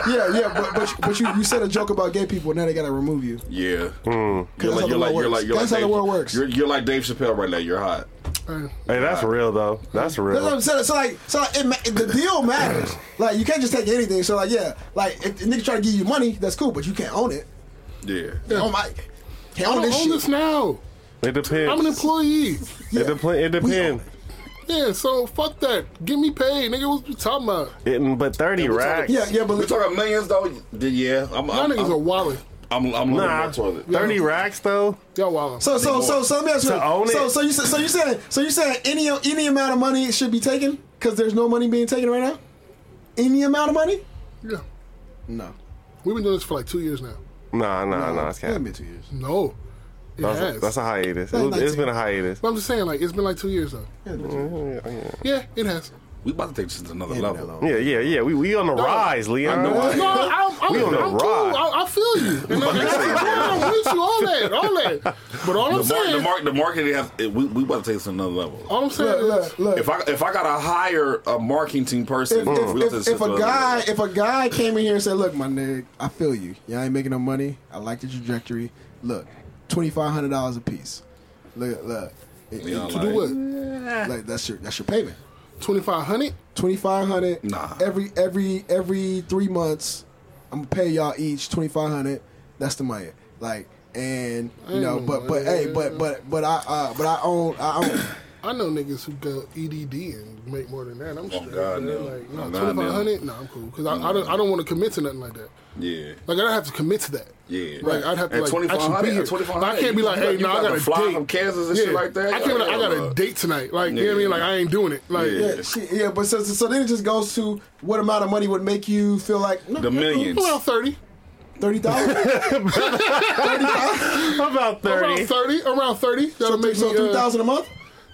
Speaker 1: Yeah, yeah, but but, you- but you, you said a joke about gay people, now they gotta remove you.
Speaker 3: Yeah.
Speaker 1: That's how the
Speaker 3: You're
Speaker 1: world
Speaker 3: like, you're
Speaker 1: works.
Speaker 3: like, you're like,
Speaker 1: That's how the
Speaker 3: Dave-
Speaker 1: world works.
Speaker 3: You're, you're like Dave Chappelle right now. You're hot.
Speaker 4: Hey,
Speaker 7: Hey, that's real though. That's real.
Speaker 1: That's what I'm saying. So like, so like, it, ma- the deal matters. Like, you can't just take anything. So like, yeah, like if the nigga try to give you money, that's cool, but you can't own it.
Speaker 3: Yeah.
Speaker 1: Oh my, can't
Speaker 4: I
Speaker 1: own
Speaker 4: don't
Speaker 1: Oh, this
Speaker 4: own
Speaker 1: shit.
Speaker 4: this now.
Speaker 7: It depends.
Speaker 4: I'm an employee.
Speaker 7: It, dep- it depends.
Speaker 4: Yeah, so fuck that. Get me paid, nigga. What you talking about?
Speaker 7: It- but thirty racks.
Speaker 1: yeah, yeah, but
Speaker 3: We talking millions though. Then yeah, I'm.
Speaker 4: Y'all
Speaker 3: I'm,
Speaker 4: niggas are
Speaker 3: I'm,
Speaker 4: walling.
Speaker 3: I'm, I'm, looking
Speaker 7: Nah,
Speaker 3: at my toilet.
Speaker 7: thirty racks though.
Speaker 4: Y'all walling.
Speaker 1: so so so so let me ask you.
Speaker 7: To own
Speaker 1: so
Speaker 7: it?
Speaker 1: so you sa- so you saying so you saying any any amount of money should be taken because there's no money being taken right now. Any amount of money?
Speaker 4: yeah.
Speaker 1: No.
Speaker 4: We've been doing this for like two years now.
Speaker 7: Nah, nah, nah. It's cap.
Speaker 1: two years.
Speaker 4: No. It
Speaker 7: That's,
Speaker 4: has.
Speaker 7: a, that's a hiatus. It was, it's been a hiatus.
Speaker 4: but I'm just saying, like, it's been like two years though. Yeah, it has.
Speaker 3: We about to take this to another level.
Speaker 7: Yeah, yeah, yeah. We we on the rise, Leon.
Speaker 3: know I-
Speaker 4: No, I'm, I'm,
Speaker 7: We on
Speaker 4: I'm, cool.
Speaker 7: the ride.
Speaker 4: I, I feel you. And, I- and I- yeah, I'm with you. All that, all that. But all I'm
Speaker 3: The, mar-
Speaker 4: saying,
Speaker 3: the, mar- the marketing has. It, we, we about to take this to another level.
Speaker 4: all I'm saying
Speaker 1: Look,
Speaker 4: is,
Speaker 1: look, look.
Speaker 3: If I if I gotta hire a marketing person,
Speaker 1: if,
Speaker 3: we
Speaker 1: if,
Speaker 3: about to
Speaker 1: if,
Speaker 3: take this
Speaker 1: if
Speaker 3: to
Speaker 1: a
Speaker 3: another
Speaker 1: guy
Speaker 3: level.
Speaker 1: if a guy came in here and said, "Look, my nigga, I feel you. Y'all ain't making no money. I like the trajectory. Look, twenty five hundred dollars a piece. Look, look, It- it-
Speaker 3: Yeah,
Speaker 1: to
Speaker 3: like-
Speaker 1: do what? Like that's your that's your payment.
Speaker 4: 2500
Speaker 1: Twenty five hundred.
Speaker 3: Nah.
Speaker 1: Every every every three months, I'm gonna pay y'all each twenty five hundred. That's the money. Like and you know, but but hey, but but but I uh, but I own I own.
Speaker 4: I know niggas who go EDD and make more than that. I'm sure.
Speaker 3: God, no.
Speaker 4: Like,
Speaker 3: Oh,
Speaker 4: no,
Speaker 3: God, no.
Speaker 4: 2500 No, I'm cool. Because I, I, don't, I don't want to commit to nothing like that.
Speaker 3: yeah.
Speaker 4: Like, I don't have to commit to that.
Speaker 3: Yeah,
Speaker 4: Like, I'd have to,
Speaker 3: At
Speaker 4: like,
Speaker 3: 2500,
Speaker 4: actually be here.
Speaker 3: at 2500,
Speaker 4: But I can't be
Speaker 3: you
Speaker 4: like,
Speaker 3: got-
Speaker 4: hey,
Speaker 3: you
Speaker 4: no, I
Speaker 3: got
Speaker 4: got
Speaker 3: to
Speaker 4: a
Speaker 3: fly
Speaker 4: date.
Speaker 3: from Kansas and shit like that?
Speaker 4: I can't.
Speaker 3: Like,
Speaker 4: I got
Speaker 3: uh,
Speaker 4: a date tonight. Like, you know what I
Speaker 3: yeah.
Speaker 4: mean? Like, I ain't doing it. Like,
Speaker 3: Yeah.
Speaker 1: Yeah, shit, yeah, but so, so then it just goes to what amount of money would make you feel like no,
Speaker 3: The millions.
Speaker 4: around 30.
Speaker 1: thirty thousand.
Speaker 7: About
Speaker 4: Around
Speaker 7: thirty.
Speaker 4: 30. Around 30. That'll make
Speaker 1: so
Speaker 4: me.
Speaker 1: three
Speaker 4: Uh,
Speaker 1: thousand a month.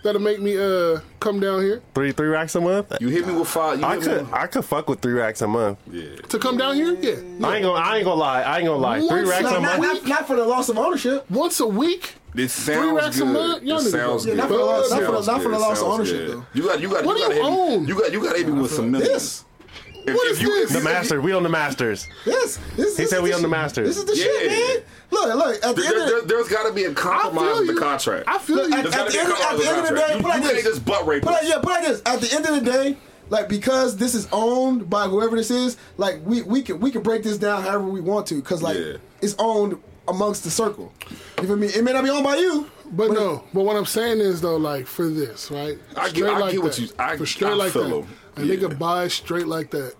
Speaker 4: that'll make me uh come down here
Speaker 7: Three three racks a month.
Speaker 3: You hit me with five. You
Speaker 7: I
Speaker 3: hit
Speaker 7: could
Speaker 3: Me
Speaker 7: I could fuck with three racks a month.
Speaker 3: with,
Speaker 4: to come down here. Yeah.
Speaker 7: I ain't gonna I ain't gonna lie. I ain't gonna lie. Three
Speaker 4: Once
Speaker 7: racks
Speaker 4: a
Speaker 7: a
Speaker 1: Not, not,
Speaker 7: month.
Speaker 1: not, not for the loss of ownership.
Speaker 4: Once a week.
Speaker 3: this
Speaker 4: Three
Speaker 3: sounds
Speaker 4: racks a month?
Speaker 3: good.
Speaker 4: Y'all
Speaker 3: This
Speaker 4: niggas
Speaker 3: sounds
Speaker 4: go-
Speaker 3: good.
Speaker 4: Yeah, not for the loss-
Speaker 1: not for the-
Speaker 3: Sounds
Speaker 1: not for the
Speaker 3: good.
Speaker 1: loss of
Speaker 3: Sounds
Speaker 1: ownership,
Speaker 3: good.
Speaker 1: though.
Speaker 3: You got you got
Speaker 4: What
Speaker 3: you
Speaker 4: do
Speaker 3: got
Speaker 4: you own?
Speaker 3: You got you got hit me with some millions.
Speaker 1: This,
Speaker 3: If-
Speaker 4: What
Speaker 3: if
Speaker 4: is
Speaker 3: you-
Speaker 4: this?
Speaker 3: if-
Speaker 7: The master. We on the masters.
Speaker 1: this, this.
Speaker 7: He
Speaker 1: this
Speaker 7: said
Speaker 1: is
Speaker 7: we
Speaker 1: the
Speaker 7: on the
Speaker 1: shit.
Speaker 7: Masters.
Speaker 1: This is the
Speaker 3: Yeah.
Speaker 1: shit, man. Look, look. At the
Speaker 3: There,
Speaker 1: end
Speaker 3: there,
Speaker 1: of the
Speaker 3: there's got to be a compromise with the contract.
Speaker 4: I feel you.
Speaker 1: at-
Speaker 3: There's
Speaker 1: at
Speaker 3: got to
Speaker 1: the
Speaker 3: be a
Speaker 1: end of-
Speaker 3: compromise
Speaker 1: at
Speaker 3: with
Speaker 1: the
Speaker 3: the
Speaker 1: end of the
Speaker 3: contract.
Speaker 1: day,
Speaker 3: You,
Speaker 1: put like
Speaker 3: you can't
Speaker 1: this.
Speaker 3: just butt rape
Speaker 1: put
Speaker 3: us.
Speaker 1: it, yeah, put it like this. At the end of the day, like because this is owned by whoever this is, like we we can we can break this down however we want to, because like
Speaker 3: Yeah.
Speaker 1: it's owned amongst the circle. You feel me? It may not be owned by you,
Speaker 4: But no, but what I'm saying is though, like for this, right?
Speaker 3: I get- I get what you- I-
Speaker 4: for straight
Speaker 3: I
Speaker 4: like
Speaker 3: feel
Speaker 4: that.
Speaker 3: him.
Speaker 4: A
Speaker 3: Yeah.
Speaker 4: nigga buys straight like that,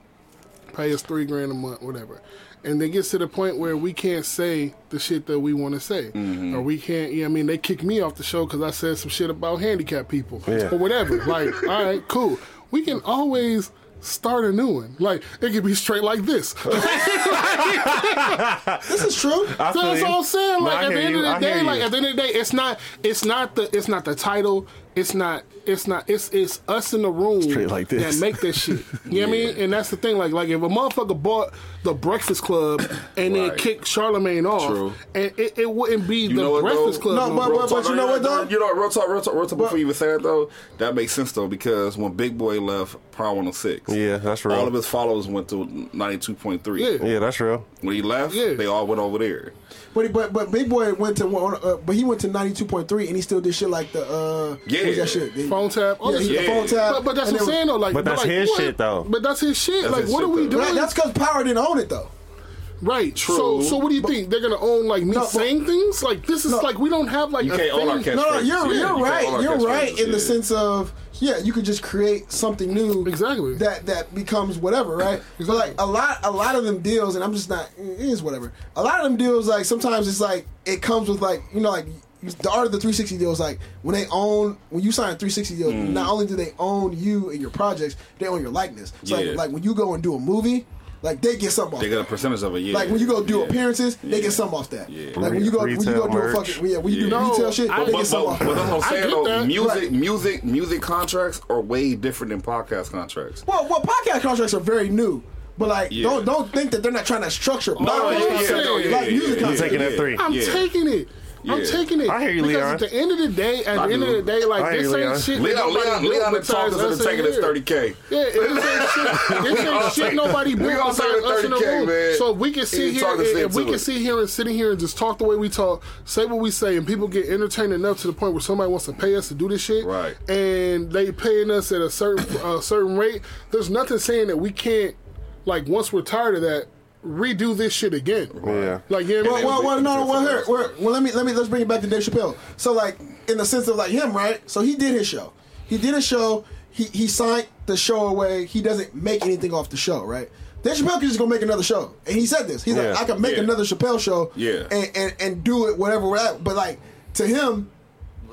Speaker 4: pay us three grand a month, whatever, and then gets to the point where we can't say the shit that we want to say,
Speaker 3: Mm-hmm.
Speaker 4: or we can't. You know, what I mean, they kicked me off the show because I said some shit about handicapped people
Speaker 7: Yeah.
Speaker 4: or whatever. Like, all right, cool. We can always start a new one. Like, it could be straight like this.
Speaker 1: this is true.
Speaker 7: I
Speaker 4: So
Speaker 7: feel
Speaker 4: that's
Speaker 7: you.
Speaker 4: all I'm saying.
Speaker 7: No,
Speaker 4: Like
Speaker 7: I
Speaker 4: at the
Speaker 7: hear
Speaker 4: end
Speaker 7: you.
Speaker 4: of the
Speaker 7: I
Speaker 4: day,
Speaker 7: hear
Speaker 4: like
Speaker 7: you.
Speaker 4: at the end of the day, it's not it's not the it's not the title. It's not it's not it's it's us in the room
Speaker 7: Straight like this.
Speaker 4: that make this shit. You know what I mean? And that's the thing. Like like if a motherfucker bought the Breakfast Club and then
Speaker 3: Right.
Speaker 4: kicked Charlemagne off,
Speaker 3: True.
Speaker 4: and it, it wouldn't be
Speaker 3: You know
Speaker 4: the
Speaker 3: what,
Speaker 4: Breakfast
Speaker 3: though?
Speaker 4: Club.
Speaker 1: No, but-
Speaker 4: bro.
Speaker 1: but- you know what, though?
Speaker 3: You know, real talk, real talk, real talk. Before you even say that though, that makes sense though because when Big Boy left Prime 106,
Speaker 7: Yeah, that's real.
Speaker 3: All of his followers went to 92.3.
Speaker 4: Yeah.
Speaker 7: Yeah, that's real.
Speaker 3: When he left,
Speaker 4: Yeah.
Speaker 3: they all went over there.
Speaker 1: But but but Big Boy went to one, uh, but he went to ninety two point three and he still did shit like the uh what
Speaker 3: Yeah.
Speaker 1: was that shit The-
Speaker 4: Phone tap, all
Speaker 1: yeah,
Speaker 4: that
Speaker 1: he-
Speaker 4: shit.
Speaker 1: the phone
Speaker 3: Yeah.
Speaker 1: tap
Speaker 4: But, but that's
Speaker 1: and
Speaker 4: what I'm
Speaker 1: then-
Speaker 4: saying though. Like,
Speaker 7: But that's
Speaker 4: like,
Speaker 7: his
Speaker 4: what-
Speaker 7: shit, though.
Speaker 4: But that's his shit.
Speaker 3: That's
Speaker 4: like,
Speaker 3: his
Speaker 4: what
Speaker 3: shit,
Speaker 4: are we
Speaker 3: though.
Speaker 1: but
Speaker 4: doing?
Speaker 1: that- that's because Power didn't own it though.
Speaker 4: Right. So
Speaker 3: True.
Speaker 4: so what do you think? They're gonna own like me
Speaker 1: No, but-
Speaker 4: saying things? Like this is like we don't have like
Speaker 3: You
Speaker 4: a
Speaker 3: can't own our
Speaker 4: thing.
Speaker 3: catchphrases.
Speaker 1: No, no, you're
Speaker 3: yeah,
Speaker 1: you're
Speaker 3: you can't
Speaker 1: right.
Speaker 3: own our
Speaker 1: You're right
Speaker 3: catchphrases,
Speaker 1: in the
Speaker 3: yeah.
Speaker 1: sense of yeah, you could just create something new.
Speaker 4: Exactly.
Speaker 1: That that becomes whatever, right? But like a lot a lot of them deals, and I'm just not it is whatever. A lot of them deals, like sometimes it's like it comes with like you know like. The art of the 360 deal is like when they own when you sign a 360 deal.
Speaker 3: Mm.
Speaker 1: Not only do they own you and your projects, they own your likeness. So like,
Speaker 3: Yeah.
Speaker 1: like when you go and do a movie, Like they get something off.
Speaker 3: They
Speaker 1: that.
Speaker 3: got a percentage of it. Yeah.
Speaker 1: Like when you go do
Speaker 3: Yeah.
Speaker 1: appearances, they
Speaker 3: Yeah.
Speaker 1: get something off that.
Speaker 3: Yeah.
Speaker 1: Like when you go when you
Speaker 7: Retail
Speaker 1: go do a
Speaker 7: merch.
Speaker 1: fucking yeah, when you
Speaker 3: Yeah.
Speaker 1: do retail shit,
Speaker 4: No,
Speaker 1: they
Speaker 3: But,
Speaker 1: get
Speaker 3: but,
Speaker 1: something
Speaker 3: but,
Speaker 1: off
Speaker 3: but that's
Speaker 1: that.
Speaker 3: what I'm
Speaker 4: I
Speaker 3: saying
Speaker 4: get
Speaker 3: though.
Speaker 4: that.
Speaker 3: Music,
Speaker 1: Right.
Speaker 3: music, music contracts are way different than podcast contracts.
Speaker 1: Well, well, podcast contracts are very new, but like
Speaker 3: Yeah.
Speaker 1: don't don't think that they're not trying to structure.
Speaker 3: No,
Speaker 1: podcasts.
Speaker 3: yeah, yeah,
Speaker 4: saying.
Speaker 3: no, yeah,
Speaker 1: Like
Speaker 3: yeah,
Speaker 1: music
Speaker 3: yeah,
Speaker 1: I'm
Speaker 3: yeah,
Speaker 7: taking that
Speaker 3: yeah.
Speaker 7: three.
Speaker 4: I'm
Speaker 3: Yeah.
Speaker 4: taking it. I'm
Speaker 3: Yeah.
Speaker 4: taking it.
Speaker 7: I hear you,
Speaker 4: because
Speaker 7: Leon.
Speaker 4: At the end of the day, at
Speaker 3: I
Speaker 4: the end
Speaker 3: do.
Speaker 4: of the day,
Speaker 7: I
Speaker 4: like
Speaker 7: hear
Speaker 4: this
Speaker 7: you, Leon.
Speaker 4: ain't shit. that
Speaker 3: Leon,
Speaker 4: nobody
Speaker 3: Leon,
Speaker 4: built
Speaker 3: Leon, and
Speaker 4: besides
Speaker 3: talkers
Speaker 4: us
Speaker 3: into
Speaker 4: in
Speaker 3: taking this
Speaker 4: here.
Speaker 3: thirty k.
Speaker 4: Yeah, it ain't shit. This
Speaker 3: all
Speaker 4: ain't shit.
Speaker 3: taking-
Speaker 4: Nobody
Speaker 3: we all
Speaker 4: built besides
Speaker 3: taking
Speaker 4: us in the
Speaker 3: 30K,
Speaker 4: room.
Speaker 3: man.
Speaker 4: So we can
Speaker 3: Any
Speaker 4: sit here
Speaker 3: talking
Speaker 4: and,
Speaker 3: shit
Speaker 4: and we
Speaker 3: to
Speaker 4: can
Speaker 3: it.
Speaker 4: sit here and sit in here and just talk the way we talk, say what we say, and people get entertained enough to the point where somebody wants to pay us to do this shit.
Speaker 3: Right.
Speaker 4: And they paying us at a certain a certain rate. There's nothing saying that we can't like once we're tired of that, redo this shit again.
Speaker 7: Yeah.
Speaker 4: Like yeah,
Speaker 1: Well, well, well, no, no, well, here, well, well, let me, let me, let's bring it back to Dave Chappelle. So, like, in the sense of like him, right? So he did his show. He did his show. He he signed the show away. He doesn't make anything off the show, right? Dave Chappelle can just go make another show, and he said this. He's
Speaker 7: Yeah.
Speaker 1: like, I can make
Speaker 3: Yeah.
Speaker 1: another Chappelle show,
Speaker 3: Yeah.
Speaker 1: and, and and do it whatever. whatever. But like to him,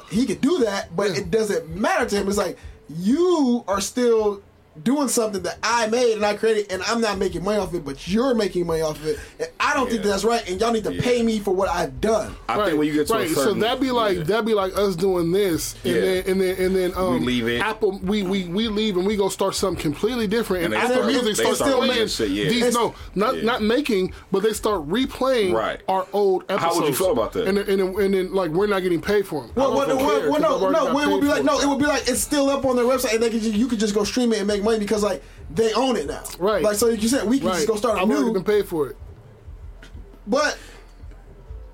Speaker 1: he could do that, but it doesn't matter to him. It's like you are still doing something that I made and I created, and I'm not making money off it, but you're making money off of it, and I don't think
Speaker 3: Yeah.
Speaker 1: that's right. And y'all need to pay me for what I've done.
Speaker 3: I think when you get to
Speaker 4: right.
Speaker 3: a
Speaker 4: so
Speaker 3: certain,
Speaker 4: that'd be like
Speaker 3: yeah.
Speaker 4: that'd be like us doing this, and
Speaker 3: Yeah.
Speaker 4: then and then and then um,
Speaker 3: We leave it.
Speaker 4: Apple, we, we we leave and we go start something completely different, and,
Speaker 3: And they
Speaker 4: Apple
Speaker 1: start-
Speaker 4: Music
Speaker 1: they
Speaker 4: starts
Speaker 1: start
Speaker 4: still
Speaker 1: making
Speaker 4: playing
Speaker 3: shit, yeah.
Speaker 4: these.
Speaker 1: It's-
Speaker 4: No, not
Speaker 3: yeah.
Speaker 4: not making, but they start replaying
Speaker 3: Right.
Speaker 4: our old
Speaker 3: would you
Speaker 4: episodes.
Speaker 3: feel about that?
Speaker 4: And then, and then, and then like we're not getting paid for them.
Speaker 1: Well, well, well, well, no, no, well, it would be like no, it would be like it's still up on their website, and they could just, you could just go stream it and make money because like they own it now,
Speaker 4: Right.
Speaker 1: Like so, like you said, we can
Speaker 4: Right.
Speaker 1: just go start a
Speaker 4: I've already
Speaker 1: new.
Speaker 4: been paid for it.
Speaker 1: but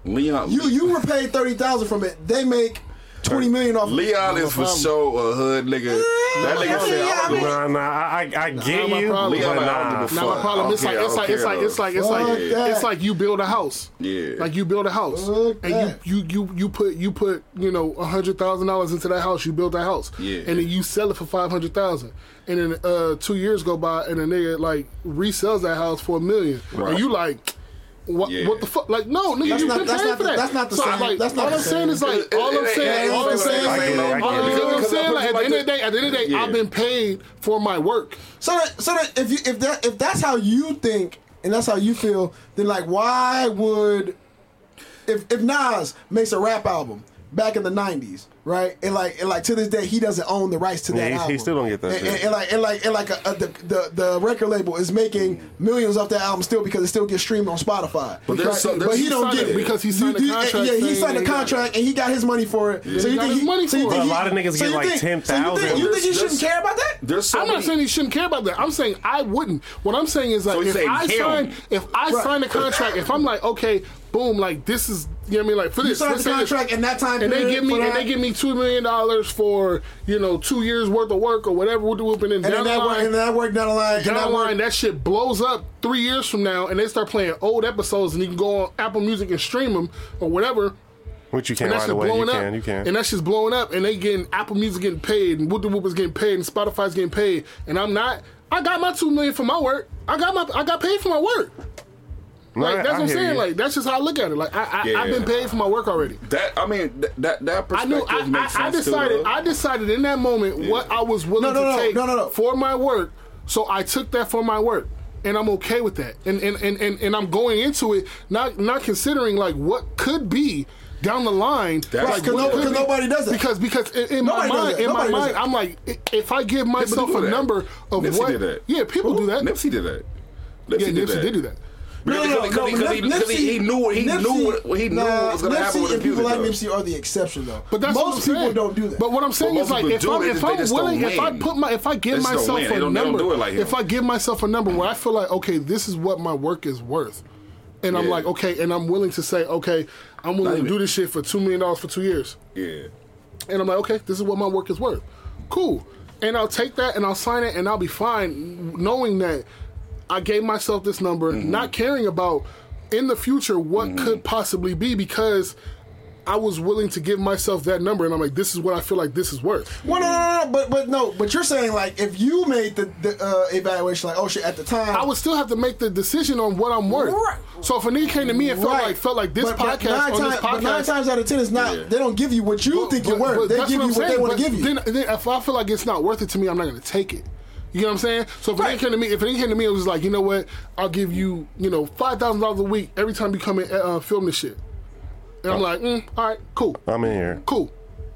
Speaker 3: Leon.
Speaker 1: you you were paid thirty thousand from it. They make twenty million off. of it.
Speaker 3: Leon is for sure a hood nigga. That nigga said,
Speaker 1: yeah,
Speaker 3: I
Speaker 1: I mean-
Speaker 3: don't
Speaker 7: Nah, nah, I, I, I get
Speaker 4: Not my
Speaker 7: you.
Speaker 4: problem.
Speaker 7: but
Speaker 3: Leon, I don't
Speaker 7: nah.
Speaker 3: give a
Speaker 4: Now my
Speaker 3: Fuck,
Speaker 4: problem it's
Speaker 3: I
Speaker 4: like
Speaker 3: don't
Speaker 4: it's like
Speaker 3: care,
Speaker 4: it's like
Speaker 3: I don't
Speaker 4: it's like it's
Speaker 1: care.
Speaker 4: like
Speaker 1: Fuck that.
Speaker 4: it's like you build a house.
Speaker 3: Yeah.
Speaker 4: Like you build a house
Speaker 1: Fuck
Speaker 4: and
Speaker 1: that.
Speaker 4: you, you you you put you put you know a hundred thousand dollars into that house. You build that house.
Speaker 3: Yeah.
Speaker 4: And then you sell it for five hundred thousand. And then uh, two years go by and a nigga like resells that house for a million.
Speaker 3: Right.
Speaker 4: And you like. What,
Speaker 3: Yeah.
Speaker 4: what the fuck? Like no, nigga,
Speaker 1: That's
Speaker 4: you
Speaker 1: not-
Speaker 4: been
Speaker 1: that's
Speaker 4: paying
Speaker 1: not
Speaker 4: for
Speaker 1: the-
Speaker 4: that.
Speaker 1: that's not the
Speaker 4: so,
Speaker 1: same-
Speaker 4: Like,
Speaker 1: that's not
Speaker 4: all
Speaker 1: the
Speaker 4: I'm saying is like
Speaker 3: It-
Speaker 4: all
Speaker 3: it-
Speaker 4: I'm
Speaker 3: it-
Speaker 4: saying,
Speaker 3: it-
Speaker 4: all
Speaker 3: it-
Speaker 4: I'm
Speaker 3: it-
Speaker 4: saying,
Speaker 3: it-
Speaker 4: all
Speaker 7: I get it, I
Speaker 4: I'm
Speaker 7: get
Speaker 4: saying,
Speaker 7: it.
Speaker 4: all I'm saying, like at the end of the day, at the end of the day,
Speaker 3: Yeah.
Speaker 4: I've been paid for my work.
Speaker 1: So that, so that if you if that if that's how you think and that's how you feel, then like why would if if Nas makes a rap album back in the nineties, right? And like and like to this day he doesn't own the rights to
Speaker 7: Yeah,
Speaker 1: that
Speaker 7: he- he
Speaker 1: album.
Speaker 7: still don't get that
Speaker 1: And,
Speaker 7: shit.
Speaker 1: and, and like and like and like a, a, the, the the record label is making millions off that album still because it still gets streamed on Spotify.
Speaker 3: But there's some- there's-
Speaker 1: but he
Speaker 3: he
Speaker 1: don't
Speaker 4: signed
Speaker 1: get
Speaker 4: it
Speaker 1: it
Speaker 4: because he signed a
Speaker 1: you,
Speaker 4: contract
Speaker 1: Yeah, he
Speaker 4: saying
Speaker 1: signed
Speaker 4: that
Speaker 1: a
Speaker 4: he got it.
Speaker 1: contract and he got his money for it. So
Speaker 4: He
Speaker 1: you
Speaker 4: got
Speaker 1: think
Speaker 4: his
Speaker 1: he,
Speaker 4: money
Speaker 1: so you
Speaker 4: for it.
Speaker 1: think
Speaker 4: Well, a
Speaker 1: he-
Speaker 7: lot of
Speaker 1: so
Speaker 7: niggas get
Speaker 1: you
Speaker 7: like
Speaker 1: think- So you
Speaker 7: 10,000.
Speaker 1: think, you think you
Speaker 3: There's-
Speaker 1: shouldn't care about that?
Speaker 3: There's so
Speaker 4: I'm not
Speaker 3: many-
Speaker 4: saying he shouldn't care about that. I'm saying I wouldn't. What I'm saying is like
Speaker 3: So he's
Speaker 4: if
Speaker 3: saying
Speaker 4: I
Speaker 3: him.
Speaker 4: sign if I
Speaker 1: Right.
Speaker 4: sign a contract, if I'm like, okay, boom, like this is you know what I mean, like for
Speaker 1: You
Speaker 4: this.
Speaker 1: signed
Speaker 4: let's
Speaker 1: the
Speaker 4: say this-
Speaker 1: contract in that time
Speaker 4: and they
Speaker 1: period
Speaker 4: give me
Speaker 1: for
Speaker 4: and
Speaker 1: that.
Speaker 4: they give me two million dollars for, you know, two years worth of work or whatever we're doing and then
Speaker 1: And
Speaker 4: down
Speaker 1: then
Speaker 4: the
Speaker 1: that work,
Speaker 4: line-
Speaker 1: and that work down the line,
Speaker 4: down
Speaker 1: and
Speaker 4: the
Speaker 1: that work
Speaker 4: line, that shit blows up three years from now, and they start playing old episodes, and you can go on Apple Music and stream them or whatever.
Speaker 7: Which you can't
Speaker 4: and that's
Speaker 7: right
Speaker 4: just
Speaker 7: away. You
Speaker 4: blowing up.
Speaker 7: can, you can.
Speaker 4: And that's just blowing up. And they getting Apple Music getting paid, and Whoop the Whoop is getting paid, and Spotify's getting paid, and I'm not. I got my two million for my work. I got my. I got paid for my work.
Speaker 7: Nah,
Speaker 4: Like that's
Speaker 7: I
Speaker 4: what I'm
Speaker 7: hear
Speaker 4: saying.
Speaker 7: you.
Speaker 4: Like that's just how I look at it. Like I, I
Speaker 3: Yeah.
Speaker 4: I've been paid for my work already.
Speaker 3: That I mean th- that that
Speaker 4: I knew.
Speaker 3: perspective
Speaker 4: I,
Speaker 3: makes
Speaker 4: I, I
Speaker 3: sense
Speaker 4: decided.
Speaker 3: Too,
Speaker 4: I decided in that moment what I was willing
Speaker 1: No, no,
Speaker 4: to
Speaker 1: no,
Speaker 4: take
Speaker 1: no, no, no.
Speaker 4: for my work. So I took that for my work, and I'm okay with that. And and, and, and, and I'm going into it not not considering like what could be down the line.
Speaker 3: That's-
Speaker 4: like,
Speaker 1: because
Speaker 4: what
Speaker 1: no,
Speaker 4: could
Speaker 1: because
Speaker 4: be.
Speaker 1: nobody does that.
Speaker 4: Because because in, in my
Speaker 1: Nobody does
Speaker 4: mind,
Speaker 1: that.
Speaker 4: in my
Speaker 1: Nobody does
Speaker 4: mind,
Speaker 1: that.
Speaker 4: I'm like, i- if I give myself
Speaker 3: do
Speaker 4: a
Speaker 3: that.
Speaker 4: number of
Speaker 3: Nipsey
Speaker 4: what,
Speaker 3: did that.
Speaker 4: yeah, people do that.
Speaker 3: Nipsey did that. Nipsey
Speaker 4: yeah,
Speaker 3: did
Speaker 4: Nipsey
Speaker 3: that.
Speaker 4: did do that.
Speaker 1: No, no, no,
Speaker 3: Because he- because he-
Speaker 1: no,
Speaker 3: because he- he knew what- he
Speaker 1: Nipsey-
Speaker 3: knew what- what he knew
Speaker 1: nah,
Speaker 3: what was gonna happen
Speaker 1: Nipsey
Speaker 3: with his
Speaker 1: and people
Speaker 3: music,
Speaker 1: like
Speaker 3: though.
Speaker 1: Nipsey are the exception, though.
Speaker 4: But that's
Speaker 1: most
Speaker 4: what I'm
Speaker 1: people
Speaker 4: saying.
Speaker 1: don't do that.
Speaker 4: But what I'm saying
Speaker 3: But
Speaker 4: is
Speaker 3: most
Speaker 4: like
Speaker 3: people
Speaker 4: if
Speaker 3: do,
Speaker 4: I'm
Speaker 3: they
Speaker 4: if
Speaker 3: just- they
Speaker 4: I'm
Speaker 3: just
Speaker 4: willing,
Speaker 3: don't
Speaker 4: if I
Speaker 3: win.
Speaker 4: put my if I give
Speaker 3: They just don't
Speaker 4: myself
Speaker 3: win. They
Speaker 4: a
Speaker 3: don't- they don't
Speaker 4: number,
Speaker 3: do it like him.
Speaker 4: if I give myself a number where I feel like okay, this is what my work is worth, and I'm
Speaker 3: Yeah.
Speaker 4: like okay, and I'm willing to say okay, I'm willing to
Speaker 3: even-
Speaker 4: do this shit for two million dollars for two years,
Speaker 3: Yeah.
Speaker 4: and I'm like okay, this is what my work is worth, cool, and I'll take that and I'll sign it and I'll be fine knowing that I gave myself this number,
Speaker 1: Mm-hmm.
Speaker 4: not caring about in the future what could possibly be because. I was willing to give myself that number, and I'm like, this is what I feel like this is worth.
Speaker 1: well, no, no, no, no, but but no, but you're saying like if you made the, the uh, evaluation, like oh shit, at the time
Speaker 4: I would still have to make the decision on what I'm worth.
Speaker 1: Right.
Speaker 4: So if a nigga came to me and felt
Speaker 1: Right.
Speaker 4: like felt like this
Speaker 1: But- but
Speaker 4: podcast on
Speaker 1: nine
Speaker 4: this
Speaker 1: times- But nine
Speaker 4: podcast.
Speaker 1: times out of ten, it's not.
Speaker 3: Yeah.
Speaker 1: They don't give you what you think
Speaker 4: but-
Speaker 1: you're worth.
Speaker 4: but
Speaker 1: They
Speaker 4: that's
Speaker 1: give you
Speaker 4: I'm
Speaker 1: what they
Speaker 4: saying,
Speaker 1: want
Speaker 4: but
Speaker 1: to give you.
Speaker 4: Then, then if I feel like it's not worth it to me, I'm not going to take it. You know what I'm saying? So if it ain't came to me, if it ain't came to me, it was like, you know what? I'll give you, you know, five thousand dollars a week every time you come and uh, film this shit. And
Speaker 1: Uh.
Speaker 4: I'm like, mm, all right, cool,
Speaker 7: I'm in here.
Speaker 4: cool.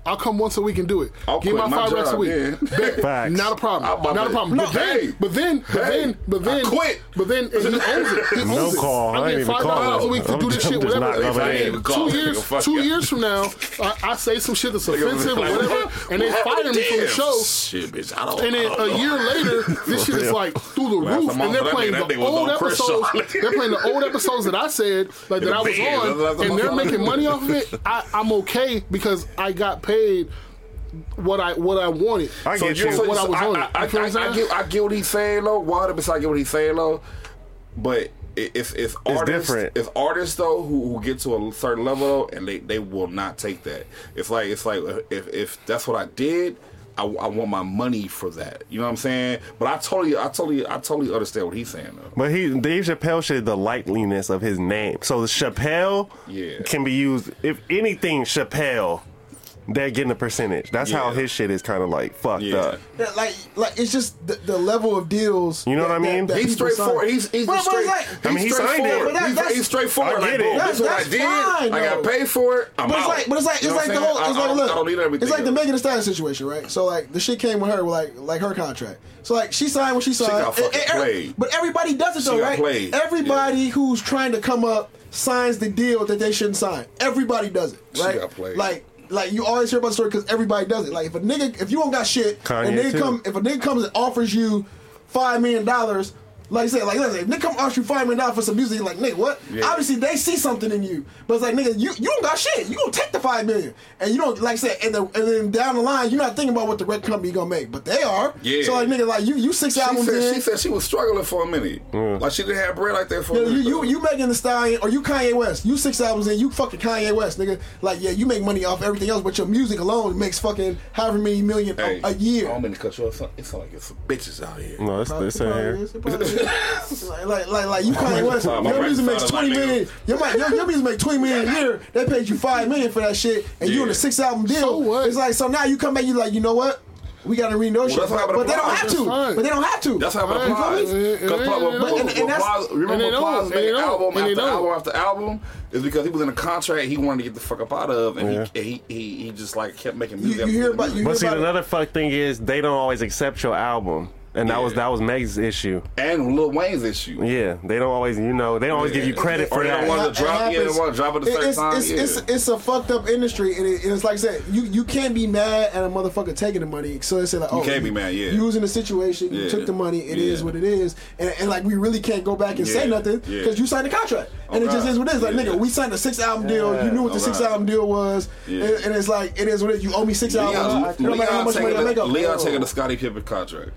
Speaker 4: I'll come once a week and do it.
Speaker 3: I'll
Speaker 4: Give
Speaker 3: quit
Speaker 4: my
Speaker 3: my
Speaker 4: five racks a
Speaker 3: job,
Speaker 4: week.
Speaker 3: yeah.
Speaker 4: Bet.
Speaker 7: Facts.
Speaker 4: Not a
Speaker 3: I'll
Speaker 4: problem.
Speaker 3: buy
Speaker 4: Not a
Speaker 3: it.
Speaker 4: problem.
Speaker 3: No,
Speaker 4: but then,
Speaker 3: hey.
Speaker 4: but then, but
Speaker 3: Hey.
Speaker 4: then, but
Speaker 3: I
Speaker 4: then,
Speaker 3: quit.
Speaker 4: But then, and he owns it. He
Speaker 7: No
Speaker 4: owns it.
Speaker 7: call. I
Speaker 4: I
Speaker 7: ain't
Speaker 4: get
Speaker 7: even
Speaker 4: five dollars a
Speaker 7: calling.
Speaker 4: week to
Speaker 7: I'm
Speaker 4: do this
Speaker 7: just-
Speaker 4: shit.
Speaker 7: I'm just
Speaker 4: Whatever.
Speaker 7: not
Speaker 3: coming in.
Speaker 4: two
Speaker 3: Call.
Speaker 4: years,
Speaker 3: Fuck
Speaker 4: two
Speaker 3: yeah.
Speaker 4: years from now, I, I say some shit that's offensive, or whatever, and they fire me from the show.
Speaker 3: Shit, bitch. I don't.
Speaker 4: And then
Speaker 3: I don't
Speaker 4: a
Speaker 3: know.
Speaker 4: year later, this shit is like through the
Speaker 3: Last
Speaker 4: roof,
Speaker 3: time I
Speaker 4: and they're
Speaker 3: was on that
Speaker 4: playing
Speaker 3: nigga, that
Speaker 4: the
Speaker 3: nigga was
Speaker 4: old
Speaker 3: on Crenshaw.
Speaker 4: episodes. They're playing the old episodes that I said, like that I was
Speaker 3: bed. That's
Speaker 4: on,
Speaker 3: the
Speaker 4: and they're
Speaker 3: motherfucker.
Speaker 4: making money off of it. I, I'm okay because I got paid what I what I wanted.
Speaker 7: I
Speaker 3: So
Speaker 7: get
Speaker 3: you're
Speaker 7: you.
Speaker 3: so-
Speaker 4: what I
Speaker 3: so
Speaker 4: was on.
Speaker 3: I, I,
Speaker 4: You feel what I'm
Speaker 3: I, I,
Speaker 4: saying?
Speaker 3: get, I get what he's saying though. One hundred percent, I get what he's saying though. But i- if if artists,
Speaker 7: different.
Speaker 3: if artists though who, who get to a certain level though, and they, they will not take that. It's like it's like uh, if if that's what I did. I, I want my money for that. You know what I'm saying? But I totally, I totally, I totally understand what he's saying though.
Speaker 7: But he Dave Chappelle shit the likeliness of his name. So the Chappelle
Speaker 3: Yeah.
Speaker 7: can be used if anything Chappelle, they're getting a percentage. That's how
Speaker 3: Yeah.
Speaker 7: his shit is kind of like fucked
Speaker 3: Yeah.
Speaker 7: up.
Speaker 1: That, like, like it's just the, the level of deals.
Speaker 7: You know what I mean?
Speaker 1: people
Speaker 3: He's straightforward.
Speaker 1: sign.
Speaker 3: He's he's
Speaker 1: But-
Speaker 3: just
Speaker 1: but
Speaker 3: straight.
Speaker 1: it's like-
Speaker 7: I mean, he
Speaker 3: he's
Speaker 7: signed it.
Speaker 3: straightforward.
Speaker 1: But that-
Speaker 3: He's-
Speaker 1: that's-
Speaker 3: he's straightforward.
Speaker 7: I
Speaker 3: Like,
Speaker 7: get
Speaker 3: bro,
Speaker 7: it.
Speaker 3: This is what I
Speaker 1: That's-
Speaker 3: did.
Speaker 1: that's fine,
Speaker 3: I got
Speaker 1: though.
Speaker 3: paid for it. I'm
Speaker 1: But it's
Speaker 3: out.
Speaker 1: like, but it's like, it's
Speaker 3: You know
Speaker 1: like
Speaker 3: what
Speaker 1: the
Speaker 3: I'm saying?
Speaker 1: whole, it's
Speaker 3: I- I
Speaker 1: like,
Speaker 3: don't-
Speaker 1: look,
Speaker 3: I don't need everything.
Speaker 1: it's like the
Speaker 3: else.
Speaker 1: Megan Thee Stallion situation, right? So like, the shit came with her, like, like her contract. So like, she signed when she signed.
Speaker 3: got fucking
Speaker 1: every-
Speaker 3: played.
Speaker 1: But everybody does it though,
Speaker 3: got
Speaker 1: right?
Speaker 3: played.
Speaker 1: Everybody who's trying to come up signs the deal that they shouldn't sign. Everybody does it,
Speaker 3: She
Speaker 1: right?
Speaker 3: got played.
Speaker 1: Like, like you always hear about the story because everybody does it. Like, if a nigga, if you don't got shit, and
Speaker 7: Kanye,
Speaker 1: nigga
Speaker 7: too.
Speaker 1: come, if a nigga comes and offers you five million dollars. Like I said, like listen, if nigga come offer you five million dollars for some music, you're like nigga, what?
Speaker 3: Yeah.
Speaker 1: Obviously they see something in you, but it's like nigga, you, you don't got shit. You gonna take the five million, and you don't like I said, and, the, and then down the line you're not thinking about what the record company gonna make, but they are.
Speaker 3: Yeah.
Speaker 1: So like nigga, like you you six
Speaker 3: She
Speaker 1: albums
Speaker 3: said,
Speaker 1: in,
Speaker 3: she said she was struggling for a minute. Like she didn't have bread like that for
Speaker 1: yeah,
Speaker 3: a
Speaker 1: you
Speaker 3: minute.
Speaker 1: you you Megan Thee Stallion or you Kanye West, you six albums in, you fucking Kanye West, nigga. Like yeah, you make money off everything else, but your music alone makes fucking however many million a-
Speaker 3: Hey,
Speaker 1: a, year.
Speaker 3: I don't mean to cut you off. It's not like it's some bitches out here.
Speaker 7: No, it's
Speaker 1: It
Speaker 7: this in
Speaker 1: probably
Speaker 7: here.
Speaker 1: is, it probably is. like, like, like, like you Kanye West.
Speaker 3: sorry, my
Speaker 1: Your
Speaker 3: brain
Speaker 1: music makes
Speaker 3: sounded
Speaker 1: twenty
Speaker 3: like
Speaker 1: million. Your, mi- your, your music make twenty million a year. They paid you five million for that shit, and you
Speaker 3: Yeah.
Speaker 1: in a six album deal.
Speaker 4: So what?
Speaker 1: It's like so now you come back, you like you know what? We got to renegotiate,
Speaker 3: that's what
Speaker 1: but,
Speaker 3: happened to
Speaker 1: but they don't
Speaker 3: Prodigy.
Speaker 1: have to.
Speaker 4: That's fine.
Speaker 1: But they don't have to.
Speaker 3: That's how
Speaker 4: Right.
Speaker 3: I Plies.
Speaker 4: Yeah, yeah,
Speaker 3: Because
Speaker 4: yeah,
Speaker 3: Plies,
Speaker 1: yeah. And- and that's-
Speaker 4: and they
Speaker 3: remember
Speaker 4: don't,
Speaker 3: Plies
Speaker 4: and they
Speaker 3: made
Speaker 4: don't,
Speaker 3: album
Speaker 4: and they
Speaker 3: after
Speaker 4: don't.
Speaker 3: album after album is because he was in a contract he wanted to get the fuck up out of, and he, he he he just like kept making
Speaker 1: you,
Speaker 3: music.
Speaker 1: you
Speaker 3: after
Speaker 1: hear
Speaker 3: making
Speaker 1: about you
Speaker 3: music.
Speaker 7: But see,
Speaker 1: hear about
Speaker 7: another fuck thing is they don't always accept your album, and that was
Speaker 3: Yeah.
Speaker 7: that was Meg's issue.
Speaker 3: and Lil Wayne's issue.
Speaker 7: Yeah, they don't always, you know, they don't always give you
Speaker 3: Yeah.
Speaker 7: credit
Speaker 3: Or
Speaker 7: for
Speaker 3: they don't
Speaker 7: that.
Speaker 3: wanna-
Speaker 1: It
Speaker 3: drop- yeah, they
Speaker 1: happens.
Speaker 3: wanna drop it a certain
Speaker 1: it's,
Speaker 3: time,
Speaker 1: It's, it's,
Speaker 3: yeah.
Speaker 1: it's a fucked up industry, and, it, and it's like I said, you, you can't be mad at a motherfucker taking the money. So they say like, oh,
Speaker 3: can't be mad, yeah.
Speaker 1: You was in a situation, you
Speaker 3: Yeah.
Speaker 1: took the money. It is
Speaker 3: Yeah.
Speaker 1: what it is, and, and like we really can't go back and say
Speaker 3: Yeah.
Speaker 1: nothing
Speaker 3: Yeah.
Speaker 1: because you signed the contract, and it
Speaker 3: Okay.
Speaker 1: just is what it is. Like
Speaker 3: Yeah.
Speaker 1: nigga, we signed a six album deal. You knew what the six
Speaker 3: Alright.
Speaker 1: album deal was,
Speaker 3: Yeah.
Speaker 1: and, and it's like it is what it is. You owe me six
Speaker 3: Leon,
Speaker 1: albums. No matter uh, how
Speaker 3: Leon
Speaker 1: much money
Speaker 3: taking
Speaker 1: I make
Speaker 3: the,
Speaker 1: up.
Speaker 3: Leon taking the Scottie Pippen contract.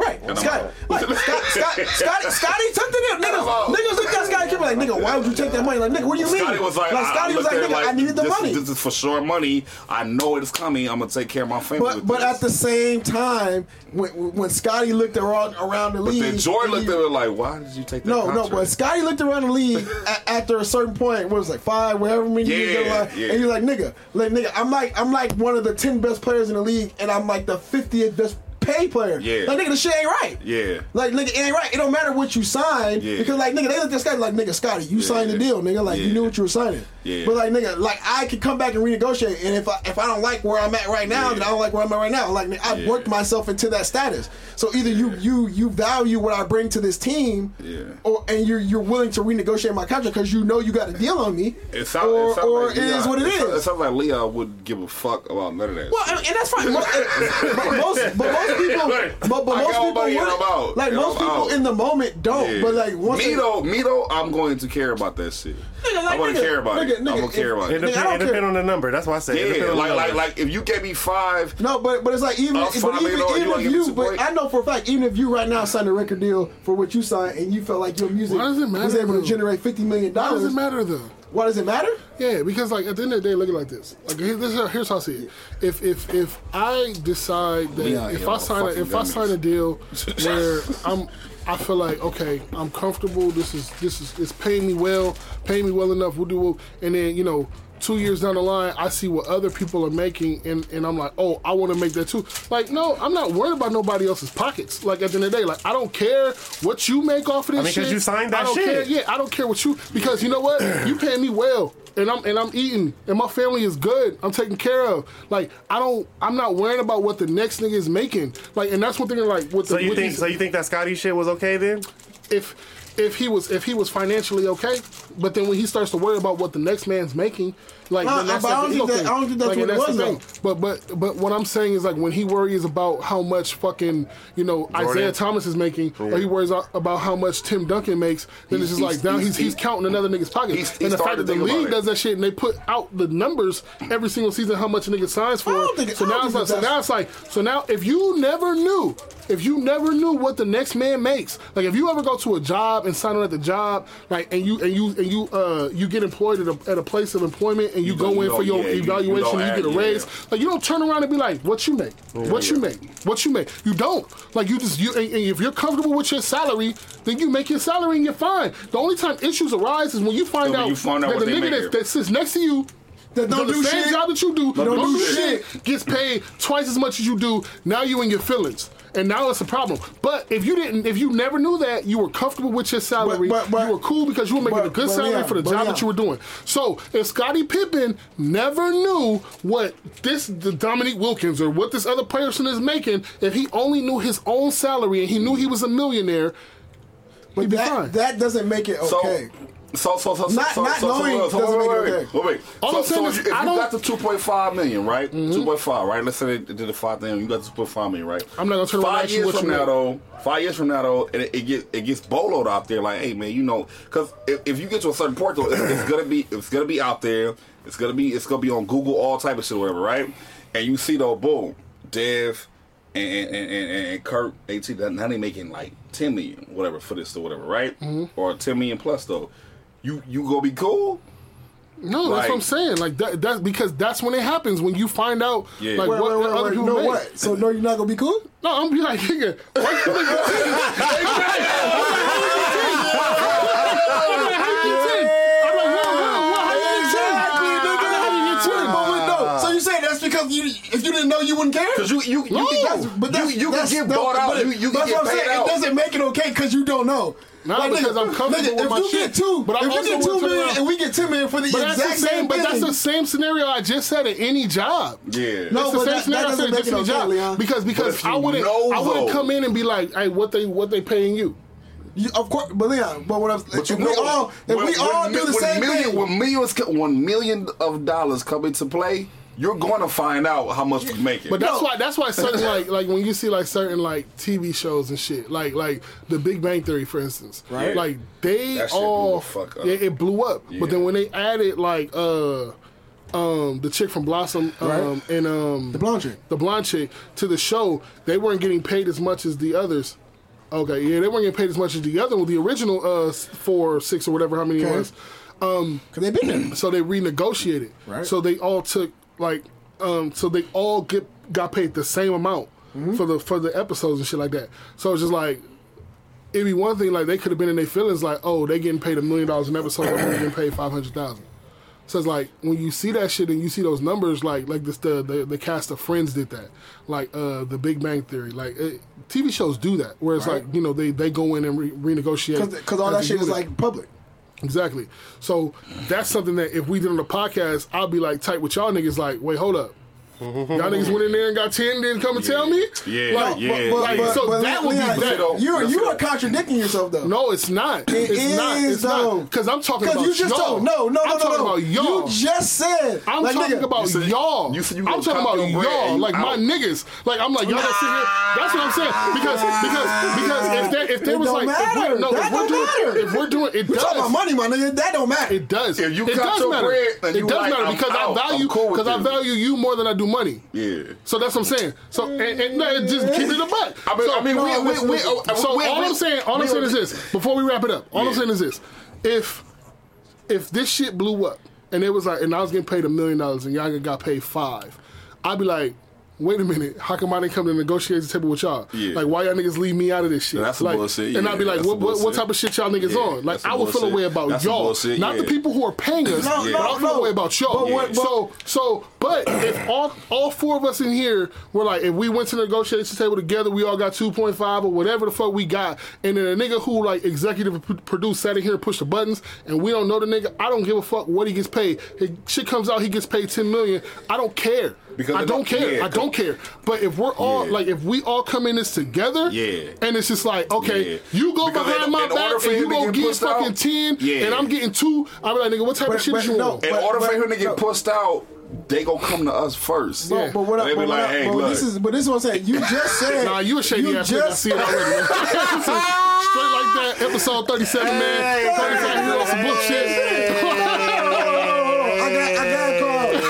Speaker 1: Right,
Speaker 3: And I'm
Speaker 1: Scotty.
Speaker 3: out.
Speaker 1: Like, Scott, Scott, Scotty, Scotty took the deal. Niggas, niggas looked at Scotty Pippen like, nigga, why would you take that money? Like, nigga, what do you mean?
Speaker 3: Scotty was like, I-
Speaker 1: Scotty
Speaker 3: I
Speaker 1: was
Speaker 3: looked
Speaker 1: like,
Speaker 3: at it
Speaker 1: nigga, I needed the
Speaker 3: this,
Speaker 1: money.
Speaker 3: This is for sure money. I know it's coming. I'm gonna take care of my family.
Speaker 1: but
Speaker 3: with
Speaker 1: but
Speaker 3: this.
Speaker 1: at the same time, when, when Scotty looked around, around the
Speaker 3: But
Speaker 1: league,
Speaker 3: then Jordan
Speaker 1: he-
Speaker 3: looked at it like, why did you take that
Speaker 1: No,
Speaker 3: contract?
Speaker 1: no, but Scotty looked around the league a- after a certain point, where it was like five, wherever many years
Speaker 3: Yeah,
Speaker 1: ago, like,
Speaker 3: yeah.
Speaker 1: and you're like, nigga, like nigga, I'm like, I'm like one of the ten best players in the league, and I'm like the fiftieth best paid player.
Speaker 3: Yeah.
Speaker 1: like nigga, the shit ain't right.
Speaker 3: Yeah.
Speaker 1: like nigga, it ain't right. It don't matter what you sign
Speaker 3: Yeah.
Speaker 1: because like nigga, they looked at Scotty like nigga, Scotty, you signed the deal, nigga, like you
Speaker 3: Yeah.
Speaker 1: knew what you were signing.
Speaker 3: Yeah.
Speaker 1: but like nigga, like I could come back and renegotiate, and if I if I don't like where I'm at right now,
Speaker 3: Yeah.
Speaker 1: then I don't like where I'm at right now. Like nigga, I
Speaker 3: Yeah.
Speaker 1: worked myself into that status. So either you you you value what I bring to this team,
Speaker 3: Yeah.
Speaker 1: or and you're you're willing to renegotiate my contract because you know you got a deal on me,
Speaker 3: It sound- it
Speaker 1: or,
Speaker 3: sound
Speaker 1: or
Speaker 3: like
Speaker 1: it
Speaker 3: Leon-
Speaker 1: is what it
Speaker 3: it sound- It
Speaker 1: is.
Speaker 3: sounds like Leon wouldn't give a fuck about none of that.
Speaker 1: Well, and, and that's fine. Most, and- but most, but most people, but, but
Speaker 3: I
Speaker 1: most
Speaker 3: got
Speaker 1: people,
Speaker 3: money and
Speaker 1: wouldn't.
Speaker 3: I'm out.
Speaker 1: like
Speaker 3: And
Speaker 1: most
Speaker 3: I'm
Speaker 1: people
Speaker 3: out.
Speaker 1: in the moment don't.
Speaker 3: Yeah.
Speaker 1: But like once
Speaker 3: me
Speaker 1: it-
Speaker 3: though, me though, I'm going to care about that shit.
Speaker 1: Nigga, like,
Speaker 3: I'm going
Speaker 1: nigga,
Speaker 3: to care about
Speaker 1: nigga,
Speaker 3: it. I'm
Speaker 1: nigga,
Speaker 3: going to care about
Speaker 7: It
Speaker 3: it.
Speaker 1: Nigga, I don't
Speaker 7: depends
Speaker 1: care.
Speaker 7: depend on the number. That's why I say it depend
Speaker 3: Yeah,
Speaker 7: on the
Speaker 3: like
Speaker 7: number.
Speaker 3: like like if you gave me five,
Speaker 1: No, but but it's like even,
Speaker 3: Uh,
Speaker 1: but
Speaker 3: finally,
Speaker 1: even,
Speaker 3: though, you
Speaker 1: even
Speaker 3: wanna
Speaker 1: if
Speaker 3: give me
Speaker 1: you,
Speaker 3: some
Speaker 1: but
Speaker 3: break?
Speaker 1: I know for a fact, even if you right now signed a record deal for what you signed and you felt like your music
Speaker 4: Why does it matter,
Speaker 1: was able
Speaker 4: though?
Speaker 1: to generate fifty million
Speaker 4: Why does
Speaker 1: dollars,
Speaker 4: it matter though?
Speaker 1: why does it matter?
Speaker 4: Yeah, because like at the end of the day, look at it like this. Like here- this, is- here's how I see it. If if if I decide that
Speaker 3: Leon,
Speaker 4: if
Speaker 3: yo,
Speaker 4: I sign a,
Speaker 3: fucking
Speaker 4: if I
Speaker 3: gummies.
Speaker 4: sign a deal where I'm, I feel like okay, I'm comfortable. This is this is it's paying me well, paying me well enough. We'll do. And then you know, two years down the line, I see what other people are making, and, and I'm like, oh, I want to make that too. Like, no, I'm not worried about nobody else's pockets. Like at the end of the day, like I don't care what you make off of this
Speaker 7: I mean, 'cause
Speaker 4: shit.
Speaker 7: you signed
Speaker 4: I
Speaker 7: that
Speaker 4: don't
Speaker 7: shit.
Speaker 4: Care. Yeah, I don't care what you because you know what, you paying me well, and I'm and I'm eating, and my family is good. I'm taken care of. Like I don't, I'm not worrying about what the next nigga is making. Like, and that's one thing. Like, with
Speaker 7: So
Speaker 4: the,
Speaker 7: you
Speaker 4: with
Speaker 7: think
Speaker 4: these-
Speaker 7: so you think that Scotty shit was okay then?
Speaker 4: if if he was if he was financially okay, but then when he starts to worry about what the next man's making, like
Speaker 1: Nah,
Speaker 4: then that's
Speaker 1: but I
Speaker 4: like
Speaker 1: don't
Speaker 4: an
Speaker 1: think
Speaker 4: ego
Speaker 1: that- I don't think that's
Speaker 4: Like,
Speaker 1: what
Speaker 4: and
Speaker 1: it
Speaker 4: the
Speaker 1: was,
Speaker 4: thing. But but but what I'm saying is like when he worries about how much fucking you know Isaiah Thomas is making, or he worries a- about how much Tim Duncan makes, then
Speaker 3: He's-
Speaker 4: it's just like
Speaker 3: he's-
Speaker 4: now
Speaker 3: he's-
Speaker 4: he's, he's
Speaker 3: he's-
Speaker 4: counting another nigga's pocket.
Speaker 3: he's- he's
Speaker 4: and the fact
Speaker 3: starting
Speaker 4: that
Speaker 3: to
Speaker 4: the
Speaker 3: think about
Speaker 4: league
Speaker 3: it.
Speaker 4: does that shit and they put out the numbers every single season how much a nigga signs for.
Speaker 1: I don't think-
Speaker 4: so
Speaker 1: I don't
Speaker 4: now it's
Speaker 1: think
Speaker 4: like so
Speaker 1: that's-
Speaker 4: now it's like so now if you never knew if you never knew what the next man makes like if you ever go to a job and sign on at the job like and you and you and you uh you get employed at a, at a place of employment and you,
Speaker 3: You
Speaker 4: go
Speaker 3: don't- you
Speaker 4: in for
Speaker 3: don't-
Speaker 4: your
Speaker 3: yeah, you- you
Speaker 4: evaluation
Speaker 3: don't
Speaker 4: and you get
Speaker 3: add-
Speaker 4: a raise
Speaker 3: yeah.
Speaker 4: like you don't turn around and be like what you make what you make what you make you don't like you just you and, and if you're comfortable with your salary then you make your salary and you're fine the only time issues arise is when you find
Speaker 3: when
Speaker 4: out
Speaker 3: you find out
Speaker 4: that
Speaker 3: what
Speaker 4: the
Speaker 3: they
Speaker 4: nigga
Speaker 3: making.
Speaker 4: that, that sits next to you
Speaker 1: That don't
Speaker 4: the
Speaker 1: do
Speaker 4: same
Speaker 1: shit.
Speaker 4: job that you do, don't,
Speaker 1: do
Speaker 4: do
Speaker 1: shit.
Speaker 4: shit. gets paid twice as much as you do. Now you in your feelings, and now it's a problem. But if you didn't, if you never knew that, you were comfortable with your salary.
Speaker 1: But- but- but-
Speaker 4: you were cool because you were making
Speaker 1: but-
Speaker 4: a good
Speaker 1: but
Speaker 4: salary
Speaker 1: Leon,
Speaker 4: for the
Speaker 1: but
Speaker 4: job
Speaker 1: Leon.
Speaker 4: that you were doing. So if Scottie Pippen never knew what this the Dominique Wilkins or what this other person is making, if he only knew his own salary and he knew he was a millionaire,
Speaker 1: But
Speaker 4: he'd be
Speaker 1: that,
Speaker 4: fine.
Speaker 1: that doesn't make it
Speaker 3: So,
Speaker 1: okay.
Speaker 3: so, so, so,
Speaker 1: Not-
Speaker 3: so,
Speaker 1: not
Speaker 3: so, so,
Speaker 1: knowing
Speaker 3: so, so,
Speaker 1: doesn't
Speaker 3: wait,
Speaker 1: make it
Speaker 3: wait,
Speaker 1: okay.
Speaker 3: wait, wait.
Speaker 4: All
Speaker 3: so,
Speaker 4: I'm saying
Speaker 3: so
Speaker 4: is
Speaker 3: if you
Speaker 4: I
Speaker 3: got
Speaker 4: don't- Mm-hmm.
Speaker 3: the two point five million, right? point five, right? Let's say they did the five thing. You got the two point five million, right?
Speaker 4: I'm not gonna turn around and
Speaker 3: five
Speaker 4: ask you
Speaker 3: years
Speaker 4: what you
Speaker 3: from now,
Speaker 4: make.
Speaker 3: though. Five years from now, though, and it, it gets it gets boloed out there. Like, hey, man, you know, because if, if you get to a certain point, though, it's, it's gonna be it's gonna be out there. It's gonna be it's gonna be on Google, all type of shit, whatever, right? And you see, though, boom, Dev. And, and, and, and- and Kurt, AT, now they making like 10 million, whatever, for this or whatever, right?
Speaker 4: Mm-hmm.
Speaker 3: Or 10 million plus, though. You you gonna be cool?
Speaker 4: No, that's
Speaker 3: Like-
Speaker 4: what I'm saying. Like that, that's because that's when it happens when you find out
Speaker 3: Yeah.
Speaker 4: like
Speaker 3: Wait,
Speaker 4: what
Speaker 1: Wait,
Speaker 4: the
Speaker 1: wait,
Speaker 4: other
Speaker 1: wait,
Speaker 4: people
Speaker 1: no,
Speaker 4: make.
Speaker 1: what? So no, you're not gonna be cool.
Speaker 4: No, I'm be like, nigga, why you nigga?
Speaker 3: Ah.
Speaker 1: But wait, no. So you saying that's because you, if you didn't know, you wouldn't care?
Speaker 3: Because you you you,
Speaker 4: No.
Speaker 3: can,
Speaker 1: That's- but that's,
Speaker 3: you, you can
Speaker 1: that's,
Speaker 3: get
Speaker 1: no,
Speaker 3: bought out.
Speaker 1: but
Speaker 3: you you can
Speaker 1: that's
Speaker 3: get
Speaker 1: what I'm
Speaker 3: paid
Speaker 1: saying.
Speaker 3: out.
Speaker 1: It doesn't make it okay because you don't know.
Speaker 4: No, because I'm comfortable
Speaker 1: nigga,
Speaker 4: with
Speaker 1: if
Speaker 4: my
Speaker 1: you
Speaker 4: shit.
Speaker 1: get two,
Speaker 4: But I
Speaker 1: if you
Speaker 4: also
Speaker 1: get two
Speaker 4: want to
Speaker 1: million
Speaker 4: know-
Speaker 1: and we get ten million for the
Speaker 4: But that's the
Speaker 1: exact
Speaker 4: same.
Speaker 1: same,
Speaker 4: But that's
Speaker 1: thing,
Speaker 4: the same scenario I just said at any job.
Speaker 3: Yeah.
Speaker 1: No,
Speaker 4: It's the
Speaker 1: but
Speaker 4: same
Speaker 1: that-
Speaker 4: scenario
Speaker 1: that
Speaker 4: I said
Speaker 1: doesn't
Speaker 4: at
Speaker 1: make
Speaker 4: just
Speaker 1: it
Speaker 4: any
Speaker 1: okay,
Speaker 4: job
Speaker 1: Leon.
Speaker 4: because
Speaker 3: if
Speaker 4: because
Speaker 3: you
Speaker 4: I wouldn't
Speaker 3: know,
Speaker 4: I wouldn't
Speaker 3: though-
Speaker 4: come in and be like, hey, what they what they paying you?
Speaker 1: You- of course, but Leon, but what I'm,
Speaker 3: But you
Speaker 1: if we
Speaker 3: know,
Speaker 1: all, if
Speaker 3: when-
Speaker 1: we all
Speaker 3: when
Speaker 1: do
Speaker 3: mil-
Speaker 1: the
Speaker 3: when
Speaker 1: same
Speaker 3: million,
Speaker 1: thing,
Speaker 3: when millions, co- when million of dollars come into play, you're going to find out how much you make it.
Speaker 4: But that's why that's why certain like like when you see like certain like TV shows and shit like like The Big Bang Theory for instance, right? Like they
Speaker 3: That shit blew
Speaker 4: all
Speaker 3: the fuck up.
Speaker 4: Yeah, it blew up. But
Speaker 3: Yeah.
Speaker 4: then when they added like uh um the chick from Blossom um
Speaker 1: Right.
Speaker 4: and um
Speaker 1: the blonde chick.
Speaker 4: the blonde chick to the show, they weren't getting paid as much as the others. Okay, yeah, they weren't getting paid as much as the other one, the original uh s- four or six or whatever how many
Speaker 1: Okay.
Speaker 4: it was. Um,
Speaker 1: Cause they've been there.
Speaker 4: So they renegotiated.
Speaker 1: Right.
Speaker 4: So they all took like um so they all get got paid the same amount
Speaker 1: Mm-hmm.
Speaker 4: for the for the episodes and shit like that. So it's just like it'd be one thing like they could have been in their feelings like, oh, they getting paid a million dollars an episode, they're only getting paid five hundred thousand. So it's like when you see that shit and you see those numbers, like like this the the, the cast of Friends did that, like uh the Big Bang Theory, like it, TV shows do that, where it's like you know they they go in and re- renegotiate
Speaker 1: Cause, 'cause all
Speaker 4: as
Speaker 1: that
Speaker 4: a
Speaker 1: shit is
Speaker 4: unit.
Speaker 1: like public.
Speaker 4: Exactly. So that's something that if we did on a podcast, I'll be like tight with y'all niggas. Like, wait, hold up. Y'all niggas went in there and got ten, didn't come and tell me.
Speaker 3: Yeah,
Speaker 4: like, but-
Speaker 1: But,
Speaker 3: yeah,
Speaker 1: but,
Speaker 4: like,
Speaker 1: but,
Speaker 4: so
Speaker 1: but
Speaker 4: that would be
Speaker 1: Leon,
Speaker 4: that.
Speaker 3: though.
Speaker 1: You're
Speaker 3: That's
Speaker 1: you are
Speaker 3: it.
Speaker 1: contradicting yourself though.
Speaker 4: No, it's not.
Speaker 1: It
Speaker 4: it's not.
Speaker 1: is,
Speaker 4: It's not.
Speaker 1: though.
Speaker 4: Because I'm talking about
Speaker 1: Cause you just
Speaker 4: y'all.
Speaker 1: told no, no,
Speaker 4: I'm
Speaker 1: no, no,
Speaker 4: talking
Speaker 1: no.
Speaker 4: about y'all.
Speaker 1: You just said
Speaker 4: I'm
Speaker 1: like,
Speaker 4: talking
Speaker 1: nigga,
Speaker 4: about
Speaker 3: you said-
Speaker 4: y'all.
Speaker 3: you said you
Speaker 4: I'm
Speaker 3: gonna
Speaker 4: talking
Speaker 3: cop
Speaker 4: about
Speaker 3: your bread and
Speaker 4: y'all,
Speaker 3: you
Speaker 4: like my
Speaker 3: out.
Speaker 4: niggas. Like I'm like y'all that sit here. That's what I'm saying. Because because because if there if there
Speaker 1: It
Speaker 4: was
Speaker 1: don't
Speaker 4: like if
Speaker 1: matter.
Speaker 4: we're, no
Speaker 1: That
Speaker 4: if we're
Speaker 1: don't
Speaker 4: doing
Speaker 1: matter.
Speaker 4: if we're doing it
Speaker 1: We talking about
Speaker 4: does
Speaker 1: money, my nigga. That don't matter.
Speaker 4: It does.
Speaker 3: If you
Speaker 4: it
Speaker 3: cut
Speaker 4: does
Speaker 3: your
Speaker 4: matter.
Speaker 3: bread, then you
Speaker 4: it does
Speaker 3: like,
Speaker 4: matter
Speaker 3: I'm
Speaker 4: because
Speaker 3: out.
Speaker 4: I
Speaker 3: I'm
Speaker 4: value
Speaker 3: cool with
Speaker 4: because I
Speaker 3: you.
Speaker 4: value you more than I do money.
Speaker 3: Yeah.
Speaker 4: So that's what I'm saying. So and, and, no, it just keep it a buck.
Speaker 3: I mean-
Speaker 4: so,
Speaker 3: I mean, we-
Speaker 4: no,
Speaker 3: we-
Speaker 4: listen,
Speaker 3: we-
Speaker 4: listen.
Speaker 3: uh,
Speaker 4: so
Speaker 3: we-
Speaker 4: all
Speaker 3: we-
Speaker 4: I'm saying, all
Speaker 3: we-
Speaker 4: I'm saying is this. Before we wrap it up, all
Speaker 3: Yeah.
Speaker 4: I'm saying is this: if if this shit blew up and it was like, and I was getting paid a million dollars and y'all got paid five, I'd be like, wait a minute, how come I didn't come to negotiate the table with y'all?
Speaker 3: Yeah.
Speaker 4: Like, why y'all niggas leave me out of this shit?
Speaker 3: That's some
Speaker 4: like,
Speaker 3: bullshit,
Speaker 4: And
Speaker 3: yeah,
Speaker 4: I'd be like,
Speaker 3: that's
Speaker 4: what,
Speaker 3: some
Speaker 4: what, what
Speaker 3: bullshit.
Speaker 4: type of shit y'all niggas
Speaker 3: Yeah,
Speaker 4: on? Like,
Speaker 3: that's some
Speaker 4: I would feel a
Speaker 3: bullshit.
Speaker 4: way about
Speaker 3: That's some
Speaker 4: y'all,
Speaker 3: bullshit,
Speaker 4: not the
Speaker 3: yeah.
Speaker 4: people who are paying us.
Speaker 1: No,
Speaker 4: but
Speaker 1: no,
Speaker 4: I feel
Speaker 1: no.
Speaker 4: a way about y'all.
Speaker 1: But what- but-
Speaker 4: so, so, but if all all four of us in here were like, if we went to the negotiation table together, we all got two point five or whatever the fuck we got, and then a nigga who like executive pro- produced sat in here and pushed the buttons, and we don't know the nigga, I don't give a fuck what he gets paid. If shit comes out, he gets paid ten million. I don't care.
Speaker 3: Because
Speaker 4: I
Speaker 3: it
Speaker 4: don't
Speaker 3: don't-
Speaker 4: care.
Speaker 3: yeah,
Speaker 4: I don't care. But if we're all
Speaker 3: Yeah.
Speaker 4: like, if we all come in this together,
Speaker 3: Yeah.
Speaker 4: and it's just like, okay,
Speaker 3: Yeah.
Speaker 4: you go
Speaker 3: Because
Speaker 4: behind
Speaker 3: in-
Speaker 4: my
Speaker 3: in order
Speaker 4: back
Speaker 3: for
Speaker 4: and
Speaker 3: him
Speaker 4: you
Speaker 3: to
Speaker 4: gonna
Speaker 3: get
Speaker 4: get
Speaker 3: pushed
Speaker 4: fucking
Speaker 3: out-
Speaker 4: ten,
Speaker 3: Yeah.
Speaker 4: and I'm getting two. I'm like, nigga, what type
Speaker 1: But-
Speaker 4: of shit
Speaker 1: but
Speaker 4: is you
Speaker 1: no,
Speaker 4: on?
Speaker 3: In
Speaker 1: But-
Speaker 3: order for
Speaker 1: but-
Speaker 3: him to get
Speaker 1: no.
Speaker 3: pushed out, they gonna come to us first.
Speaker 1: Bro, but what I,
Speaker 3: They be
Speaker 1: but what
Speaker 3: like,
Speaker 1: I-
Speaker 3: hey,
Speaker 1: but
Speaker 3: look,
Speaker 1: this is but this is what I'm saying. You just said
Speaker 4: Nah, you a shady ass nigga. I see it already. Straight like that. Episode 37, man. 37, you on some bullshit.
Speaker 1: Oh, I got I got called.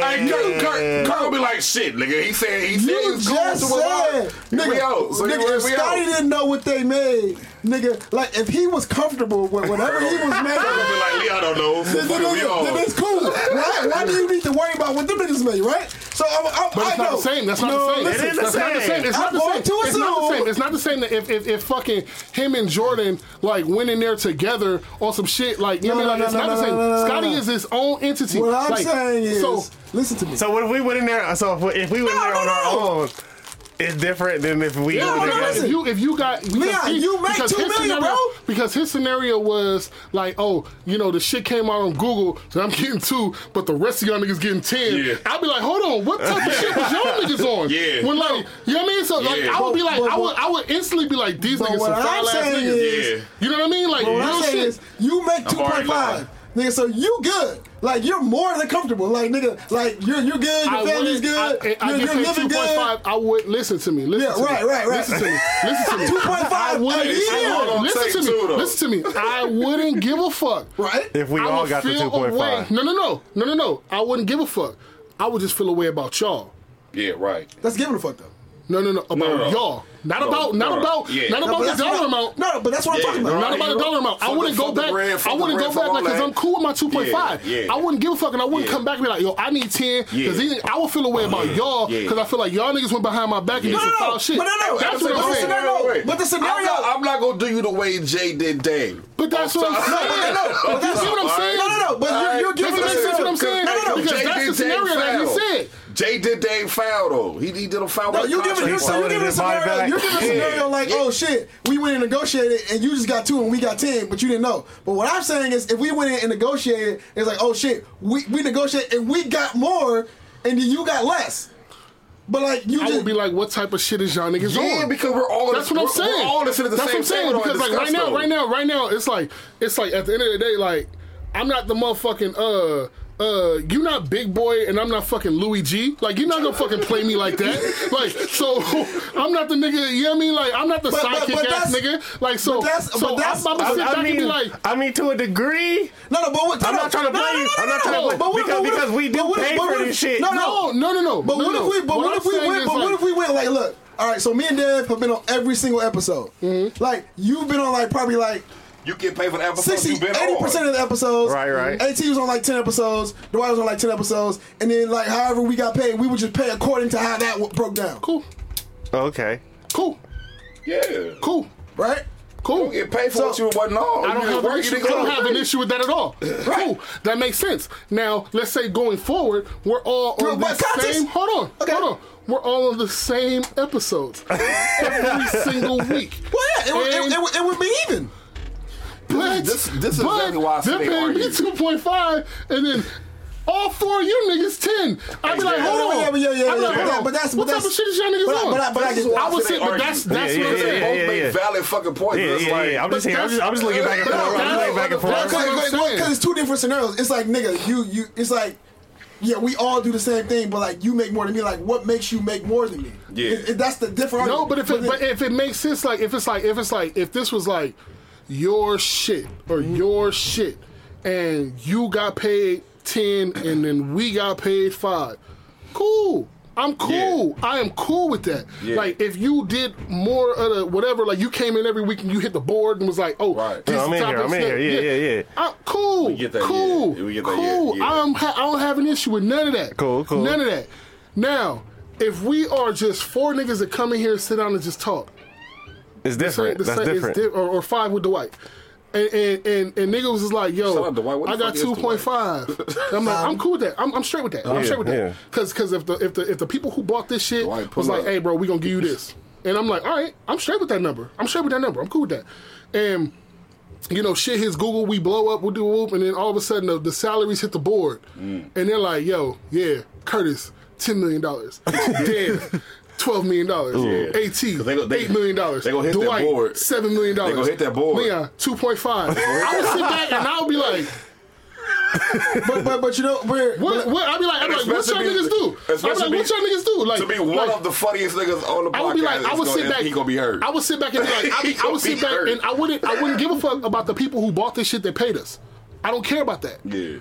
Speaker 3: Hey, Kirk, Kirk, Kirk will be like, shit, nigga. He said, he said,
Speaker 1: You
Speaker 3: he's going
Speaker 1: just
Speaker 3: to a
Speaker 1: said,
Speaker 3: lot.
Speaker 1: nigga,
Speaker 3: we out. So
Speaker 1: nigga
Speaker 3: we,
Speaker 1: if
Speaker 3: we
Speaker 1: Scotty
Speaker 3: out.
Speaker 1: didn't know what they made, nigga, like if he was comfortable with whatever he was
Speaker 3: Kirk will
Speaker 1: making,
Speaker 3: be like, Leon don't know.
Speaker 1: then, then,
Speaker 3: Fucking we
Speaker 1: then- then
Speaker 3: out.
Speaker 1: it's cool. Why, why do you need to worry about what them niggas made, right? So I'm, I'm,
Speaker 4: But
Speaker 1: I
Speaker 4: it's not
Speaker 1: know.
Speaker 4: the same. That's not
Speaker 1: no,
Speaker 4: the same.
Speaker 1: Listen,
Speaker 2: It is
Speaker 4: That's not the same. It's not
Speaker 1: I'm
Speaker 4: the
Speaker 1: going
Speaker 4: same.
Speaker 1: to
Speaker 4: It's not the
Speaker 1: assume-
Speaker 4: same. It's not the same that if, if, if fucking him and Jordan like went in there together on some shit like you
Speaker 1: No,
Speaker 4: know what I mean? Like,
Speaker 1: no,
Speaker 4: it's
Speaker 1: no,
Speaker 4: not
Speaker 1: no,
Speaker 4: the
Speaker 1: no,
Speaker 4: same.
Speaker 1: no, no, no,
Speaker 4: Scotty
Speaker 1: no.
Speaker 4: is his own entity.
Speaker 1: What I'm
Speaker 4: Like,
Speaker 1: saying is,
Speaker 4: so
Speaker 1: listen to me.
Speaker 2: So what if we went in there? So if we, if we went in there on our own, it's different than if we.
Speaker 4: Yeah,
Speaker 1: No,
Speaker 4: but
Speaker 1: no,
Speaker 4: if-
Speaker 1: listen.
Speaker 4: if you if you got because
Speaker 1: Leon, you make
Speaker 4: because
Speaker 1: two
Speaker 4: his
Speaker 1: million,
Speaker 4: scenario,
Speaker 1: bro.
Speaker 4: Because his scenario was like, oh, you know, the shit came out on Google, so I'm getting two, but the rest of y'all niggas getting ten.
Speaker 3: Yeah.
Speaker 4: I'd be like, hold on, what type of shit was y'all niggas on?
Speaker 3: Yeah.
Speaker 4: When like, you know what I mean? So like,
Speaker 3: Yeah.
Speaker 4: I would be
Speaker 1: But-
Speaker 4: like,
Speaker 1: but-
Speaker 4: I would I would instantly be like, these
Speaker 1: but
Speaker 4: niggas
Speaker 1: what
Speaker 4: some
Speaker 1: I'm
Speaker 4: foul ass
Speaker 1: saying
Speaker 4: niggas.
Speaker 1: is-
Speaker 3: Yeah.
Speaker 4: You know what I mean? Like
Speaker 1: What I'm
Speaker 4: real
Speaker 1: saying
Speaker 4: shit.
Speaker 1: is, you make two
Speaker 3: I'm already
Speaker 1: point five, nigga. So you good. Like you're more than comfortable. Like nigga, like you're you're good. Your
Speaker 4: wouldn't-
Speaker 1: family's good.
Speaker 4: I, I
Speaker 1: you're
Speaker 4: get
Speaker 1: you're
Speaker 4: paid
Speaker 1: living good.
Speaker 4: 2.5. I would listen to me. Listen
Speaker 1: Yeah,
Speaker 4: to
Speaker 1: right,
Speaker 4: me.
Speaker 1: right, right.
Speaker 4: Listen to me. Listen to me.
Speaker 1: 2.5
Speaker 4: I wouldn't-
Speaker 1: a year.
Speaker 4: I wouldn't-
Speaker 3: Hold on, take
Speaker 4: Listen to
Speaker 3: two,
Speaker 4: me.
Speaker 3: though.
Speaker 4: Listen to me. I wouldn't give a fuck.
Speaker 1: Right?
Speaker 2: If we
Speaker 4: I
Speaker 2: all
Speaker 4: would
Speaker 2: got the
Speaker 4: feel a
Speaker 2: 2.5.
Speaker 4: way- No, no, no, no, no, no. I wouldn't give a fuck. I would just feel a way about y'all.
Speaker 3: Yeah, right.
Speaker 1: That's giving a fuck though.
Speaker 4: No, no, no. About
Speaker 3: No, no, no.
Speaker 4: y'all. Not
Speaker 3: No,
Speaker 4: about.
Speaker 3: no,
Speaker 4: Not
Speaker 3: no.
Speaker 4: about.
Speaker 3: Yeah.
Speaker 4: Not
Speaker 1: No,
Speaker 3: No,
Speaker 4: about
Speaker 1: but
Speaker 4: the
Speaker 1: that's-
Speaker 4: dollar
Speaker 1: no,
Speaker 4: amount.
Speaker 1: No, but that's what I'm
Speaker 3: Yeah,
Speaker 1: talking about.
Speaker 3: no,
Speaker 4: Not about
Speaker 3: you
Speaker 4: the
Speaker 3: know,
Speaker 4: dollar amount. I
Speaker 3: fuck the-
Speaker 4: wouldn't go
Speaker 3: fuck the
Speaker 4: back. I
Speaker 3: bread, fuck the
Speaker 4: wouldn't go
Speaker 3: bread, fuck
Speaker 4: back
Speaker 3: all
Speaker 4: because
Speaker 3: that.
Speaker 4: I'm cool with my 2.5.
Speaker 3: Yeah, yeah.
Speaker 4: I wouldn't give a fuck and I wouldn't
Speaker 3: Yeah.
Speaker 4: come back and be like, yo, I need 10.
Speaker 3: Yeah.
Speaker 4: Because I would feel a way about y'all
Speaker 3: Yeah.
Speaker 4: because I feel like y'all niggas went behind my back and
Speaker 3: Yeah.
Speaker 4: did
Speaker 1: No,
Speaker 4: some
Speaker 1: no,
Speaker 4: foul
Speaker 1: no.
Speaker 4: shit.
Speaker 1: But no, no.
Speaker 4: That's what
Speaker 1: But
Speaker 4: I'm
Speaker 1: the
Speaker 4: saying.
Speaker 1: scenario- but the scenario-
Speaker 3: I'm not, I'm not gonna do you the way Jay did Dave.
Speaker 4: But that's what I'm
Speaker 1: Oh, No, but
Speaker 4: saying.
Speaker 1: no, but
Speaker 4: You
Speaker 1: that's
Speaker 4: see what I'm saying?
Speaker 1: No, no, no. But you're, you're giving
Speaker 4: Doesn't
Speaker 1: us
Speaker 4: make sense what I'm saying.
Speaker 1: No, no, no.
Speaker 4: Because that's the scenario that he said.
Speaker 3: Jay did Dave foul though. He, he did a foul.
Speaker 1: No,
Speaker 3: by
Speaker 1: you giving you
Speaker 3: contract.
Speaker 1: so you giving a scenario. You giving a scenario like,
Speaker 3: Yeah.
Speaker 1: oh shit, we went and negotiated, and you just got two, and we got ten, but you didn't know. But what I'm saying is, if we went in and negotiated, it's like, oh shit, we we negotiated and we got more, and then you got less. But like you
Speaker 4: I
Speaker 1: just
Speaker 4: would be like, what type of shit is y'all niggas
Speaker 3: Yeah,
Speaker 4: on?
Speaker 3: because we're all
Speaker 4: That's what I'm
Speaker 3: we're- we're
Speaker 4: saying.
Speaker 3: all listening to the
Speaker 4: That's
Speaker 3: same
Speaker 4: what I'm saying.
Speaker 3: thing. We're
Speaker 4: Because
Speaker 3: all
Speaker 4: like right
Speaker 3: discussed,
Speaker 4: now,
Speaker 3: though.
Speaker 4: right now, right now, it's like it's like at the end of the day, like I'm not the motherfucking uh uh you not big boy and I'm not fucking Louis G. Like you're not gonna fucking play me like that. Like so I'm not the nigga, you know what I mean? Like I'm not the
Speaker 1: But- but-
Speaker 4: sidekick
Speaker 1: but
Speaker 4: ass
Speaker 1: that's-
Speaker 4: nigga. Like so,
Speaker 1: but that's-
Speaker 4: so
Speaker 1: but that's-
Speaker 4: I'm about to sit
Speaker 2: I,
Speaker 4: back
Speaker 2: I
Speaker 4: and be
Speaker 2: mean,
Speaker 4: like
Speaker 2: I mean, to a degree.
Speaker 1: no, no. But what,
Speaker 2: I'm
Speaker 1: no,
Speaker 2: not trying to
Speaker 1: no,
Speaker 2: play
Speaker 1: no,
Speaker 2: you.
Speaker 1: no,
Speaker 2: I'm not
Speaker 1: no,
Speaker 2: trying to play-
Speaker 1: but what-
Speaker 2: because-
Speaker 1: but what if-
Speaker 2: because we do
Speaker 1: but what if-
Speaker 2: pay
Speaker 1: but
Speaker 2: for
Speaker 1: what
Speaker 2: this
Speaker 1: if-
Speaker 2: shit.
Speaker 1: No, no,
Speaker 4: No, no, no, no.
Speaker 1: But
Speaker 4: no,
Speaker 1: what
Speaker 4: no.
Speaker 1: if we? But what,
Speaker 4: I'm
Speaker 1: if we
Speaker 4: saying
Speaker 1: went?
Speaker 4: is,
Speaker 1: But
Speaker 4: like-
Speaker 1: what if we went? Like, look. All right. So me and Dev have been on every single episode. Like you've been on like probably like
Speaker 3: you get paid for the episode.
Speaker 1: 60, 80
Speaker 3: you've been on.
Speaker 1: percent of the episodes.
Speaker 2: Right, right.
Speaker 1: At was on like ten episodes. Dwight was on like ten episodes, and then like however we got paid, we would just pay according to how that w- broke down.
Speaker 4: cool,
Speaker 2: Okay.
Speaker 4: cool,
Speaker 3: Yeah,
Speaker 4: cool,
Speaker 1: Right.
Speaker 4: cool.
Speaker 3: You get paid for
Speaker 1: So,
Speaker 3: what you wasn't on.
Speaker 4: I don't,
Speaker 3: you
Speaker 4: have an,
Speaker 3: work,
Speaker 4: issue.
Speaker 3: you
Speaker 4: I
Speaker 3: didn't go
Speaker 4: don't
Speaker 3: to
Speaker 4: have an
Speaker 3: work.
Speaker 4: issue with that at all. Cool. That makes sense. Now, let's say going forward, we're all
Speaker 1: No,
Speaker 4: on
Speaker 1: but
Speaker 4: the
Speaker 1: context-
Speaker 4: same. Hold on.
Speaker 1: Okay.
Speaker 4: Hold on. We're all on the same episodes every single week.
Speaker 1: Well, yeah, it would, it, it, would, it would be even.
Speaker 4: But,
Speaker 3: This- this is
Speaker 4: but
Speaker 3: exactly why I say
Speaker 4: they're
Speaker 3: they
Speaker 4: paying me
Speaker 3: argue.
Speaker 4: 2.5 and then all four of you niggas 10. I'd be like,
Speaker 3: Exactly.
Speaker 4: hold on.
Speaker 1: Yeah, yeah, yeah,
Speaker 4: I'd be like,
Speaker 1: yeah,
Speaker 4: hold
Speaker 1: yeah,
Speaker 4: on.
Speaker 1: but that's-
Speaker 4: what
Speaker 1: but
Speaker 4: type of
Speaker 1: that's-
Speaker 4: shit is y'all niggas
Speaker 1: but I-
Speaker 4: on?
Speaker 1: but I- but I get-
Speaker 4: I would
Speaker 3: They
Speaker 4: say, but
Speaker 3: argue.
Speaker 4: that's, that's
Speaker 2: Yeah,
Speaker 4: what I'm
Speaker 2: yeah,
Speaker 4: saying.
Speaker 2: yeah,
Speaker 3: Both
Speaker 2: yeah,
Speaker 3: make
Speaker 2: yeah.
Speaker 3: valid fucking points.
Speaker 2: Yeah,
Speaker 3: It's
Speaker 2: yeah,
Speaker 3: like,
Speaker 2: yeah. I'm just
Speaker 4: but
Speaker 2: here. I'm just, I'm just looking back and forth. I'm just looking back and
Speaker 4: That's what
Speaker 2: forth.
Speaker 4: I'm saying.
Speaker 1: Because it's two different scenarios. It's like nigga, you you. It's like. Yeah, we all do the same thing, but like you make more than me. Like, what makes you make more than me?
Speaker 3: Yeah.
Speaker 1: It- it- that's the different.
Speaker 4: No,
Speaker 1: argument.
Speaker 4: but if it,
Speaker 1: then-
Speaker 4: but if it makes sense, like if it's like if it's like if this was like your shit or your shit, and you got paid ten, and then we got paid five, cool. I'm cool. I am cool with that.
Speaker 3: Yeah.
Speaker 4: Like if you did more of the whatever, like you came in every week and you hit the board and was like, oh,
Speaker 3: Right.
Speaker 4: this
Speaker 2: Yeah, I'm
Speaker 4: is
Speaker 2: in
Speaker 4: top
Speaker 2: here.
Speaker 4: of
Speaker 2: I'm in
Speaker 4: step.
Speaker 2: here. Yeah, yeah, yeah.
Speaker 4: I'm cool.
Speaker 3: get that,
Speaker 4: cool.
Speaker 3: yeah. We get that, yeah,
Speaker 4: cool.
Speaker 3: yeah.
Speaker 4: I'm ha- I don't have an issue with none of that.
Speaker 2: Cool, cool.
Speaker 4: None of that. Now, if we are just four niggas that come in here, sit down and just talk,
Speaker 7: It's different.
Speaker 4: the
Speaker 7: That's
Speaker 4: same- it's
Speaker 7: different.
Speaker 4: di- or, or five with Dwight. And and and, and niggas was just like,
Speaker 3: Shout
Speaker 4: yo,
Speaker 3: out Dwight. What the
Speaker 4: I got
Speaker 3: fuck is
Speaker 4: two
Speaker 3: Dwight?
Speaker 4: point five. I'm like, I'm cool with that. I'm, I'm straight with that. I'm
Speaker 7: Yeah,
Speaker 4: straight with
Speaker 7: yeah.
Speaker 4: that. Because if the if the if the people who bought this shit
Speaker 3: Dwight, pull
Speaker 4: was like,
Speaker 3: up.
Speaker 4: hey, bro, we gonna give you this, and I'm like, all right, I'm straight with that number. I'm straight with that number. I'm cool with that. And you know, shit hits Google, we blow up, we do a whoop, and then all of a sudden the, the salaries hit the board.
Speaker 3: Mm.
Speaker 4: And they're like, yo, yeah, Curtis, $10 million. Dan, $12 million. AT,
Speaker 3: 'Cause they go- they-
Speaker 4: $8 million.
Speaker 3: they gonna hit that
Speaker 4: Dwight,
Speaker 3: board.
Speaker 4: $7 million.
Speaker 3: They gonna hit that board.
Speaker 4: Leon, 2.5. I would sit back and I would be like,
Speaker 1: But but but you know where
Speaker 4: what, what? I'd be like, I'd be like, what y'all
Speaker 3: Especially-
Speaker 4: niggas do? I'd be
Speaker 3: especially
Speaker 4: like, what y'all niggas do? Like,
Speaker 3: to be one
Speaker 4: like,
Speaker 3: of the funniest niggas on the podcast,
Speaker 4: I would be like, I would
Speaker 3: it's
Speaker 4: sit
Speaker 3: gonna-
Speaker 4: back.
Speaker 3: He gonna be hurt.
Speaker 4: I would sit back and be like,
Speaker 3: He
Speaker 4: I, I
Speaker 3: gonna
Speaker 4: would sit
Speaker 3: be
Speaker 4: back
Speaker 3: hurt.
Speaker 4: and I wouldn't, I wouldn't give a fuck about the people who bought this shit that paid us. I don't care about that.
Speaker 3: yeah.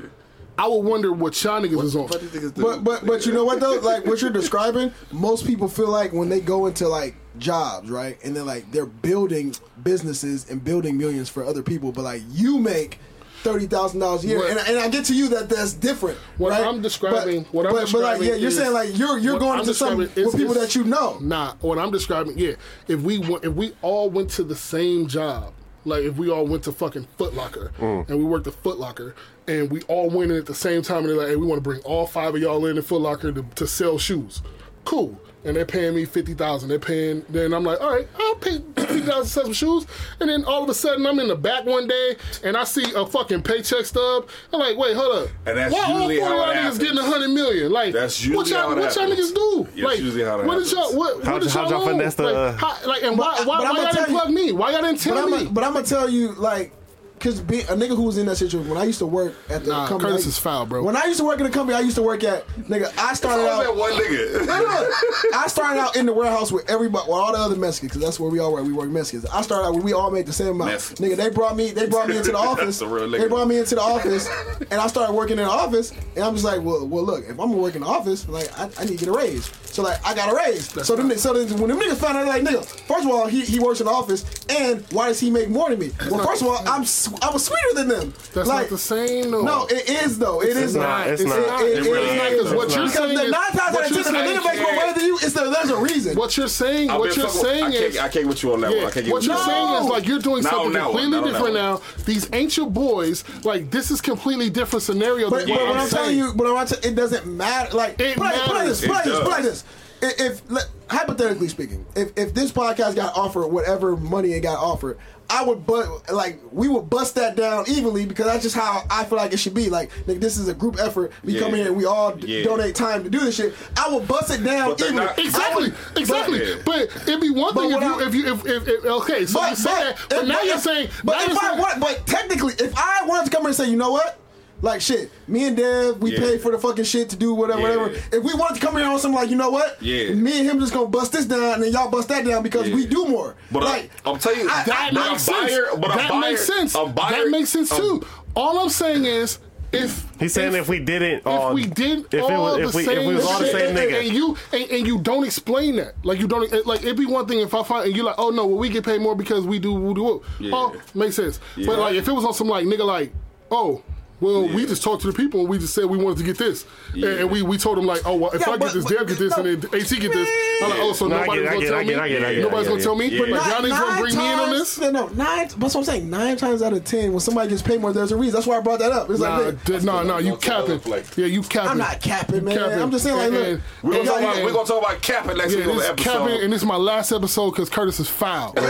Speaker 4: I would wonder what y'all niggas was on.
Speaker 3: What these niggas do?
Speaker 1: But but but you know what though? Like what you're describing, most people feel like when they go into like jobs, right? And they're like they're building businesses and building millions for other people, but like you make thirty thousand dollars a year,
Speaker 4: What-
Speaker 1: and, and I get to you that that's different.
Speaker 4: What
Speaker 1: right?
Speaker 4: I'm describing-
Speaker 1: but,
Speaker 4: what I'm
Speaker 1: but, but like
Speaker 4: describing
Speaker 1: yeah, you're
Speaker 4: is-
Speaker 1: saying like you're you're
Speaker 4: what
Speaker 1: going
Speaker 4: I'm
Speaker 1: into something
Speaker 4: describing is-
Speaker 1: with people
Speaker 4: is-
Speaker 1: that you know.
Speaker 4: Nah, what I'm describing, yeah. If we went, if we all went to the same job, like if we all went to fucking Foot Locker
Speaker 3: Mm.
Speaker 4: and we worked at Foot Locker and we all went in at the same time and they're like, hey, we want to bring all five of y'all in at Foot Locker to, to sell shoes. Cool. And they're paying me fifty thousand. They're paying. Then I'm like, all right, I'll pay fifty thousand to sell some shoes. And then all of a sudden, I'm in the back one day and I see a fucking paycheck stub. I'm like, wait, hold up.
Speaker 3: And that's
Speaker 4: Why all
Speaker 3: usually
Speaker 4: four of
Speaker 3: how
Speaker 4: y'all
Speaker 3: it
Speaker 4: niggas
Speaker 3: happens.
Speaker 4: getting a hundred million? Like,
Speaker 3: That's
Speaker 4: what
Speaker 3: usually
Speaker 4: y'all,
Speaker 3: how it
Speaker 4: what y'all
Speaker 3: happens.
Speaker 4: niggas do?
Speaker 3: That's
Speaker 4: like,
Speaker 3: usually how it
Speaker 4: what did
Speaker 3: happens.
Speaker 4: y'all? What,
Speaker 7: How'd
Speaker 4: what did
Speaker 7: you- how'd
Speaker 4: y'all
Speaker 7: y'all
Speaker 4: own?
Speaker 7: finesse the, uh,
Speaker 4: Like, how, like, and why,
Speaker 1: But-
Speaker 4: why,
Speaker 1: but I'ma
Speaker 4: why y'all
Speaker 1: tell
Speaker 4: didn't
Speaker 1: you-
Speaker 4: plug me? Why y'all didn't
Speaker 1: But
Speaker 4: tell
Speaker 1: I'm
Speaker 4: me?
Speaker 1: but I'm gonna tell you like. Cause be, a nigga who was in that situation when I used to work at the
Speaker 4: Nah,
Speaker 1: company,
Speaker 4: Curtis
Speaker 1: I-
Speaker 4: is foul, bro.
Speaker 1: When I used to work at the company I used to work at, nigga, I started
Speaker 3: How's
Speaker 1: out.
Speaker 3: that one
Speaker 1: No,
Speaker 3: nigga?
Speaker 1: no. I started out in the warehouse with everybody, with all the other Mexicans, because that's where we all were. We work Mexicans. I started out where we all made the same amount.
Speaker 3: Mexicans.
Speaker 1: Nigga, they brought me, they brought me into the
Speaker 3: That's
Speaker 1: office.
Speaker 3: a real nigga.
Speaker 1: They brought me into the office, and I started working in the office. And I'm just like, well, well, look, if I'm gonna work in the office, like I, I need to get a raise. So like, I got a raise. so them, niggas- so then when them niggas found out, like, nigga, first of all, he, he works in the office, and why does he make more than me? Well, first of all, I'm s- I was sweeter than them.
Speaker 4: That's
Speaker 1: like,
Speaker 4: not the same, though.
Speaker 1: No, it is though. It is
Speaker 7: It's not. It's
Speaker 1: It-
Speaker 7: not.
Speaker 1: it-
Speaker 4: It
Speaker 1: it
Speaker 4: really
Speaker 1: is.
Speaker 4: not, 'cause what you're
Speaker 1: Because
Speaker 4: saying
Speaker 1: the
Speaker 4: is-
Speaker 1: nine times out
Speaker 4: what
Speaker 1: of ten,
Speaker 4: you're
Speaker 1: if a nigga
Speaker 4: saying
Speaker 1: makes more
Speaker 4: is-
Speaker 1: money than you, it's there, there's a reason.
Speaker 4: What you're saying,
Speaker 3: I've
Speaker 4: what
Speaker 3: been
Speaker 4: you're
Speaker 3: fucking with-
Speaker 4: saying
Speaker 3: I can't,
Speaker 4: is,
Speaker 3: I can't get you on that one. I
Speaker 4: yeah,
Speaker 3: can't get
Speaker 4: what
Speaker 3: you
Speaker 4: you're
Speaker 3: on that one.
Speaker 4: saying is like you're doing
Speaker 3: Not on
Speaker 4: something
Speaker 3: that one,
Speaker 4: completely
Speaker 3: not on that
Speaker 4: different
Speaker 3: one.
Speaker 4: now. These ancient boys, like this is completely different scenario.
Speaker 1: But,
Speaker 4: than
Speaker 1: but
Speaker 4: what
Speaker 1: what I'm telling
Speaker 4: saying.
Speaker 1: you, but I'm telling it doesn't matter. Like,
Speaker 4: It
Speaker 1: put like, put like
Speaker 4: matters.
Speaker 1: this, put like
Speaker 3: It
Speaker 1: this,
Speaker 3: does.
Speaker 1: put like this. I- If, le- hypothetically speaking, if if this podcast got offered whatever money it got offered, I would but like we would bust that down evenly because that's just how I feel like it should be. Like, nigga, this is a group effort. We
Speaker 3: Yeah.
Speaker 1: come in and we all d
Speaker 3: Yeah.
Speaker 1: donate time to do this shit. I will bust it down
Speaker 3: But they're
Speaker 1: evenly.
Speaker 3: not-
Speaker 4: Exactly, exactly.
Speaker 3: Yeah.
Speaker 4: But, it'd be one
Speaker 1: But
Speaker 4: thing if
Speaker 1: what
Speaker 4: you,
Speaker 1: I-
Speaker 4: if you, if, if, if okay, so you
Speaker 1: But,
Speaker 4: say
Speaker 1: but,
Speaker 4: that, but
Speaker 1: if-
Speaker 4: now
Speaker 1: but
Speaker 4: you're
Speaker 1: if-
Speaker 4: saying,
Speaker 1: but
Speaker 4: now
Speaker 1: if
Speaker 4: you're
Speaker 1: I
Speaker 4: saying-
Speaker 1: want, but technically, if I wanted to come in and say, you know what, like shit, me and Dev, we
Speaker 3: Yeah.
Speaker 1: paid for the fucking shit to do whatever,
Speaker 3: Yeah.
Speaker 1: whatever. If we wanted to come in on something like, you know what,
Speaker 3: Yeah.
Speaker 1: me and him just gonna bust this down and then y'all bust that down because
Speaker 3: Yeah.
Speaker 1: we do more.
Speaker 3: But
Speaker 1: like,
Speaker 3: I, I'm telling you,
Speaker 1: I-
Speaker 4: that
Speaker 3: but a
Speaker 4: makes
Speaker 3: buyer,
Speaker 4: sense.
Speaker 3: But a
Speaker 4: that
Speaker 3: buyer,
Speaker 4: makes sense.
Speaker 3: A buyer,
Speaker 4: that makes sense
Speaker 3: a-
Speaker 4: too. All I'm saying is, if
Speaker 7: He's saying if, we didn't, all,
Speaker 4: if we did
Speaker 7: if
Speaker 4: all
Speaker 7: it was,
Speaker 4: the
Speaker 7: if we,
Speaker 4: same
Speaker 7: if we was all the
Speaker 4: shit, and,
Speaker 7: same nigga,
Speaker 4: and you and, and you don't explain that, like you don't it- like it'd be one thing if I find and you're like, oh no, well we get paid more because we do woo do woo.
Speaker 3: Yeah.
Speaker 4: Oh, makes sense. But like if it was on some like nigga like, oh. Well, we just talked to the people and we just said we wanted to get this, And- and, we we told them like, oh, well, if
Speaker 1: Yeah,
Speaker 4: I
Speaker 1: but-
Speaker 4: get this,
Speaker 1: but-
Speaker 4: Dev get this,
Speaker 1: no.
Speaker 4: and then AT get this. I'm like, oh, so
Speaker 7: No, I
Speaker 4: nobody's gonna
Speaker 7: get- I get-
Speaker 4: tell
Speaker 7: I
Speaker 4: me.
Speaker 7: get- I get- I get-
Speaker 4: Nobody's
Speaker 7: I
Speaker 4: gonna
Speaker 7: get-
Speaker 4: tell me.
Speaker 3: yeah.
Speaker 4: But
Speaker 3: Not-
Speaker 4: y'all niggas gonna bring me in on
Speaker 1: times-
Speaker 4: this.
Speaker 1: No, no, nine. That's what I'm saying. Nine times out of ten, when somebody gets paid more, there's a reason. That's why I brought that up. It's
Speaker 4: Nah,
Speaker 1: like, nigga,
Speaker 4: d- nah, nah, you
Speaker 3: Don't tell
Speaker 4: capping.
Speaker 3: us, like-
Speaker 4: Yeah, you capping.
Speaker 1: I'm not
Speaker 4: You
Speaker 1: capping, man. I'm just saying, like, look,
Speaker 4: And-
Speaker 3: We're gonna,
Speaker 4: and-
Speaker 3: talk
Speaker 4: yeah,
Speaker 3: about,
Speaker 4: and-
Speaker 3: we're gonna talk about capping next
Speaker 4: Yeah,
Speaker 3: week on the
Speaker 4: this
Speaker 3: episode.
Speaker 4: capping, and this is my last episode because Curtis is foul.
Speaker 7: Oh. hey,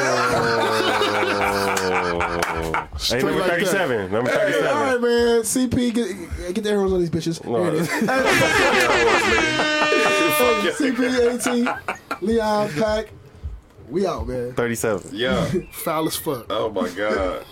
Speaker 7: number
Speaker 4: like that.
Speaker 7: thirty-seven, number thirty-seven.
Speaker 1: all right, man. CP, get, get the arrows on these bitches.
Speaker 7: No.
Speaker 1: There it is. Um, CP18, Leon Pack. We out, man.
Speaker 7: 37.
Speaker 3: yeah.
Speaker 4: foul as fuck.
Speaker 3: Oh my god.